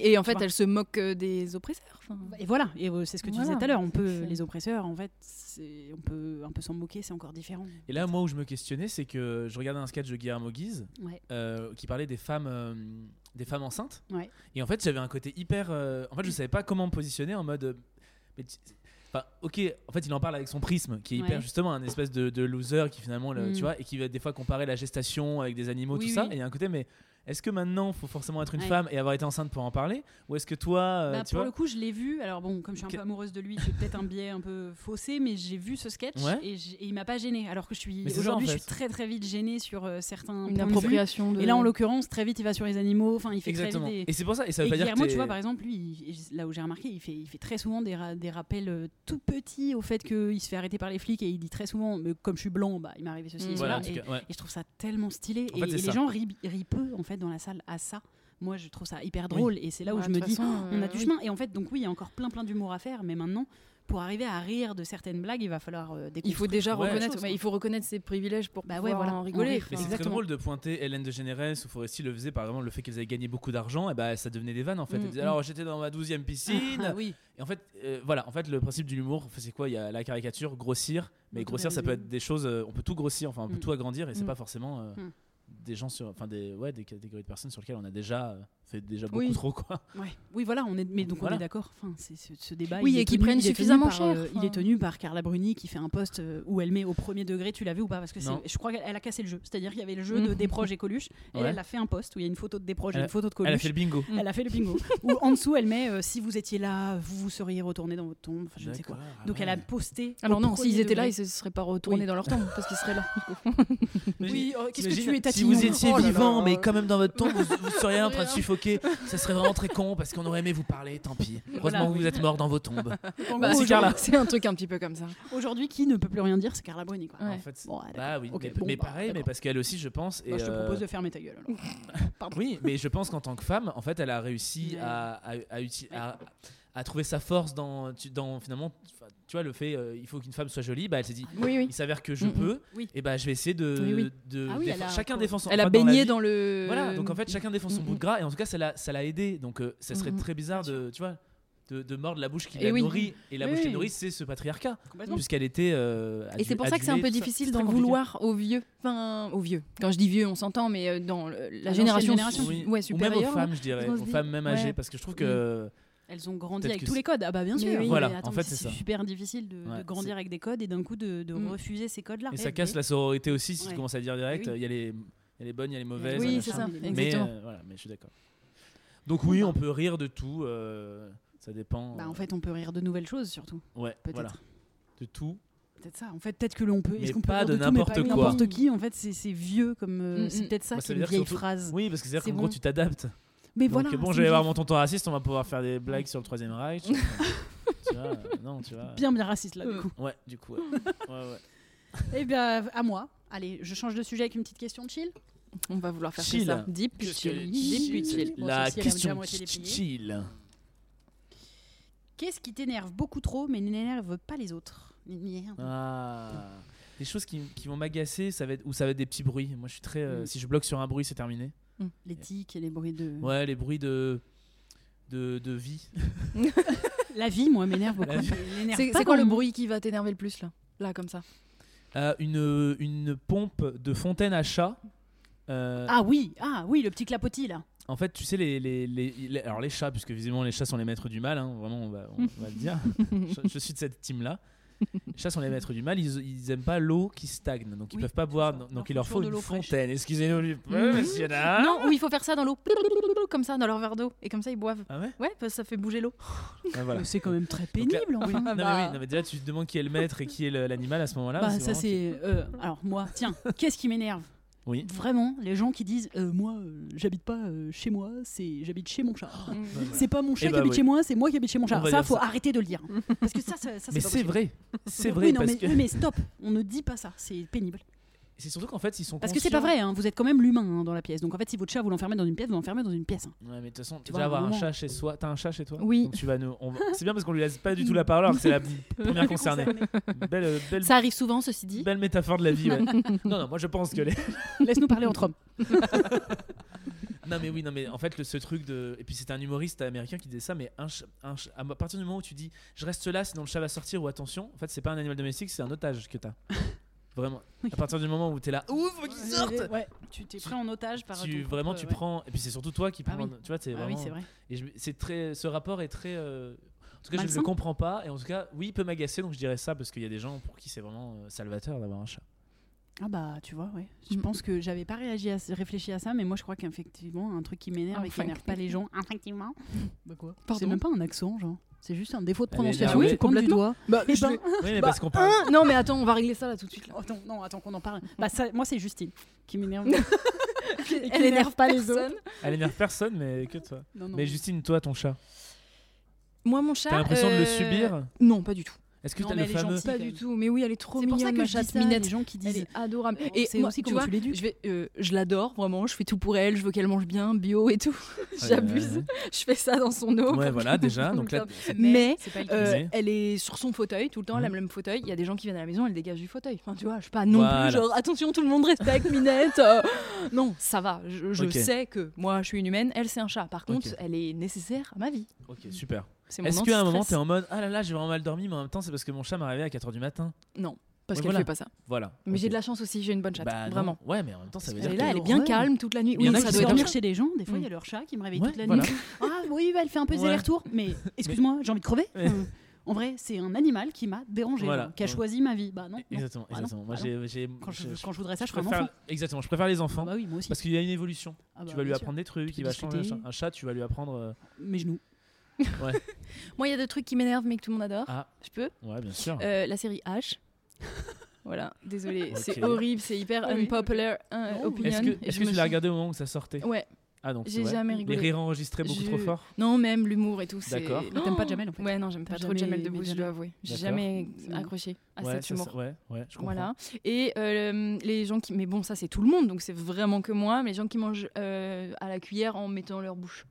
Speaker 1: Oui,
Speaker 3: et en
Speaker 1: tu
Speaker 3: fait,
Speaker 1: vois.
Speaker 3: elle se moque euh, des oppresseurs. enfin.
Speaker 1: Et voilà. Et euh, c'est ce que tu
Speaker 3: Voilà.
Speaker 1: disais tout à l'heure. On peut
Speaker 3: C'est-
Speaker 1: les oppresseurs, en fait, c'est- on peut un peu s'en moquer, c'est encore différent.
Speaker 4: Et là, moi, où je me questionnais, c'est que je regardais un sketch de Guillermo Guise
Speaker 1: Ouais.
Speaker 4: euh, qui parlait des femmes, euh, des femmes enceintes.
Speaker 1: Ouais.
Speaker 4: Et en fait, j'avais un côté hyper. euh, en fait, je savais pas comment me positionner en mode. euh, mais tu- Enfin, ok, en fait, il en parle avec son prisme, qui est hyper
Speaker 1: Ouais.
Speaker 4: justement un espèce de, de loser qui finalement, le-
Speaker 1: Mm.
Speaker 4: tu vois, et qui va des fois comparer la gestation avec des animaux,
Speaker 1: Oui,
Speaker 4: tout ça.
Speaker 1: oui.
Speaker 4: Et il y a un côté, mais est-ce que maintenant, faut forcément être une
Speaker 1: Ouais.
Speaker 4: femme et avoir été enceinte pour en parler Ou est-ce que toi, euh,
Speaker 1: Bah,
Speaker 4: tu
Speaker 1: pour
Speaker 4: vois
Speaker 1: le coup, je l'ai vu. Alors bon, comme je suis un
Speaker 4: Que-
Speaker 1: peu amoureuse de lui, j'ai peut-être un biais un peu faussé, mais j'ai vu ce sketch
Speaker 4: Ouais.
Speaker 1: et, j'ai- et il m'a pas gêné. Alors que je suis
Speaker 4: Mais c'est ça,
Speaker 1: aujourd'hui,
Speaker 4: en
Speaker 1: je
Speaker 4: fait.
Speaker 1: suis très très vite gênée sur euh, certains
Speaker 3: Une
Speaker 1: points de vue.
Speaker 3: appropriation de. Bah,
Speaker 1: Et là, en l'occurrence, très vite, il va sur les animaux. Enfin, il fait
Speaker 4: Exactement.
Speaker 1: très vite. des-
Speaker 4: Et c'est pour ça, et ça veut
Speaker 1: Et
Speaker 4: pas dire que.
Speaker 1: Guillermo,
Speaker 4: t'es-
Speaker 1: tu vois, par exemple, lui, il- il- là où j'ai remarqué, il fait, il fait très souvent des, ra- des rappels euh, tout petits au fait qu'il se fait arrêter par les flics et il dit très souvent, mais comme je suis blanc, bah, il m'est arrivé ceci
Speaker 3: Mm.
Speaker 1: et
Speaker 4: Mmh, Voilà,
Speaker 1: cela.
Speaker 4: en tout
Speaker 1: Et,
Speaker 4: cas, ouais.
Speaker 1: et je trouve ça tellement stylé.
Speaker 4: En
Speaker 1: et
Speaker 4: fait,
Speaker 1: et
Speaker 4: c'est
Speaker 1: les
Speaker 4: ça.
Speaker 1: gens rient, rient peu, en fait, dans la salle à ça. Moi, je trouve ça hyper drôle et c'est là où
Speaker 3: Ouais,
Speaker 1: je
Speaker 3: de
Speaker 1: me
Speaker 3: toute
Speaker 1: dis,
Speaker 3: façon,
Speaker 1: Oh, on a
Speaker 3: euh,
Speaker 1: du
Speaker 3: oui.
Speaker 1: chemin. Et en fait, donc oui, il y a encore plein plein d'humour à faire, mais maintenant, pour arriver à rire de certaines blagues, il va falloir euh,
Speaker 3: Il faut déjà
Speaker 4: Ouais.
Speaker 3: reconnaître.
Speaker 1: Chose, quoi.
Speaker 3: mais il faut reconnaître ses privilèges pour
Speaker 1: Bah ouais,
Speaker 3: pouvoir
Speaker 1: voilà.
Speaker 3: en rigoler.
Speaker 1: Mais
Speaker 4: Mais
Speaker 3: enfin.
Speaker 4: c'est très drôle de pointer Hélène de Généresse ou Foresti le faisait par exemple le fait qu'ils avaient gagné beaucoup d'argent et bah ça devenait des vannes en fait.
Speaker 3: Mm,
Speaker 4: Elle disait,
Speaker 3: mm.
Speaker 4: alors j'étais dans ma 12 e piscine
Speaker 1: Ah, oui.
Speaker 4: et en fait euh, voilà en fait le principe de l'humour enfin, c'est quoi il y a la caricature grossir mais
Speaker 1: Autour
Speaker 4: grossir
Speaker 1: des
Speaker 4: ça peut
Speaker 1: animaux.
Speaker 4: être des choses euh, on peut tout grossir enfin on peut
Speaker 1: Mm.
Speaker 4: tout agrandir et c'est
Speaker 3: Mm.
Speaker 4: pas forcément euh,
Speaker 1: Mm.
Speaker 4: des gens sur enfin des ouais des catégories de personnes sur lesquelles on a déjà euh, fait déjà beaucoup
Speaker 3: Oui.
Speaker 4: trop quoi.
Speaker 1: Ouais. Oui, voilà, on est, mais donc
Speaker 4: Voilà.
Speaker 1: on est d'accord. Enfin, c'est ce, ce débat.
Speaker 5: Oui,
Speaker 1: il est
Speaker 5: et qu'ils
Speaker 1: tenu-
Speaker 5: prennent
Speaker 1: il est tenu
Speaker 5: suffisamment
Speaker 1: par, euh,
Speaker 5: cher,
Speaker 1: il est
Speaker 5: enfin.
Speaker 1: tenu par Carla Bruni qui fait un post euh, où elle met au premier degré. Tu l'as vu ou pas Parce que c'est-
Speaker 4: Non.
Speaker 1: je crois qu'elle elle a cassé le jeu. C'est-à-dire qu'il y avait le jeu de
Speaker 3: Mhm.
Speaker 1: Desproges et Coluche. Et
Speaker 4: Ouais.
Speaker 1: elle a fait un post où il y a une photo de Desproges et
Speaker 4: Elle a-
Speaker 1: une photo de Coluche.
Speaker 4: Elle a fait le bingo.
Speaker 1: Elle a fait le bingo. où en dessous, elle met euh, si vous étiez là, vous vous seriez retourné dans votre tombe. Enfin, je ne sais quoi.
Speaker 4: D'accord, ah
Speaker 1: Donc elle a
Speaker 4: ouais.
Speaker 1: posté. au
Speaker 3: Alors non,
Speaker 1: premier
Speaker 3: s'ils étaient là,
Speaker 1: degré.
Speaker 3: ils se seraient pas retournés
Speaker 1: Oui.
Speaker 3: dans leur tombe parce qu'ils seraient là.
Speaker 1: Oui, oh, qu'est-ce que
Speaker 4: T'imagines,
Speaker 1: tu es
Speaker 4: Si
Speaker 1: tatillon
Speaker 4: vous étiez
Speaker 1: Oh là là.
Speaker 4: vivant, mais quand même dans votre tombe, vous, vous seriez en train de suffoquer. Ça serait vraiment très con parce qu'on aurait aimé vous parler. Tant pis. Heureusement
Speaker 1: Voilà,
Speaker 4: que vous êtes mort dans vos tombes.
Speaker 1: En
Speaker 3: Bah,
Speaker 1: gros,
Speaker 4: c'est Carla.
Speaker 3: C'est un truc un petit peu comme ça.
Speaker 1: Aujourd'hui, qui ne peut plus rien dire, c'est Carla Bruni. Quoi.
Speaker 3: Ouais.
Speaker 4: En fait,
Speaker 1: Bon, ah, d'accord.
Speaker 4: bah oui.
Speaker 1: Ok,
Speaker 4: mais,
Speaker 1: bon,
Speaker 4: mais
Speaker 1: bah,
Speaker 4: pareil, mais
Speaker 1: d'accord.
Speaker 4: parce qu'elle aussi, je pense. et,
Speaker 1: Bah, je te
Speaker 4: euh,
Speaker 1: propose de fermer ta gueule. alors.
Speaker 4: Oui, mais je pense qu'en tant que femme, en fait, elle a réussi
Speaker 1: Ouais.
Speaker 4: à, à, à uti- à- à trouver sa force dans, tu- dans finalement, enfin, tu vois, le fait, euh, il faut qu'une femme soit jolie. Bah, elle s'est dit,
Speaker 3: Oui, oui.
Speaker 4: il s'avère que je
Speaker 3: Mm, mm.
Speaker 4: peux,
Speaker 1: Ah Oui.
Speaker 4: et bah, je vais essayer de.
Speaker 3: Oui, oui.
Speaker 4: de
Speaker 1: Ah oui,
Speaker 4: défendre-
Speaker 1: elle a-
Speaker 4: chacun défend son
Speaker 3: Elle a
Speaker 4: enfin, dans la
Speaker 3: baigné
Speaker 4: vie.
Speaker 3: dans, le.
Speaker 4: Voilà, donc en fait, chacun défend son
Speaker 3: Mm,
Speaker 4: bout de
Speaker 3: mm.
Speaker 4: gras, et en tout cas, ça l'a, ça l'a aidé. Donc, euh, ça serait
Speaker 3: Mm, mm.
Speaker 4: très bizarre de, tu vois, de, de mordre la bouche qui
Speaker 3: Et
Speaker 4: la
Speaker 3: oui.
Speaker 4: nourrit. Et la bouche qui
Speaker 1: Oui.
Speaker 4: nourrit, c'est ce patriarcat,
Speaker 1: Complètement.
Speaker 4: puisqu'elle était. euh,
Speaker 3: Et
Speaker 4: adu-
Speaker 3: c'est pour ça que c'est un
Speaker 4: adulée,
Speaker 3: peu
Speaker 4: tout
Speaker 3: difficile
Speaker 4: C'est
Speaker 3: d'en
Speaker 4: très compliqué.
Speaker 3: vouloir aux vieux. Enfin, aux vieux. Quand je dis vieux, on s'entend, mais euh, dans le- la
Speaker 4: Ah
Speaker 1: l'ancienne
Speaker 3: génération,
Speaker 1: génération.
Speaker 3: su-
Speaker 4: Oui.
Speaker 3: ouais,
Speaker 4: Ou même
Speaker 3: supérieure.
Speaker 4: aux femmes, je dirais,
Speaker 3: qu'on se
Speaker 4: aux
Speaker 3: dit.
Speaker 4: femmes même âgées,
Speaker 3: hein. Ouais.
Speaker 4: parce que euh, je trouve que.
Speaker 1: Elles ont grandi
Speaker 4: Peut-être
Speaker 1: avec
Speaker 4: que
Speaker 1: tous
Speaker 4: c'est-
Speaker 1: les codes. Ah bah bien
Speaker 3: Mais
Speaker 1: sûr.
Speaker 3: oui.
Speaker 1: mais
Speaker 4: Voilà,
Speaker 1: attends,
Speaker 4: en fait,
Speaker 1: c'est
Speaker 4: c'est ça.
Speaker 1: super difficile de, de
Speaker 4: Ouais,
Speaker 1: grandir
Speaker 4: c'est-
Speaker 1: avec des codes et d'un coup de, de
Speaker 3: Mm.
Speaker 1: refuser ces codes-là.
Speaker 4: Et
Speaker 1: Eh,
Speaker 4: ça
Speaker 1: mais-
Speaker 4: casse la sororité aussi, si
Speaker 1: Ouais.
Speaker 4: tu commences à dire direct,
Speaker 1: Eh oui.
Speaker 4: il y a les, il y a les bonnes, il y a les mauvaises.
Speaker 1: Oui,
Speaker 4: machin.
Speaker 1: c'est ça,
Speaker 4: Mais,
Speaker 3: exactement.
Speaker 4: euh, voilà, mais je suis d'accord. Donc oui, on peut rire de tout, euh, ça dépend.
Speaker 1: Bah,
Speaker 4: euh,
Speaker 1: en fait, on peut rire de nouvelles choses surtout.
Speaker 4: ouais,
Speaker 1: peut-être.
Speaker 4: voilà, de tout.
Speaker 1: Peut-être ça. En fait, peut-être que l'on peut.
Speaker 4: Mais
Speaker 1: Est-ce qu'on peut
Speaker 4: pas
Speaker 1: rire
Speaker 4: de
Speaker 1: tout, mais
Speaker 4: n'importe
Speaker 1: pas de
Speaker 4: quoi.
Speaker 1: N'importe qui. En fait, c'est c'est vieux comme. euh,
Speaker 3: Mm,
Speaker 1: C'est
Speaker 3: mm.
Speaker 1: peut-être ça
Speaker 4: Bah, ça
Speaker 1: qui est
Speaker 4: veut
Speaker 1: une
Speaker 4: dire
Speaker 1: vieille
Speaker 4: surtout-
Speaker 1: phrase.
Speaker 4: Oui, parce que c'est-à-dire
Speaker 1: C'est
Speaker 4: qu'en
Speaker 1: bon.
Speaker 4: gros, tu t'adaptes.
Speaker 1: Mais
Speaker 4: Donc euh,
Speaker 1: voilà.
Speaker 4: bon,
Speaker 1: c'est
Speaker 4: je vais
Speaker 1: une
Speaker 4: voir
Speaker 1: vieille-
Speaker 4: mon tonton raciste, on va pouvoir faire des blagues sur le Troisième Reich. tu vois, euh, non, tu vois. euh,
Speaker 1: Bien, bien raciste là, du
Speaker 3: Euh.
Speaker 1: coup.
Speaker 4: Ouais, du coup. ouais. Ouais, ouais.
Speaker 1: Mm. Eh bien, à moi. Allez, je change de sujet avec une petite question de chill.
Speaker 3: On va vouloir faire
Speaker 4: Chill.
Speaker 3: que ça. Deep
Speaker 4: Qu'est-ce que-
Speaker 3: chill.
Speaker 1: Chill.
Speaker 3: Deep chill.
Speaker 1: Bon, celle-ci, elle est
Speaker 4: La
Speaker 1: déjà à
Speaker 4: question
Speaker 1: moitié dépliée.
Speaker 4: chill.
Speaker 1: Qu'est-ce qui t'énerve beaucoup trop, mais n'énerve pas les autres
Speaker 4: Ah. Des choses qui, qui vont m'agacer, ça va être ou ça va être des petits bruits. Moi, je suis très. euh,
Speaker 1: Mm.
Speaker 4: Si je bloque sur un bruit, c'est terminé.
Speaker 1: Les tics et les bruits de.
Speaker 4: Ouais, les bruits de de, de vie.
Speaker 1: La vie, moi, m'énerve beaucoup.
Speaker 4: La vie.
Speaker 1: Elle m'énerve
Speaker 3: C'est
Speaker 1: pas
Speaker 3: c'est quoi
Speaker 1: quand
Speaker 3: le
Speaker 1: on-
Speaker 3: bruit qui va t'énerver le plus là Là, comme ça.
Speaker 4: Euh, une une pompe de fontaine à chat. Euh,
Speaker 1: Ah oui, ah oui, le petit clapotis là.
Speaker 4: En fait, tu sais les, les, les- les- alors les chats, puisque visiblement les chats sont les maîtres du mal. hein, vraiment, on va, on va le dire. je, je suis de cette team là. Les chats sont les maîtres du mal. Ils, ils aiment pas l'eau qui stagne, donc ils
Speaker 1: Oui,
Speaker 4: peuvent pas boire.
Speaker 1: ça.
Speaker 4: Donc
Speaker 1: Leur
Speaker 4: il leur
Speaker 1: faut
Speaker 4: faut
Speaker 1: toujours de
Speaker 4: une
Speaker 1: l'eau fraîche.
Speaker 4: fontaine. Excusez-nous du peu, monsieur là.
Speaker 3: Non, ou il faut faire ça dans l'eau. Comme ça, dans leur verre d'eau. Et comme ça, ils boivent.
Speaker 4: Ah ouais.
Speaker 3: Ouais, parce que ça fait bouger l'eau.
Speaker 4: Ah, voilà.
Speaker 1: Mais C'est quand même très
Speaker 4: Donc là-
Speaker 1: pénible hein. enfin.
Speaker 4: Non, mais oui, non, mais déjà tu te demandes qui est le maître et qui est le- l'animal à ce moment-là.
Speaker 1: Bah,
Speaker 4: parce que
Speaker 1: ça
Speaker 4: vraiment,
Speaker 1: c'est. euh, alors moi, tiens, qu'est-ce qui m'énerve
Speaker 4: tu- Oui.
Speaker 1: Vraiment, les gens qui disent euh, moi, euh, j'habite pas euh, chez moi, c'est j'habite chez mon chat.
Speaker 4: voilà.
Speaker 1: C'est pas mon chat
Speaker 4: Eh
Speaker 1: qui
Speaker 4: bah
Speaker 1: habite
Speaker 4: oui.
Speaker 1: chez moi, c'est moi qui habite chez mon chat.
Speaker 4: On va
Speaker 1: Ça,
Speaker 4: dire
Speaker 1: faut
Speaker 4: ça.
Speaker 1: arrêter de le dire. Parce que ça, ça, ça,
Speaker 4: Mais
Speaker 1: pas
Speaker 4: c'est
Speaker 1: possible.
Speaker 4: vrai. C'est vrai
Speaker 1: Oui, non,
Speaker 4: parce
Speaker 1: mais,
Speaker 4: que
Speaker 1: oui, mais stop, on ne dit pas ça, c'est pénible.
Speaker 4: c'est surtout qu'en fait ils sont
Speaker 1: Parce que c'est pas
Speaker 4: conscients-
Speaker 1: vrai, hein, vous êtes quand même l'humain hein, dans la pièce. Donc en fait, si votre chat vous l'enfermez dans une pièce, vous l'enfermez dans une pièce. hein.
Speaker 4: Ouais, mais de toute façon, tu
Speaker 1: vois,
Speaker 4: vas avoir
Speaker 1: à un
Speaker 4: un
Speaker 1: moment-
Speaker 4: chat chez soi. T'as un chat chez toi
Speaker 3: Oui.
Speaker 4: Donc tu vas nous. on va- C'est bien parce qu'on lui laisse pas du tout la parole alors que c'est la première concernée. Belle, euh, belle,
Speaker 5: Ça arrive souvent, ceci dit.
Speaker 4: belle métaphore de la vie. ouais. non, non, moi je pense que les.
Speaker 1: Laisse-nous parler entre hommes.
Speaker 4: Non, mais oui, non, mais en fait, le- ce truc de. Et puis c'était un humoriste américain qui disait ça, mais un ch- un ch- à partir du moment où tu dis je reste là sinon le chat va sortir ou attention, en fait, c'est pas un animal domestique, c'est un otage que t'as. Vraiment. À partir du moment où t'es là, ouf, faut qu'ils sortent
Speaker 1: Ouais, tu t'es pris en otage par.
Speaker 4: tu,
Speaker 1: ton
Speaker 4: Vraiment,
Speaker 1: propre,
Speaker 4: tu
Speaker 1: euh, ouais.
Speaker 4: prends. Et puis c'est surtout toi qui
Speaker 1: Ah
Speaker 4: prends.
Speaker 1: oui.
Speaker 4: Tu vois, c'est
Speaker 1: Ah
Speaker 4: vraiment.
Speaker 1: oui, c'est vrai.
Speaker 4: et je- c'est très, ce rapport est très. euh, En tout cas, je ne
Speaker 1: Malsain.
Speaker 4: le comprends pas. Et en tout cas, oui, il peut m'agacer, donc je dirais ça parce qu'il y a des gens pour qui c'est vraiment euh, salvateur d'avoir un chat.
Speaker 1: Ah bah, tu vois, ouais. Je
Speaker 3: Mm.
Speaker 1: pense que j'avais pas réagi à, réfléchi à ça, mais moi je crois qu'effectivement, un truc qui m'énerve et qui
Speaker 3: Enfin.
Speaker 1: énerve pas les gens, effectivement. Bah quoi C'est
Speaker 3: Pardon
Speaker 1: même pas un accent, genre. C'est juste un défaut de
Speaker 4: Elle est
Speaker 1: prononciation.
Speaker 4: énervée.
Speaker 1: tu pointes du doigt. Eh
Speaker 3: je
Speaker 1: ben,
Speaker 3: vais-
Speaker 4: Oui, mais
Speaker 3: Bah,
Speaker 4: parce qu'on parle.
Speaker 3: hein non, mais attends, on va régler ça là tout de suite. là.
Speaker 1: Attends, Oh, non, attends qu'on en parle. Bah ça, moi c'est Justine qui m'énerve.
Speaker 3: Elle
Speaker 1: énerve pas les
Speaker 3: personne.
Speaker 4: Elle énerve personne, mais que toi.
Speaker 1: Non, non.
Speaker 4: Mais Justine, toi, ton chat,
Speaker 3: Moi, mon chat.
Speaker 4: t'as l'impression de le
Speaker 3: euh,
Speaker 4: subir
Speaker 3: Non, pas du tout.
Speaker 4: Est-ce que
Speaker 1: Non,
Speaker 4: t'as
Speaker 1: mais
Speaker 4: le
Speaker 1: elle est
Speaker 4: fameux
Speaker 1: gentille. Si,
Speaker 3: Pas
Speaker 1: quand
Speaker 3: du
Speaker 1: même.
Speaker 3: tout. Mais oui, elle est trop
Speaker 1: c'est pour
Speaker 3: mignonne,
Speaker 1: ça que
Speaker 3: ma
Speaker 1: je dis
Speaker 3: chatte
Speaker 1: ça,
Speaker 3: Minette.
Speaker 1: les gens qui
Speaker 3: Elle
Speaker 1: disent
Speaker 3: est adorable.
Speaker 1: Euh,
Speaker 3: Et
Speaker 1: c'est
Speaker 3: moi,
Speaker 1: aussi
Speaker 3: tu
Speaker 1: comment
Speaker 3: vois,
Speaker 1: tu l'éduques.
Speaker 3: je, vais, euh, je l'adore vraiment, je fais tout pour elle, je veux qu'elle mange bien, bio et tout. J'abuse,
Speaker 4: Ouais,
Speaker 3: je fais ça dans son eau.
Speaker 4: Ouais, voilà, déjà. Donc là,
Speaker 3: Mais,
Speaker 1: c'est pas le
Speaker 3: Euh,
Speaker 4: Vas-y.
Speaker 3: elle est sur son fauteuil tout le temps,
Speaker 4: Mhm.
Speaker 3: elle aime le même fauteuil. Il y a des gens qui viennent à la maison, elle dégage du fauteuil. Enfin, tu vois, je suis pas non
Speaker 4: Voilà.
Speaker 3: plus genre attention, tout le monde respecte Minette. euh, non, ça va. Je, je
Speaker 4: Ok.
Speaker 3: sais que moi, je suis une humaine, elle c'est un chat. Par contre,
Speaker 4: Ok.
Speaker 3: elle est nécessaire à ma vie.
Speaker 4: ok, super.
Speaker 3: C'est mon
Speaker 4: Est-ce qu'à un moment,
Speaker 3: anti-stress.
Speaker 4: t'es en mode Ah là là, j'ai vraiment mal dormi, mais en même temps, c'est parce que mon chat m'a réveillé à 4h du matin
Speaker 3: Non, parce
Speaker 4: Ouais,
Speaker 3: qu'elle
Speaker 4: voilà.
Speaker 3: fait pas ça.
Speaker 4: Voilà.
Speaker 3: Mais j'ai de
Speaker 4: la
Speaker 3: la chance aussi, j'ai une bonne chatte, vraiment.
Speaker 4: Ouais, mais en même temps, ça veut
Speaker 3: Elle
Speaker 4: dire
Speaker 3: est là,
Speaker 1: que-
Speaker 3: elle est bien
Speaker 1: Ouais.
Speaker 3: calme toute la nuit.
Speaker 4: Il y
Speaker 3: Oui,
Speaker 4: en a
Speaker 1: Ça
Speaker 3: ça
Speaker 4: qui sont
Speaker 1: doit
Speaker 3: doit être
Speaker 4: comme
Speaker 1: dormir
Speaker 3: bien.
Speaker 1: chez les gens, des fois il y a
Speaker 3: Mm.
Speaker 1: leur chat qui me réveille
Speaker 4: Ouais,
Speaker 1: toute la
Speaker 4: voilà.
Speaker 1: nuit. ah oui, bah, elle fait un peu
Speaker 4: Ouais.
Speaker 1: les retours mais excuse-moi, j'ai envie de crever.
Speaker 4: Ouais.
Speaker 1: Euh, En vrai, c'est un animal qui m'a dérangé,
Speaker 4: Voilà.
Speaker 1: genre, qui a
Speaker 4: Ouais.
Speaker 1: choisi ma vie. Bah non. non.
Speaker 4: Exactement,
Speaker 1: Ah non,
Speaker 4: exactement. Moi,
Speaker 1: ah non.
Speaker 4: j'ai. j'ai-
Speaker 1: Quand je,
Speaker 4: je-
Speaker 1: quand je voudrais ça, je,
Speaker 4: je
Speaker 1: ferais un
Speaker 4: préfère-
Speaker 1: enfant.
Speaker 4: Exactement, je préfère les
Speaker 1: Ah
Speaker 4: enfants.
Speaker 1: bah oui, moi aussi.
Speaker 4: Parce qu'il y a une évolution.
Speaker 1: Ah bah,
Speaker 4: tu vas lui
Speaker 1: bien
Speaker 4: apprendre des trucs,
Speaker 1: peux
Speaker 4: il va changer.
Speaker 1: discuter.
Speaker 4: machin. Un chat, tu vas lui apprendre. euh,
Speaker 1: sûr. Mes genoux.
Speaker 3: Moi, il y a des trucs qui m'énervent, mais que tout le monde adore.
Speaker 4: Ah.
Speaker 3: Je peux
Speaker 4: Ouais, bien sûr.
Speaker 3: Euh, La série H. voilà, désolé,
Speaker 4: Ok.
Speaker 3: c'est horrible, c'est hyper
Speaker 1: Oui,
Speaker 3: unpopular euh,
Speaker 1: Non, mais-
Speaker 3: opinion.
Speaker 4: Est-ce que,
Speaker 3: et
Speaker 4: est-ce
Speaker 3: je
Speaker 4: que
Speaker 3: me
Speaker 4: tu l'as
Speaker 3: suis-
Speaker 4: regardé au moment où ça sortait
Speaker 3: Ouais,
Speaker 4: Ah donc
Speaker 3: j'ai
Speaker 4: ouais.
Speaker 3: jamais
Speaker 4: Les
Speaker 3: rigolé.
Speaker 4: rires enregistrés beaucoup
Speaker 3: Je-
Speaker 4: trop fort.
Speaker 3: Non, même l'humour et tout, c'est.
Speaker 4: D'accord.
Speaker 1: Mais t'aimes pas Jamel en fait.
Speaker 3: Ouais, non, j'aime
Speaker 1: T'as
Speaker 3: pas trop Jamel
Speaker 1: jamais aimé
Speaker 3: Debbouze, je
Speaker 1: Jamel.
Speaker 3: dois avouer. J'ai
Speaker 4: D'accord.
Speaker 3: jamais
Speaker 1: C'est bon.
Speaker 3: accroché à
Speaker 4: ouais,
Speaker 3: cet
Speaker 4: ça,
Speaker 3: humour.
Speaker 4: ça- ouais, ouais, je comprends.
Speaker 3: Voilà. Et euh, les gens qui. Mais bon, ça, c'est tout le monde, donc c'est vraiment que moi. Mais les gens qui mangent euh, à la cuillère en mettant leur bouche.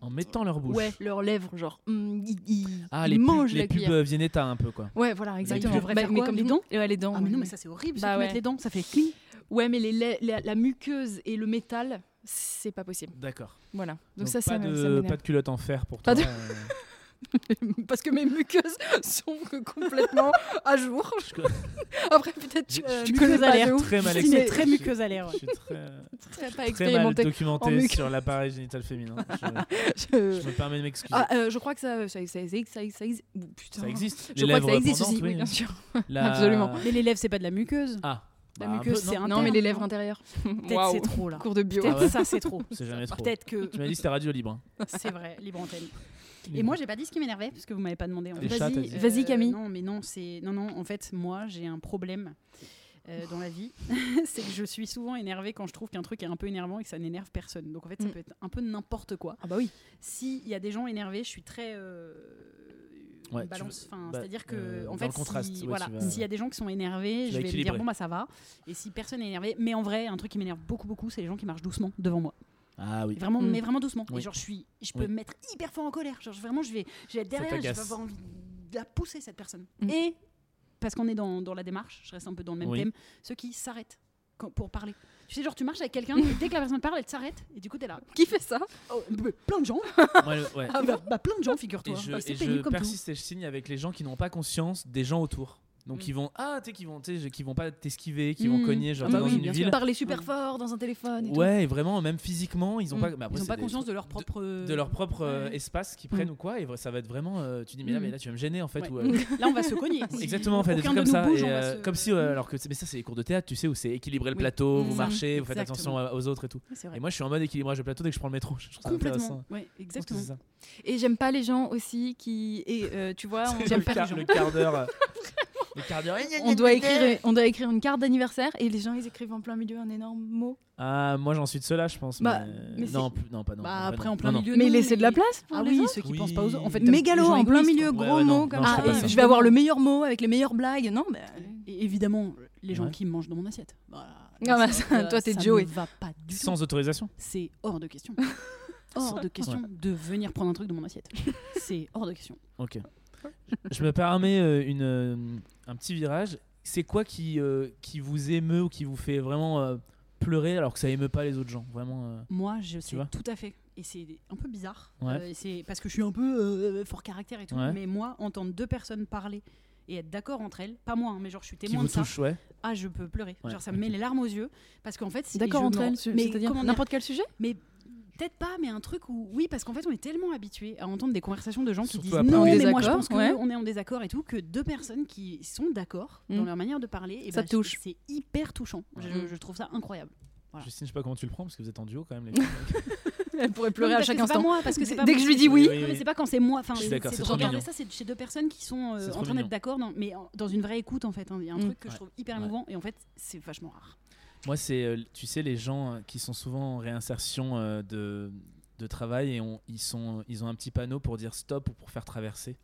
Speaker 4: En mettant leur bouche.
Speaker 3: Ouais, leurs lèvres, genre. hum, ils, ils-
Speaker 4: Ah,
Speaker 3: ils
Speaker 4: les, pubs-
Speaker 3: mangent
Speaker 4: les
Speaker 3: la
Speaker 4: pubs
Speaker 3: cuillère.
Speaker 4: euh, Viennetta un peu quoi.
Speaker 3: Ouais, voilà, exactement.
Speaker 4: devraient
Speaker 1: faire quoi, les
Speaker 3: tout-
Speaker 1: dents
Speaker 3: Ouais, les dents.
Speaker 1: Ah mais
Speaker 3: ouais,
Speaker 1: non, mais
Speaker 3: ouais.
Speaker 1: ça c'est horrible,
Speaker 3: Bah
Speaker 1: ceux qui
Speaker 3: ouais.
Speaker 1: mettent les dents, ça fait cling.
Speaker 3: Ouais, mais les, la, la- la muqueuse et le métal, c'est pas possible.
Speaker 4: D'accord.
Speaker 3: Voilà. Donc, ça,
Speaker 4: pas
Speaker 3: ça me- ça
Speaker 4: de
Speaker 3: m'énerve.
Speaker 4: pas de culotte en fer pour toi.
Speaker 3: Pas de-
Speaker 4: euh,
Speaker 3: Parce que mes muqueuses sont complètement à jour.
Speaker 4: je connais-
Speaker 3: Après, peut-être tu,
Speaker 4: Je- je-
Speaker 3: tu
Speaker 1: muqueuse
Speaker 3: connais pas
Speaker 1: alerte.
Speaker 3: de ouf.
Speaker 4: très mal
Speaker 1: Justine est
Speaker 4: expliqué.
Speaker 1: très muqueuse à l'air.
Speaker 4: Je suis très, euh,
Speaker 3: Très pas
Speaker 4: très mal
Speaker 3: expérimenté. en
Speaker 4: documenté
Speaker 3: muque.
Speaker 4: sur l'appareil génital féminin. Je,
Speaker 3: Je...
Speaker 4: je me permets de m'excuser.
Speaker 3: Ah, euh, je crois que ça, ça, ça, ça, ça, ça existe. Ouh, putain.
Speaker 4: ça existe.
Speaker 3: Je
Speaker 4: les
Speaker 3: crois que
Speaker 4: lèvres
Speaker 3: ça existe
Speaker 4: pendantes,
Speaker 3: aussi, oui,
Speaker 4: oui.
Speaker 3: bien sûr.
Speaker 4: La-
Speaker 3: absolument.
Speaker 1: Mais les lèvres, c'est pas de la muqueuse.
Speaker 4: Ah.
Speaker 1: La
Speaker 4: bah, un
Speaker 1: muqueuse,
Speaker 4: peu,
Speaker 1: c'est
Speaker 4: non,
Speaker 1: un
Speaker 3: Non, mais les lèvres intérieures.
Speaker 1: Peut-être c'est trop là.
Speaker 3: Cours de bio.
Speaker 1: Peut-être
Speaker 4: Ah ouais
Speaker 1: ça c'est trop.
Speaker 4: C'est jamais trop.
Speaker 1: Peut-être que
Speaker 4: Tu m'as dit que c'était radio libre. hein.
Speaker 1: c'est vrai, libre antenne. Et moi, j'ai pas dit ce qui m'énervait, parce que vous m'avez pas demandé. en
Speaker 4: Les
Speaker 1: fait. Euh,
Speaker 4: chats, t'as dit.
Speaker 3: Vas-y, Camille.
Speaker 1: Non, mais non, c'est non, non. En fait, moi, j'ai un problème euh, dans la vie, c'est que je suis souvent énervée quand je trouve qu'un truc est un peu énervant et que ça n'énerve personne. Donc en fait, ça
Speaker 3: Mm.
Speaker 1: peut être un peu n'importe quoi.
Speaker 3: Ah bah oui.
Speaker 1: S'il y a des gens énervés, je suis très euh, une
Speaker 4: Ouais, tu
Speaker 1: balance.
Speaker 4: veux-
Speaker 1: Enfin,
Speaker 4: bah,
Speaker 1: c'est-à-dire que
Speaker 4: euh,
Speaker 1: en
Speaker 4: dans
Speaker 1: fait,
Speaker 4: le contraste,
Speaker 1: si,
Speaker 4: ouais,
Speaker 1: voilà,
Speaker 4: tu vas-
Speaker 1: s'il y a des gens qui sont énervés, je
Speaker 4: Tu
Speaker 1: vais
Speaker 4: vas
Speaker 1: me dire
Speaker 4: équilibrer.
Speaker 1: bon bah ça va. Et si personne est énervé, mais en vrai, un truc qui m'énerve beaucoup beaucoup, c'est les gens qui marchent doucement devant moi.
Speaker 4: Ah oui.
Speaker 1: Vraiment,
Speaker 3: Mm.
Speaker 1: mais vraiment doucement. Et
Speaker 4: Oui.
Speaker 1: genre, je suis, je peux
Speaker 4: Oui.
Speaker 1: me mettre hyper fort en colère. Genre, je- vraiment, je vais, je vais être derrière, je vais
Speaker 4: t'agace.
Speaker 1: avoir envie de la pousser cette personne.
Speaker 3: Mm.
Speaker 1: Et parce qu'on est dans, dans la démarche, je reste un peu dans le même
Speaker 4: Oui.
Speaker 1: thème, ceux qui s'arrêtent quand- pour parler. Tu sais, genre, tu marches avec quelqu'un, et dès que la personne parle, elle s'arrête, et du coup, t'es là.
Speaker 3: Qui fait ça
Speaker 1: Oh, mais plein de gens,
Speaker 4: Ouais, ouais.
Speaker 1: bah, bah, plein de gens, figure-toi.
Speaker 4: Et je,
Speaker 3: hein.
Speaker 1: Et c'est
Speaker 4: et je
Speaker 1: pénible comme tout.
Speaker 4: persiste et je signe avec les gens qui n'ont pas conscience des gens autour. Donc ils vont ah tu sais qui vont tu sais, qui vont pas t'esquiver, qui
Speaker 1: Mm.
Speaker 4: vont cogner genre
Speaker 1: Ah bah
Speaker 4: dans
Speaker 1: oui,
Speaker 4: une
Speaker 1: bien
Speaker 4: ville.
Speaker 3: Parler super
Speaker 1: Ouais.
Speaker 3: fort dans un téléphone. Et
Speaker 4: Ouais, et vraiment même physiquement, ils ont
Speaker 3: Mm.
Speaker 4: pas mais après,
Speaker 1: Ils n'ont
Speaker 4: c'est
Speaker 1: pas
Speaker 4: des
Speaker 1: conscience de leur
Speaker 4: de-
Speaker 1: propre.
Speaker 4: de leur propre euh,
Speaker 1: Ouais.
Speaker 4: espace qu'ils prennent ou quoi et vra- ça va être vraiment euh, tu dis mais là
Speaker 1: Mm.
Speaker 4: mais là tu vas me gêner en fait
Speaker 1: Ouais.
Speaker 4: ou, euh,
Speaker 1: Là, on va se cogner. Si
Speaker 4: exactement en fait des
Speaker 1: aucun de
Speaker 4: trucs comme
Speaker 1: nous
Speaker 4: ça
Speaker 1: bouge,
Speaker 4: et,
Speaker 1: on va
Speaker 4: euh,
Speaker 1: se- Mm.
Speaker 4: comme si euh, alors que c'est- mais ça c'est les cours de théâtre tu sais où c'est équilibrer le
Speaker 1: Oui.
Speaker 4: plateau vous
Speaker 1: Mm.
Speaker 4: marchez vous faites
Speaker 1: Exactement.
Speaker 4: attention à- aux autres et tout
Speaker 1: Oui, C'est vrai.
Speaker 4: et moi je suis en mode équilibrage de plateau dès que je prends le métro je trouve Ah, ça
Speaker 1: Complètement.
Speaker 4: intéressant.
Speaker 1: Ouais,
Speaker 4: Je pense que
Speaker 1: exactement.
Speaker 4: c'est ça.
Speaker 3: tout. Et j'aime pas les gens aussi qui. Et euh, tu vois, on,
Speaker 1: J'aime
Speaker 4: le
Speaker 1: pas les
Speaker 4: quart-
Speaker 1: gens.
Speaker 4: le quart d'heure euh, le quart d'heure
Speaker 3: on doit écrire, on doit écrire une carte d'anniversaire et les gens ils écrivent en plein milieu un énorme mot.
Speaker 4: Ah, moi j'en suis de cela, je pense.
Speaker 3: Bah,
Speaker 4: mais...
Speaker 3: mais
Speaker 4: non, plus- non, pas non.
Speaker 1: Bah,
Speaker 4: en vrai,
Speaker 1: après,
Speaker 4: non.
Speaker 1: en plein
Speaker 4: Non, non.
Speaker 1: milieu.
Speaker 3: mais
Speaker 1: non,
Speaker 3: laissez de la place pour
Speaker 1: Ah
Speaker 3: les
Speaker 1: oui,
Speaker 3: autres.
Speaker 1: ceux qui
Speaker 4: Oui.
Speaker 1: pensent pas aux autres. En fait,
Speaker 3: Mégalo
Speaker 1: les gens
Speaker 3: en plein
Speaker 1: égoïstes,
Speaker 3: milieu,
Speaker 1: quoi.
Speaker 4: Ouais,
Speaker 3: gros
Speaker 4: ouais, non,
Speaker 3: mot comme
Speaker 4: non, je
Speaker 3: ça.
Speaker 1: fais pas
Speaker 3: Ah,
Speaker 1: ça.
Speaker 3: je vais avoir le meilleur mot avec les meilleures blagues. Non, mais.
Speaker 1: Et évidemment, les gens
Speaker 4: Ouais.
Speaker 1: qui mangent dans mon assiette. Voilà.
Speaker 3: Ah bah, ça- toi, t'es Joey.
Speaker 1: Ça ne va pas du tout.
Speaker 4: Sans autorisation.
Speaker 1: C'est hors de question. hors de question de venir prendre un truc de mon assiette. C'est hors de question.
Speaker 4: Ok. je me permets euh, une, euh, un petit virage. C'est quoi qui, euh, qui vous émeut ou qui vous fait vraiment euh, pleurer alors que ça émeut pas les autres gens Vraiment. euh,
Speaker 1: Moi, je sais
Speaker 4: vois
Speaker 1: tout à fait. Et c'est un peu bizarre.
Speaker 4: Ouais.
Speaker 1: Euh, et c'est parce que je suis un peu euh, fort caractère et tout.
Speaker 4: Ouais.
Speaker 1: Mais moi, entendre deux personnes parler et être d'accord entre elles. Pas moi, hein, mais genre je suis
Speaker 4: Qui
Speaker 1: témoin
Speaker 4: vous
Speaker 1: de ça.
Speaker 4: touche, ouais.
Speaker 1: Ah, je peux pleurer.
Speaker 4: Ouais,
Speaker 1: genre ça me met
Speaker 4: ok.
Speaker 1: les larmes aux yeux parce qu'en fait, c'est-
Speaker 3: D'accord
Speaker 1: je
Speaker 3: entre
Speaker 1: me-
Speaker 3: elles,
Speaker 1: mais
Speaker 3: c'est-à-dire
Speaker 1: comment dire
Speaker 3: n'importe quel sujet
Speaker 1: Peut-être pas, mais un truc où oui, parce qu'en fait, on est tellement habitué à entendre des conversations de gens qui
Speaker 4: Surtout
Speaker 1: disent
Speaker 4: après
Speaker 1: non,
Speaker 4: un
Speaker 1: mais moi je
Speaker 3: désaccord,
Speaker 1: pense que
Speaker 3: ouais.
Speaker 1: on est en désaccord et tout, que deux personnes qui sont d'accord dans
Speaker 3: Mm.
Speaker 1: leur manière de parler, et bah,
Speaker 3: Ça te touche.
Speaker 1: C'est hyper touchant. Je-
Speaker 3: Mm.
Speaker 1: Je, trouve ça incroyable. Voilà.
Speaker 4: Justine, je sais pas comment tu le prends parce que vous êtes en duo quand même. Les filles.
Speaker 3: Elle
Speaker 1: Non,
Speaker 3: pourrait
Speaker 1: mais
Speaker 3: pleurer à
Speaker 1: parce
Speaker 3: chaque
Speaker 1: que c'est pas
Speaker 3: instant.
Speaker 1: moi, parce que c'est pas
Speaker 3: Dès
Speaker 1: moi
Speaker 3: que je
Speaker 1: qui-
Speaker 3: lui dis
Speaker 4: Oui,
Speaker 3: oui,
Speaker 4: oui,
Speaker 1: Non, mais
Speaker 4: oui.
Speaker 1: c'est pas quand c'est moi. Enfin,
Speaker 4: Je suis d'accord, c'est
Speaker 1: de
Speaker 4: trop
Speaker 1: regarder
Speaker 4: mignon.
Speaker 1: ça, c'est chez deux personnes qui sont euh,
Speaker 4: C'est trop
Speaker 1: en train d'être
Speaker 4: mignon.
Speaker 1: d'accord, dans- mais en- dans une vraie écoute en fait. hein. Il y a un
Speaker 3: Mm.
Speaker 1: truc que je
Speaker 4: Ouais.
Speaker 1: trouve hyper
Speaker 4: Ouais.
Speaker 1: émouvant et en fait, c'est vachement rare.
Speaker 4: Moi, c'est, euh, tu sais, les gens euh, qui sont souvent en réinsertion euh, de, de travail et on- ils, sont, ils ont un petit panneau pour dire stop ou pour faire traverser.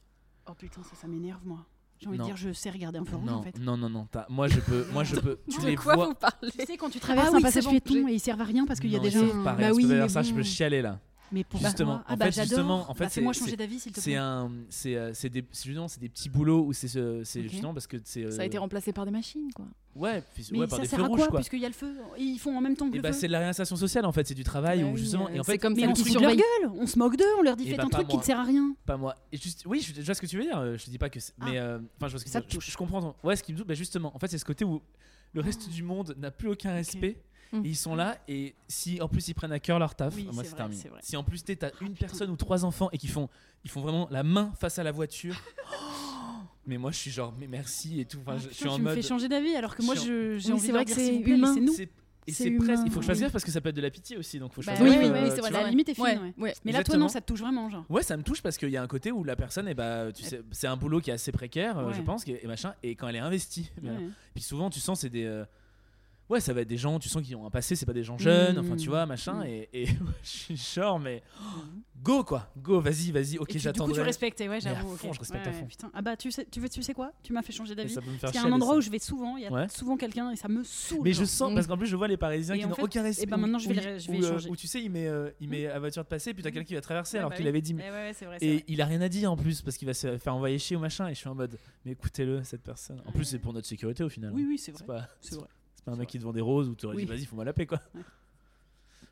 Speaker 1: Oh putain, ça, ça m'énerve moi. J'ai envie
Speaker 4: Non.
Speaker 1: de dire, je sais regarder un peu rouge
Speaker 4: non,
Speaker 1: en fait.
Speaker 4: non, non, non, t'as- Moi, je peux. Moi, je peux. Tu les
Speaker 5: De quoi
Speaker 4: vois.
Speaker 5: vous parlez
Speaker 1: Tu sais, quand tu traverses
Speaker 3: oui,
Speaker 1: un
Speaker 3: c'est
Speaker 1: passage
Speaker 3: bon,
Speaker 1: piéton
Speaker 3: j'ai-
Speaker 1: et il sert à rien parce qu'il y a
Speaker 4: Non,
Speaker 1: déjà.
Speaker 4: ils
Speaker 1: un-
Speaker 4: savent pas
Speaker 1: Bah
Speaker 4: parce que
Speaker 1: oui,
Speaker 4: d'ailleurs,
Speaker 1: mais
Speaker 4: ça, je
Speaker 1: bon.
Speaker 4: peux chialer là.
Speaker 1: Mais pourquoi
Speaker 4: Justement,
Speaker 1: Ah
Speaker 4: en
Speaker 1: bah
Speaker 4: fait,
Speaker 1: j'adore.
Speaker 4: justement, en
Speaker 1: Bah,
Speaker 4: fait,
Speaker 1: fais-moi
Speaker 4: c'est-
Speaker 1: changer d'avis s'il te
Speaker 4: C'est
Speaker 1: plaît.
Speaker 4: un, c'est, euh, c'est des, c'est justement, c'est des petits boulots où c'est, ce- c'est
Speaker 1: Ok.
Speaker 4: justement parce que c'est.
Speaker 3: Ça a
Speaker 4: euh,
Speaker 3: été remplacé par des machines, quoi.
Speaker 4: Ouais, puis-
Speaker 1: Mais
Speaker 4: ouais, par
Speaker 1: ça
Speaker 4: des
Speaker 1: sert
Speaker 4: feux
Speaker 1: à
Speaker 4: rouges
Speaker 1: quoi,
Speaker 4: quoi.
Speaker 1: Puisqu'il y a le feu, et ils font en même temps que
Speaker 4: Et
Speaker 1: le
Speaker 4: bah,
Speaker 1: feu.
Speaker 4: c'est de la réinsertion sociale en fait, c'est du travail
Speaker 3: Bah
Speaker 4: où
Speaker 3: oui,
Speaker 4: justement. et en
Speaker 3: c'est
Speaker 4: fait,
Speaker 3: comme
Speaker 1: Mais
Speaker 3: ça
Speaker 1: on
Speaker 3: qu'ils
Speaker 1: se fout de leur
Speaker 3: surveillent.
Speaker 1: gueule, on se moque d'eux, on leur dit
Speaker 4: Et
Speaker 1: faites
Speaker 4: bah,
Speaker 1: un
Speaker 4: pas
Speaker 1: truc qui
Speaker 4: moi.
Speaker 1: ne sert à rien.
Speaker 4: Pas moi. Et juste, oui, je, je vois ce que tu veux dire. euh, Je te dis pas que. c'est-
Speaker 1: Ah.
Speaker 4: Mais euh, enfin, je vois ce que
Speaker 1: Ça
Speaker 4: tu
Speaker 1: te
Speaker 4: veux
Speaker 1: Ah.
Speaker 4: dire. Je, je comprends. ton- Ouais, ce qui me touche, bah, justement, en fait, c'est ce côté où le reste du monde n'a plus aucun respect.
Speaker 3: Mm.
Speaker 4: Et ils sont là et si en plus ils prennent à cœur leur
Speaker 1: Mmh.
Speaker 4: taf,
Speaker 1: Oui,
Speaker 4: moi
Speaker 1: c'est
Speaker 4: c'est
Speaker 1: vrai,
Speaker 4: terminé.
Speaker 1: c'est vrai. Ah,
Speaker 4: Si en plus t'es- t'as une personne ou trois enfants et qui font, ils font vraiment la main face à la voiture. mais moi je suis genre mais merci et tout. Enfin,
Speaker 1: Ah,
Speaker 4: je, je
Speaker 1: putain,
Speaker 4: suis en
Speaker 1: tu me
Speaker 4: mode.
Speaker 1: fais changer d'avis alors que moi
Speaker 4: je suis
Speaker 1: je- j'ai
Speaker 3: Oui,
Speaker 1: envie
Speaker 3: c'est
Speaker 1: de
Speaker 3: vrai
Speaker 1: leur
Speaker 3: que
Speaker 1: dire
Speaker 3: c'est
Speaker 1: s'il vous plaît,
Speaker 3: humain.
Speaker 1: laissez-nous.
Speaker 4: c'est- Et
Speaker 3: C'est
Speaker 4: c'est presque.
Speaker 3: humain,
Speaker 4: Il faut que je fasse
Speaker 3: oui.
Speaker 4: gaffe parce que ça peut être de la pitié aussi, donc faut
Speaker 3: Bah
Speaker 4: choisir.
Speaker 3: oui,
Speaker 4: un peu,
Speaker 3: oui, oui,
Speaker 4: euh,
Speaker 3: c'est
Speaker 4: tu
Speaker 3: vrai,
Speaker 4: vois.
Speaker 1: La limite est fine.
Speaker 3: Ouais,
Speaker 1: ouais.
Speaker 3: ouais.
Speaker 1: Mais là toi non,
Speaker 4: Exactement.
Speaker 1: ça te touche vraiment genre.
Speaker 4: Ouais, ça me touche parce qu'il y a un côté où la personne, eh bah, tu sais, c'est un boulot qui est assez précaire, euh, je
Speaker 1: Ouais.
Speaker 4: pense, et machin, et quand elle est investie. mais alors-
Speaker 1: Ouais.
Speaker 4: Puis souvent, tu sens, c'est des. euh, Ouais, ça va être des gens, tu sens qu'ils ont un passé, c'est pas des gens jeunes, enfin tu
Speaker 1: Mhm.
Speaker 4: vois, machin,
Speaker 1: Mhm.
Speaker 4: et, et je suis genre, mais go quoi, go, vas-y,
Speaker 1: Mmh. Et tu-
Speaker 4: vas-y, ok,
Speaker 1: du coup
Speaker 4: j'attendrai.
Speaker 1: tu respectes, ouais
Speaker 4: Mais à
Speaker 1: j'avoue. ok.
Speaker 4: fond, je respecte
Speaker 1: Ouais,
Speaker 4: à
Speaker 1: ouais,
Speaker 4: fond.
Speaker 1: putain. Ah bah tu sais, tu veux, tu sais quoi Tu m'as fait changer
Speaker 4: Et
Speaker 1: d'avis.
Speaker 4: ça peut me faire
Speaker 1: Parce qu'il y a
Speaker 4: chialer,
Speaker 1: un endroit
Speaker 4: ça.
Speaker 1: où je vais souvent, il y a
Speaker 4: Ouais.
Speaker 1: souvent quelqu'un et ça me saoule.
Speaker 4: Mais
Speaker 1: genre.
Speaker 4: je sens,
Speaker 3: Mhm.
Speaker 4: parce qu'en plus, je vois les Parisiens
Speaker 1: Et
Speaker 4: qui
Speaker 1: en
Speaker 4: n'ont
Speaker 1: fait,
Speaker 4: aucun respect.
Speaker 1: eh ben, maintenant, je vais
Speaker 4: où-
Speaker 1: le- je
Speaker 4: où,
Speaker 1: vais
Speaker 4: euh,
Speaker 1: changer. Mmh.
Speaker 4: où tu sais, il met, euh, il met la voiture de passer, puis t'as quelqu'un qui va
Speaker 1: Ouais,
Speaker 4: traverser alors
Speaker 1: bah
Speaker 4: qu'il
Speaker 1: oui.
Speaker 4: avait dit.
Speaker 1: Eh
Speaker 4: mais-
Speaker 1: ouais, ouais, c'est vrai, c'est
Speaker 4: Et
Speaker 1: vrai.
Speaker 4: il a rien à dire en plus parce qu'il va se faire envoyer chier ou machin. Et je suis en mode, mais écoutez-le, cette personne. En plus, c'est pour notre sécurité au final.
Speaker 1: Oui oui c'est
Speaker 4: c'est
Speaker 1: vrai.
Speaker 4: pas,
Speaker 1: C'est vrai.
Speaker 4: c'est pas un
Speaker 1: c'est
Speaker 4: mec
Speaker 1: vrai.
Speaker 4: qui te vend des roses où tu aurais dit,
Speaker 1: Oui.
Speaker 4: vas-y, faut-moi la paix quoi.
Speaker 1: Ouais.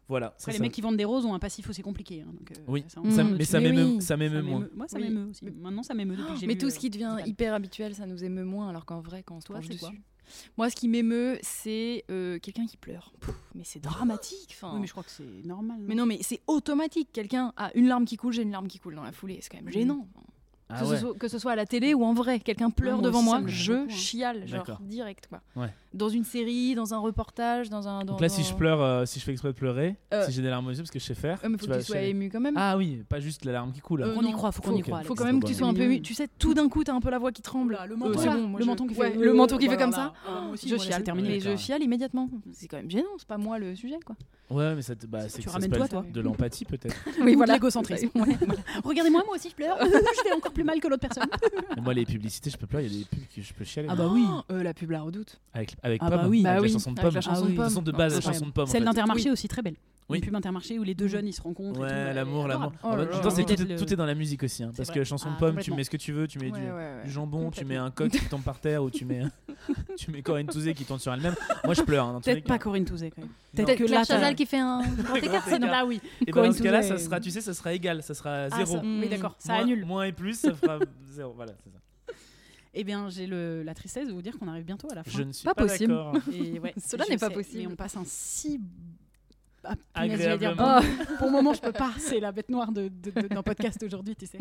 Speaker 4: Voilà. ça,
Speaker 1: Après, les
Speaker 4: ça-
Speaker 1: mecs qui vendent des roses ont un passif où c'est compliqué. hein, donc, euh,
Speaker 4: Oui,
Speaker 1: ça, on-
Speaker 4: ça-
Speaker 1: on-
Speaker 3: Mm.
Speaker 4: mais ça
Speaker 3: Mais
Speaker 4: m'émeut
Speaker 3: oui.
Speaker 4: ça m'émeut
Speaker 1: ça
Speaker 4: moins.
Speaker 1: Moi, ça
Speaker 3: Oui.
Speaker 1: m'émeut aussi. Maintenant, ça m'émeut depuis que j'ai
Speaker 3: Mais
Speaker 1: lu,
Speaker 3: tout
Speaker 1: euh,
Speaker 3: ce qui devient
Speaker 1: Total.
Speaker 3: hyper habituel, ça nous émeut moins, alors qu'en vrai, quand on se
Speaker 1: Toi,
Speaker 3: penche
Speaker 1: c'est
Speaker 3: dessus.
Speaker 1: quoi
Speaker 3: Moi, ce qui m'émeut, c'est euh, quelqu'un qui pleure. Pouf, mais c'est dramatique. enfin.
Speaker 1: Oui, mais
Speaker 3: mais,
Speaker 1: je crois que c'est normal.
Speaker 3: non, mais c'est automatique. Quelqu'un a une larme qui coule, j'ai une larme qui coule dans la foulée. C'est quand
Speaker 1: Mm.
Speaker 3: même gênant.
Speaker 4: Ah
Speaker 3: que,
Speaker 4: ouais.
Speaker 3: ce soit, que ce soit à la télé ou en vrai, quelqu'un pleure
Speaker 1: moi
Speaker 3: devant
Speaker 1: aussi, ça
Speaker 3: moi,
Speaker 1: me gêne
Speaker 3: je
Speaker 1: beaucoup, hein.
Speaker 3: chiale, genre
Speaker 4: D'accord.
Speaker 3: direct quoi.
Speaker 4: Ouais.
Speaker 3: Dans une série, dans un reportage, dans un. Dans,
Speaker 4: Donc là, si je
Speaker 3: dans-
Speaker 4: pleure, euh, si je fais exprès de pleurer,
Speaker 3: Euh,
Speaker 4: si j'ai des larmes aux yeux parce que je sais faire.
Speaker 3: Euh, mais faut
Speaker 4: tu
Speaker 3: que
Speaker 4: vas
Speaker 3: tu sois
Speaker 4: chialer.
Speaker 3: ému quand même.
Speaker 4: Ah oui, pas juste la larme qui coule. hein.
Speaker 3: Euh,
Speaker 1: Faut qu'on y
Speaker 3: non,
Speaker 1: croit, faut qu'on y
Speaker 4: faut
Speaker 1: croit.
Speaker 4: que-
Speaker 3: Faut
Speaker 1: Alex.
Speaker 3: quand même que tu sois un peu ému.
Speaker 1: Mm.
Speaker 3: Tu sais, tout d'un coup, t'as un peu la voix qui tremble.
Speaker 1: Oula, le
Speaker 3: Euh,
Speaker 1: menton,
Speaker 3: c'est
Speaker 1: là.
Speaker 3: bon, moi,
Speaker 1: Le
Speaker 3: je-
Speaker 1: menton qui
Speaker 3: ouais,
Speaker 1: fait-
Speaker 3: le menton qui
Speaker 1: Voilà,
Speaker 3: fait comme
Speaker 1: voilà.
Speaker 3: ça.
Speaker 1: Ah, moi aussi,
Speaker 3: je
Speaker 1: moi, laisse-le
Speaker 3: chiale,
Speaker 1: terminer.
Speaker 3: mais je
Speaker 4: D'accord.
Speaker 3: chiale immédiatement. C'est quand même gênant, c'est pas moi le sujet quoi.
Speaker 4: Ouais, mais ça te- bah, c'est
Speaker 1: Tu
Speaker 4: que ça
Speaker 1: ramènes
Speaker 4: s'appelle
Speaker 1: toi, toi.
Speaker 4: De l'empathie peut-être.
Speaker 1: Ou
Speaker 3: Oui,
Speaker 1: de
Speaker 3: voilà.
Speaker 1: l'égocentrisme.
Speaker 3: Ouais.
Speaker 1: Regardez-moi, moi aussi je pleure. je fais encore plus mal que l'autre personne.
Speaker 4: Mais moi, les publicités, je peux pleurer. Il y a des pubs que je peux chialer. hein.
Speaker 1: Ah bah oui.
Speaker 3: Euh, la pub la redoute.
Speaker 4: Avec, avec
Speaker 1: Ah
Speaker 4: Pomme,
Speaker 1: bah oui.
Speaker 4: avec
Speaker 3: Bah
Speaker 4: la
Speaker 3: oui,
Speaker 4: chanson de
Speaker 3: avec
Speaker 4: Pomme.
Speaker 3: la chanson de
Speaker 1: Ah oui.
Speaker 4: La chanson de base, la
Speaker 1: Incroyable.
Speaker 4: chanson de Pomme. en
Speaker 1: Celle
Speaker 4: fait.
Speaker 1: d'Intermarché aussi, très belle.
Speaker 4: Oui.
Speaker 1: Une pub Intermarché où les
Speaker 3: Mm.
Speaker 1: deux jeunes ils se rencontrent. et tout, Ah, elle
Speaker 4: Ouais,
Speaker 1: est
Speaker 4: l'amour, l'amour.
Speaker 1: adorable.
Speaker 4: En
Speaker 3: Oh là
Speaker 4: même
Speaker 3: là.
Speaker 4: temps, c'est- tout,
Speaker 1: Peut-être
Speaker 4: est- tout
Speaker 1: le-
Speaker 4: est dans la musique aussi, hein,
Speaker 1: C'est
Speaker 4: parce
Speaker 1: vrai.
Speaker 4: que chanson
Speaker 1: Ah,
Speaker 4: pomme, tu
Speaker 1: complètement.
Speaker 4: mets ce que tu veux, tu mets du, du jambon, tu mets
Speaker 1: Complètement.
Speaker 4: un coq qui tombe par terre ou tu mets, tu mets Corinne Touzé qui tombe sur elle-même. Moi, je pleure. hein, dans tous les
Speaker 1: Peut-être pas
Speaker 4: cas.
Speaker 1: Corinne Touzé quand même.
Speaker 4: Non.
Speaker 1: Peut-être que là, t'as-
Speaker 5: qui fait un grand écart,
Speaker 4: écart.
Speaker 5: sinon.
Speaker 1: là oui.
Speaker 4: Et ben, dans ce
Speaker 1: Corinne
Speaker 4: cas-là,
Speaker 1: Touzé.
Speaker 4: ça sera, tu sais, ça sera égal, ça sera
Speaker 1: Ah,
Speaker 4: zéro.
Speaker 1: ça- Oui,
Speaker 3: Mm.
Speaker 1: d'accord, ça
Speaker 4: Moins-
Speaker 1: annule.
Speaker 4: Moins et plus, ça fera zéro. Voilà, c'est ça.
Speaker 1: Eh bien, j'ai le- la tristesse de vous dire qu'on arrive bientôt à la fin.
Speaker 4: Je ne suis
Speaker 3: Pas
Speaker 4: pas,
Speaker 3: possible.
Speaker 4: d'accord.
Speaker 1: Et ouais,
Speaker 3: Cela
Speaker 1: je
Speaker 3: n'est pas
Speaker 1: sais,
Speaker 3: possible.
Speaker 1: Mais on passe un si. Ah, punaise, j'allais dire
Speaker 4: Agréablement.
Speaker 1: bon- pour le moment, je peux pas. C'est la bête noire de- de- de- d'un podcast aujourd'hui, tu sais.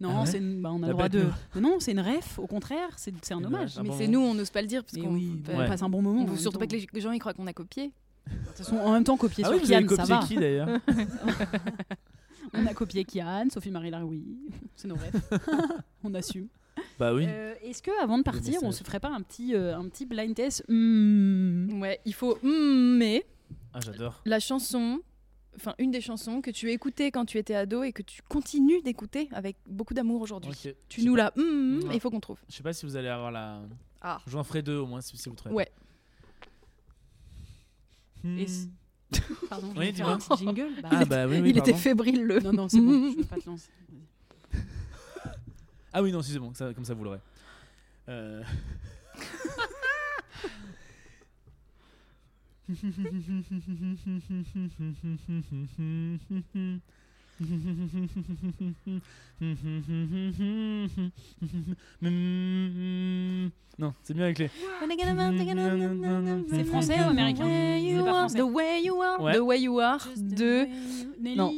Speaker 1: Non,
Speaker 4: Ah ouais
Speaker 1: c'est une- bah, on a
Speaker 4: La
Speaker 1: le droit
Speaker 4: bête
Speaker 1: de.
Speaker 4: noire. Eh ben,
Speaker 1: Mais non, c'est une ref. Au contraire, c'est c'est un
Speaker 4: Une
Speaker 1: hommage.
Speaker 4: ref.
Speaker 3: Mais
Speaker 4: bon
Speaker 3: c'est
Speaker 4: moment.
Speaker 3: nous, on n'ose pas le dire parce
Speaker 1: Mais
Speaker 3: qu'on
Speaker 1: oui,
Speaker 3: peut-
Speaker 1: on
Speaker 4: Ouais.
Speaker 1: passe un bon moment.
Speaker 3: on
Speaker 1: en
Speaker 3: veut
Speaker 1: même
Speaker 3: surtout pas
Speaker 1: temps.
Speaker 3: que les gens ils croient qu'on a copié.
Speaker 1: De toute façon, en même temps, copier
Speaker 4: Ah
Speaker 1: sur
Speaker 4: oui, vous avez
Speaker 1: Kian, ça va.
Speaker 4: copié qui d'ailleurs
Speaker 1: On a copié Kian, Sophie-Marie Laroui. C'est nos refs. on assume.
Speaker 4: Bah oui.
Speaker 1: Euh, Est-ce que avant de partir, on
Speaker 4: messages.
Speaker 1: se ferait pas un petit, euh, un petit blind test Hmm.
Speaker 3: Ouais, il faut. Hmm, mais
Speaker 4: Ah, j'adore.
Speaker 3: la chanson, enfin une des chansons que tu écoutais quand tu étais ado et que tu continues d'écouter avec beaucoup d'amour aujourd'hui.
Speaker 4: Ok.
Speaker 3: Tu
Speaker 4: Je sais
Speaker 3: nous
Speaker 4: pas-
Speaker 3: la. Hmm,
Speaker 4: Ouais.
Speaker 3: il faut qu'on trouve.
Speaker 4: Je sais pas si vous allez avoir la.
Speaker 3: Ah.
Speaker 4: Je vous en ferai deux au moins si, si vous trouvez.
Speaker 3: Ouais.
Speaker 4: Hmm.
Speaker 1: Et c- Pardon, je
Speaker 4: Oui,
Speaker 1: vais
Speaker 4: tu
Speaker 1: faire
Speaker 4: vois.
Speaker 1: un petit jingle. Bah,
Speaker 4: Ah bah oui, oui,
Speaker 3: il était
Speaker 4: pardon.
Speaker 3: fébrile le.
Speaker 1: Non, non, c'est bon, je veux pas te lancer.
Speaker 4: Ah oui, non, si c'est bon, ça- comme ça vous l'aurez. Euh. Non, c'est mieux avec les.
Speaker 1: C'est français ou américain C'est pas français.
Speaker 3: The Way You Are.
Speaker 4: Ouais.
Speaker 3: The Way You Are de.
Speaker 1: Nelly.
Speaker 3: Non.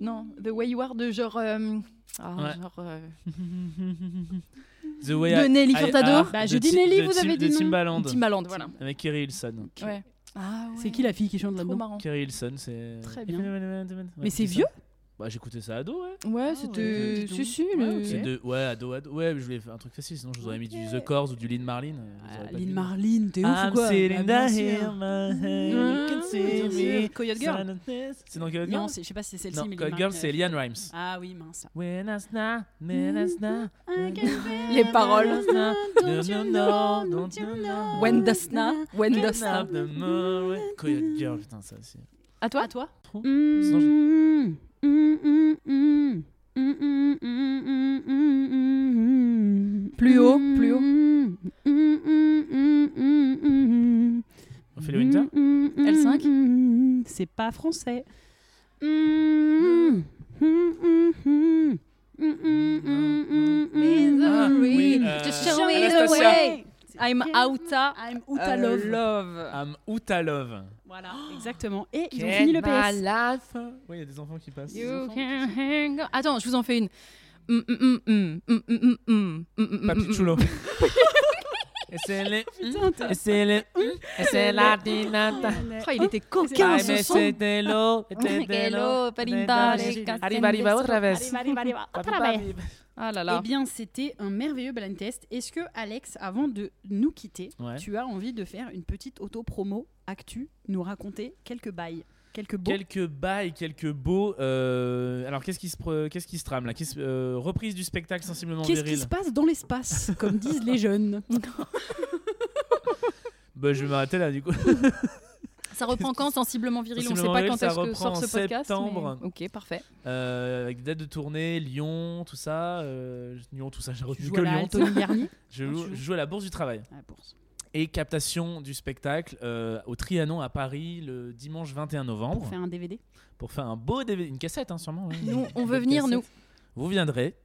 Speaker 3: Non, The Way You Are de genre. euh, ah,
Speaker 4: Ouais.
Speaker 3: genre euh,
Speaker 4: The Way
Speaker 3: De
Speaker 4: I-
Speaker 3: Nelly
Speaker 4: I
Speaker 3: Furtado.
Speaker 4: Are
Speaker 1: Bah,
Speaker 4: de
Speaker 1: je dis
Speaker 4: Ti-
Speaker 1: Nelly,
Speaker 4: de
Speaker 1: vous
Speaker 4: Tim-
Speaker 1: avez dit
Speaker 4: De
Speaker 1: non.
Speaker 4: Timbaland.
Speaker 3: Timbaland, voilà.
Speaker 4: Avec Kerry Hilson.
Speaker 3: Ouais. Ah,
Speaker 1: C'est qui la fille qui chante
Speaker 3: Trop
Speaker 1: là-dedans
Speaker 3: marrant.
Speaker 4: Kerry Hilson, c'est.
Speaker 1: Très bien.
Speaker 4: Ouais,
Speaker 1: Mais c'est
Speaker 4: ça.
Speaker 1: vieux
Speaker 4: Bah, j'écoutais ça ado, ouais.
Speaker 3: Ouais,
Speaker 1: Ah, ouais,
Speaker 3: c'était.
Speaker 1: dis
Speaker 3: Si,
Speaker 1: donc.
Speaker 3: si,
Speaker 1: Ouais,
Speaker 3: le-
Speaker 1: ok.
Speaker 4: C'est de... Ouais, ado, ado. Ouais, mais je voulais faire un truc facile, sinon je vous aurais mis du The Corrs ou du Lynn Marlin. euh, vous aurez pas
Speaker 1: Ah, Lynn
Speaker 4: deviné.
Speaker 1: Marlin, t'es ouf ou
Speaker 4: I'm
Speaker 1: quoi
Speaker 4: sitting
Speaker 1: Bah,
Speaker 4: down
Speaker 1: bien
Speaker 4: here,
Speaker 1: sûr. Mm,
Speaker 4: my hand, you can see me.
Speaker 1: Mmh. Coyote Girl
Speaker 4: Sign of this. C'est dans Code Girl
Speaker 1: Non, c'est- je sais pas si c'est celle-ci.
Speaker 4: Non,
Speaker 1: mais Lynn
Speaker 4: Code
Speaker 1: Marlin,
Speaker 4: Girl, c'est
Speaker 1: euh,
Speaker 4: Lian Rhymes.
Speaker 1: Ah oui, mince.
Speaker 4: When I sna- when
Speaker 1: Mm,
Speaker 4: I sna-
Speaker 3: Les paroles.
Speaker 4: Don't you know, don't you know.
Speaker 3: When does na When
Speaker 4: When
Speaker 3: does na
Speaker 4: of the moon, when- Coyote Girl, putain, ça aussi.
Speaker 3: À toi
Speaker 1: À toi
Speaker 4: Trop.
Speaker 1: Hmm.
Speaker 4: Sinon, j'ai-
Speaker 3: Plus haut, plus haut. Mm,
Speaker 1: Mm,
Speaker 4: On fait le Winter
Speaker 1: L5 C'est pas français. Mais
Speaker 4: Ah,
Speaker 1: Mm.
Speaker 4: oui, euh,
Speaker 5: Just show me the
Speaker 4: Anastasia.
Speaker 5: way.
Speaker 3: I'm outa.
Speaker 1: I'm
Speaker 3: euh, love.
Speaker 4: I'm Outa Love.
Speaker 1: Voilà, exactement. Et ils ont fini le PS.
Speaker 4: Oui, il y a des enfants qui passent.
Speaker 3: You can hang on- Attends, je vous en fais une. Mm, mm, mm, mm, mm, mm, mm, mm, mm, mm,
Speaker 4: Papi
Speaker 3: mm.
Speaker 4: Chulo. Et c'est les-
Speaker 1: Putain, t'es-
Speaker 4: et c'est les-
Speaker 3: Mmh.
Speaker 4: et c'est la dinata.
Speaker 3: Oh, il était
Speaker 1: Ah,
Speaker 3: coquin
Speaker 1: mais
Speaker 3: ce
Speaker 1: c'est-
Speaker 3: son.
Speaker 4: Hello,
Speaker 5: Hello,
Speaker 1: Arrive,
Speaker 5: parintale,
Speaker 4: arrive, otra vez.
Speaker 1: Arriva, arriva, arriva. Otra vez.
Speaker 3: Ah là
Speaker 1: Eh
Speaker 3: là.
Speaker 1: bien, c'était un merveilleux blind test. Est-ce que, Alex, avant de nous quitter,
Speaker 4: Ouais.
Speaker 1: tu as envie de faire une petite auto-promo actu, nous raconter quelques bails, quelques beaux
Speaker 4: Quelques bails, quelques beaux. euh, alors, qu'est-ce qui se, pre- qu'est-ce qui se trame là Qu'est-ce- euh, Reprise du spectacle sensiblement
Speaker 1: Qu'est-ce
Speaker 4: viril.
Speaker 1: qui se passe dans l'espace, comme disent les jeunes
Speaker 4: Bah, je vais m'arrêter là du coup.
Speaker 3: Ça reprend quand sensiblement viril On ne sait
Speaker 4: Sensiblement
Speaker 3: pas
Speaker 4: viril,
Speaker 3: quand
Speaker 4: ça
Speaker 3: est-ce que
Speaker 4: reprend
Speaker 3: sort
Speaker 4: en
Speaker 3: ce podcast. mais-
Speaker 4: septembre.
Speaker 3: Ok, parfait.
Speaker 4: Euh, avec des dates de tournée, Lyon, tout ça. euh, Lyon, tout ça, j'ai
Speaker 1: Tu
Speaker 4: retenu
Speaker 1: joues
Speaker 4: que
Speaker 1: à la
Speaker 4: Lyon.
Speaker 1: Anthony Garnier
Speaker 4: Je
Speaker 1: Ah, tu
Speaker 4: joue,
Speaker 1: joues.
Speaker 4: je joue à la Bourse du Travail.
Speaker 1: Ah, pour ça.
Speaker 4: Et captation du spectacle euh, au Trianon à Paris le dimanche 21 novembre.
Speaker 1: Pour faire un DVD
Speaker 4: pour faire un beau DVD, une cassette hein, sûrement. ouais.
Speaker 3: Nous, on veut
Speaker 4: Une
Speaker 3: venir,
Speaker 4: cassette.
Speaker 3: nous.
Speaker 4: Vous viendrez.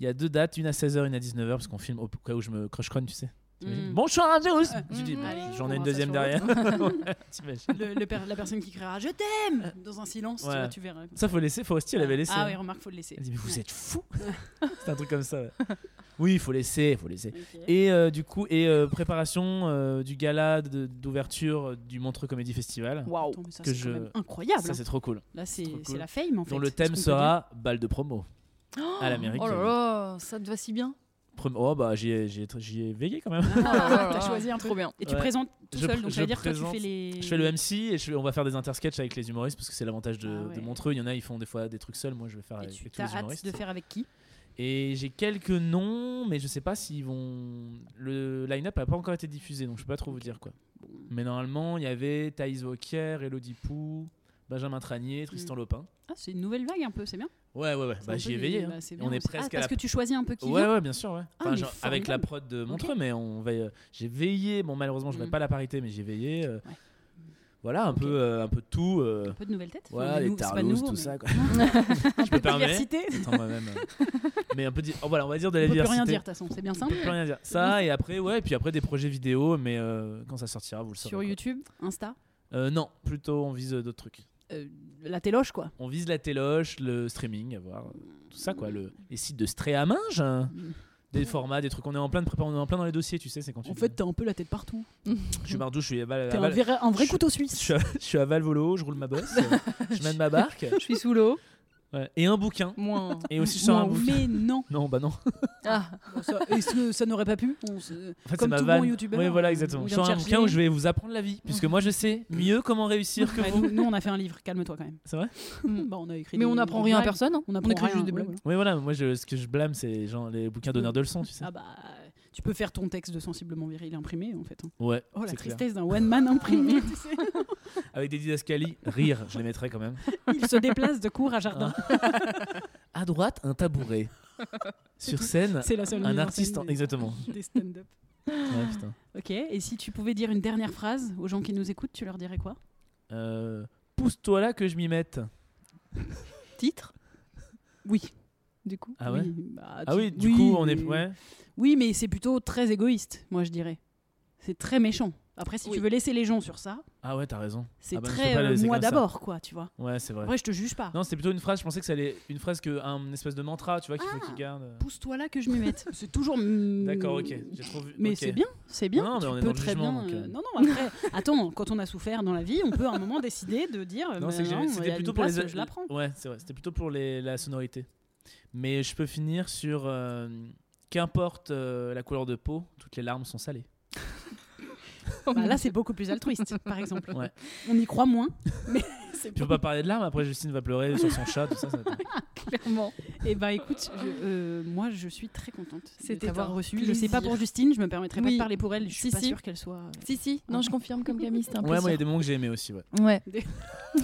Speaker 4: Il y a deux dates, une à 16h, une à 19h, parce qu'on filme au cas où je me crush crone, tu sais. T'imagines
Speaker 1: Mm.
Speaker 4: Bonjour à tous
Speaker 1: Euh,
Speaker 4: Tu dis,
Speaker 3: mm,
Speaker 4: bah,
Speaker 1: allez,
Speaker 4: j'en
Speaker 1: on
Speaker 4: ai
Speaker 1: va
Speaker 4: une deuxième
Speaker 1: ça
Speaker 4: derrière.
Speaker 1: sur
Speaker 4: Ouais, t'imagines.
Speaker 1: le, le per- La personne qui criera « Je t'aime !» dans un silence, tu,
Speaker 4: Euh. Ouais.
Speaker 1: vois, tu verras.
Speaker 4: Ça, faut laisser. Foresti, elle avait laissé. hein.
Speaker 1: Ah oui, remarque, faut le laisser.
Speaker 4: Elle dit, mais vous
Speaker 1: Ouais.
Speaker 4: êtes fou C'est un truc comme ça. ouais. Oui, il faut laisser, il faut laisser.
Speaker 1: Ok.
Speaker 4: Et euh, du coup, et euh, préparation euh, du gala de- d'ouverture euh, du Montreux Comédie Festival.
Speaker 3: Waouh.
Speaker 1: Attends, mais ça,
Speaker 4: que
Speaker 1: c'est
Speaker 4: je-
Speaker 1: quand même incroyable. hein.
Speaker 4: Ça, c'est trop cool.
Speaker 1: Là, c'est
Speaker 4: trop
Speaker 1: c'est
Speaker 4: cool.
Speaker 1: la fame, en fait.
Speaker 4: Dont le
Speaker 1: c'est ce
Speaker 4: thème
Speaker 1: qu'on peut
Speaker 4: sera balle de promo. à l'Amérique.
Speaker 3: Oh là
Speaker 4: euh,
Speaker 3: là, ça te va si bien.
Speaker 4: Prom- Oh bah j'y ai, j'y ai- j'y ai veillé quand même.
Speaker 1: dire. Ah, T'as
Speaker 3: Ah,
Speaker 1: choisi un
Speaker 3: Trop
Speaker 1: truc.
Speaker 3: bien.
Speaker 1: Et tu
Speaker 4: Ouais.
Speaker 1: présentes tout
Speaker 4: Je
Speaker 1: seul,
Speaker 4: pr-
Speaker 1: donc
Speaker 4: je
Speaker 1: ça veut dire que toi,
Speaker 4: présente-
Speaker 1: tu fais les.
Speaker 4: Je fais le MC et je fais- on va faire des intersketchs avec les humoristes parce que c'est l'avantage de,
Speaker 1: Ah ouais.
Speaker 4: de Montreux. Il y en a, ils font des fois des trucs seuls. Moi, je vais faire
Speaker 1: Et
Speaker 4: avec,
Speaker 1: tu
Speaker 4: avec tous les
Speaker 1: as hâte
Speaker 4: humoristes.
Speaker 1: de faire avec qui
Speaker 4: Et j'ai quelques noms, mais je sais pas s'ils vont. Le line-up a pas encore été diffusé, donc je peux pas trop vous dire quoi. Mais normalement, il y avait Thaïs Walker, Elodie Pou, Benjamin Tranier, Tristan Lopin.
Speaker 1: Ah, c'est une nouvelle vague un peu, c'est bien.
Speaker 4: Mm. Ouais, ouais, ouais.
Speaker 1: C'est un
Speaker 4: Bah, j'y
Speaker 1: peu
Speaker 4: ai
Speaker 1: des-
Speaker 4: veillé. hein.
Speaker 1: bah, c'est
Speaker 4: Et
Speaker 1: bien
Speaker 4: on est
Speaker 1: aussi.
Speaker 4: presque
Speaker 1: Ah,
Speaker 4: à
Speaker 1: parce
Speaker 4: la
Speaker 1: que tu choisis un peu qui
Speaker 4: Ouais,
Speaker 1: vient.
Speaker 4: ouais, bien sûr, ouais. Enfin,
Speaker 1: mais
Speaker 4: genre, avec la
Speaker 1: formidable.
Speaker 4: prod de Montreux, mais on va. y- euh, J'ai veillé. Bon, malheureusement, je n'aurai
Speaker 1: Mm.
Speaker 4: pas la parité, mais j'ai veillé. euh,
Speaker 1: Ouais.
Speaker 4: Voilà, un peu, euh, un peu de tout. euh,
Speaker 1: Un peu de nouvelles têtes.
Speaker 4: voilà, les tarlos, tout ça. Quoi. je peux permettre.
Speaker 1: Diversité.
Speaker 4: Attends, moi-même. euh, mais un peu. di- oh, voilà, on va dire de la
Speaker 1: On peut plus
Speaker 4: diversité.
Speaker 1: rien dire, de toute façon, c'est bien
Speaker 4: On
Speaker 1: simple.
Speaker 4: peut plus rien dire. Ça et après, ouais, et puis après des projets vidéo, mais euh, quand ça sortira, vous le saurez.
Speaker 1: Sur
Speaker 4: quoi.
Speaker 1: YouTube, Insta,
Speaker 4: Euh, Non, plutôt on vise euh, d'autres trucs.
Speaker 1: euh, la téloche, quoi.
Speaker 4: On vise la téloche, le streaming, à voir euh, tout ça quoi, le, les sites de streaminge, hein, des formats, des trucs. On est en plein de prépa- on est en plein dans les dossiers, tu sais, c'est quand tu.
Speaker 1: En fait, t'as un peu la tête partout.
Speaker 4: je suis mardou, je suis à Val-
Speaker 1: T'es
Speaker 4: à
Speaker 1: un
Speaker 4: Val-
Speaker 1: vrai, un vrai
Speaker 4: Ah, bah, je-
Speaker 1: couteau
Speaker 4: je
Speaker 1: suisse.
Speaker 4: suis à- je suis à Valvolo, je roule ma bosse, euh, je mène ma barque
Speaker 3: Je suis sous l'eau.
Speaker 4: ouais, et un bouquin.
Speaker 3: Moins.
Speaker 4: Et aussi sur un
Speaker 1: Wow.
Speaker 4: bouquin.
Speaker 1: Mais non.
Speaker 4: Non, bah non.
Speaker 3: Ah,
Speaker 1: Bon, ça- Est-ce que ça n'aurait pas pu On se-
Speaker 4: En fait,
Speaker 1: Comme
Speaker 4: c'est ma
Speaker 1: tout
Speaker 4: vanne.
Speaker 1: bon youtubeur.
Speaker 4: Oui, voilà,
Speaker 1: On
Speaker 4: exactement.
Speaker 1: vient de
Speaker 4: Sur un
Speaker 1: chercher.
Speaker 4: bouquin où je vais vous apprendre la vie, puisque moi je sais mieux comment réussir que
Speaker 1: Ouais,
Speaker 4: vous.
Speaker 1: nous, nous, on a fait un livre, calme-toi quand même.
Speaker 4: C'est vrai
Speaker 1: Bah, on a écrit
Speaker 3: mais
Speaker 1: des-
Speaker 3: on n'apprend
Speaker 1: des
Speaker 3: rien à
Speaker 1: blagues.
Speaker 3: personne. hein.
Speaker 1: On apprend
Speaker 3: écrit
Speaker 1: rien,
Speaker 3: juste des
Speaker 1: ouais,
Speaker 3: blagues.
Speaker 4: Oui, voilà, moi je, ce que je blâme, c'est genre les bouquins d'honneur de leçons, tu sais.
Speaker 1: Ah bah, tu peux faire ton texte de sensiblement viril imprimé en fait. hein.
Speaker 4: Ouais,
Speaker 1: Oh la
Speaker 4: c'est clair.
Speaker 1: tristesse d'un one man imprimé, tu sais.
Speaker 4: Avec des didascalies, rire, je les mettrais quand même. Hein.
Speaker 1: Il se déplace de cours à jardin.
Speaker 4: À droite, un tabouret. Sur scène,
Speaker 1: C'est la seule.
Speaker 4: un
Speaker 1: mise en
Speaker 4: artiste.
Speaker 1: scène
Speaker 4: en-
Speaker 1: des-
Speaker 4: Exactement.
Speaker 1: des stand-up.
Speaker 4: Ouais, putain.
Speaker 1: Ok. Et si tu pouvais dire une dernière phrase aux gens qui nous écoutent, tu leur dirais quoi
Speaker 4: Euh, Pousse-toi là que je m'y mette.
Speaker 3: Titre
Speaker 1: Oui.
Speaker 3: du coup.
Speaker 4: Ah ouais
Speaker 1: Oui, bah,
Speaker 4: Ah
Speaker 1: tu-
Speaker 4: oui, du coup, on est.
Speaker 1: mais-
Speaker 4: Ouais.
Speaker 1: Oui, mais c'est plutôt très égoïste, moi je dirais. C'est très méchant. Après, si
Speaker 5: Oui.
Speaker 1: tu veux laisser les gens sur ça,
Speaker 4: Ah ouais, t'as raison.
Speaker 1: c'est
Speaker 4: Ah bah, je peux
Speaker 1: très
Speaker 4: pas
Speaker 1: euh,
Speaker 4: laisser
Speaker 1: moi
Speaker 4: comme ça.
Speaker 1: d'abord, quoi, tu vois.
Speaker 4: Ouais, c'est vrai.
Speaker 1: Après, je te juge pas.
Speaker 4: Non, c'était plutôt une phrase. Je pensais que ça allait une phrase que un espèce de mantra, tu vois, qu'il faut
Speaker 1: Ah.
Speaker 4: qu'il garde.
Speaker 1: Pousse-toi là que je m'y mette. c'est toujours. mm,
Speaker 4: D'accord, ok. J'ai trop vu.
Speaker 1: Mais
Speaker 4: ok.
Speaker 1: c'est bien, c'est bien.
Speaker 4: Non, mais
Speaker 1: tu
Speaker 4: on est
Speaker 1: peux
Speaker 4: dans le
Speaker 1: très
Speaker 4: jugement,
Speaker 1: bien.
Speaker 4: donc,
Speaker 1: euh,
Speaker 4: euh.
Speaker 1: Non, non, après, attends, quand on a souffert dans la vie, on peut à un moment décider de dire.
Speaker 4: Non,
Speaker 1: bah,
Speaker 4: c'est que
Speaker 1: non,
Speaker 4: j'avais-
Speaker 1: il y
Speaker 4: c'était
Speaker 1: a
Speaker 4: plutôt
Speaker 1: une
Speaker 4: pour
Speaker 1: place,
Speaker 4: les.
Speaker 1: Je la prends.
Speaker 4: Ouais, c'est vrai. C'était plutôt pour les- la sonorité. Mais je peux finir sur euh, qu'importe euh, la couleur de peau, toutes les larmes sont salées.
Speaker 1: Bah, là, c'est beaucoup plus altruiste, par exemple.
Speaker 4: Ouais.
Speaker 1: On y croit moins. Mais c'est
Speaker 4: Tu peux pas parler de larmes. Après, Justine va pleurer sur son chat, tout ça. ça va être-
Speaker 5: clairement.
Speaker 1: Et bah écoute, je- euh, moi je suis très contente de
Speaker 5: C'était
Speaker 1: t'avoir
Speaker 5: un
Speaker 1: reçu. Je sais pas
Speaker 5: plaisir.
Speaker 1: pour Justine, je me permettrai pas de
Speaker 5: Oui.
Speaker 1: parler pour elle. Je suis
Speaker 5: Si,
Speaker 1: pas
Speaker 5: si.
Speaker 1: sûre qu'elle soit. euh,
Speaker 5: Si, si. Non, je confirme comme Camille, c'était un
Speaker 4: Ouais, moi, il y a
Speaker 5: plaisir.
Speaker 4: des moments que j'ai aimé aussi. Ouais.
Speaker 5: Ouais.
Speaker 1: Des-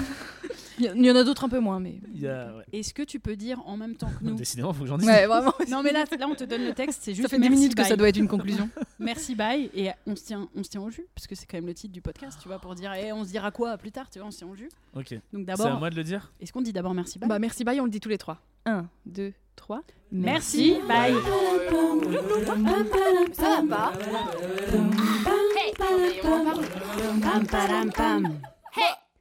Speaker 5: Il y en- il y en a d'autres un peu moins, mais.
Speaker 4: Il y a- ouais.
Speaker 1: Est-ce que tu peux dire en même temps que nous
Speaker 4: Décidément, faut que j'en dise.
Speaker 5: Ouais, vraiment.
Speaker 1: Non mais là, là on te donne le texte, c'est juste.
Speaker 5: Ça fait 10 minutes que ça
Speaker 1: bye.
Speaker 5: doit être une conclusion.
Speaker 1: Merci bye et on se tient, on se tient au jus parce que c'est quand même le titre du podcast, tu vois, pour dire et on se dira quoi plus tard, tu vois, on se tient au jus.
Speaker 4: Ok.
Speaker 1: Donc
Speaker 4: C'est à
Speaker 1: d'abord,
Speaker 4: moi de le dire.
Speaker 1: est-ce qu'on dit d'abord merci bye
Speaker 5: Bah, merci, bye, on le dit tous les trois. 1, 2, 3.
Speaker 1: Merci bye. Pam pam pam.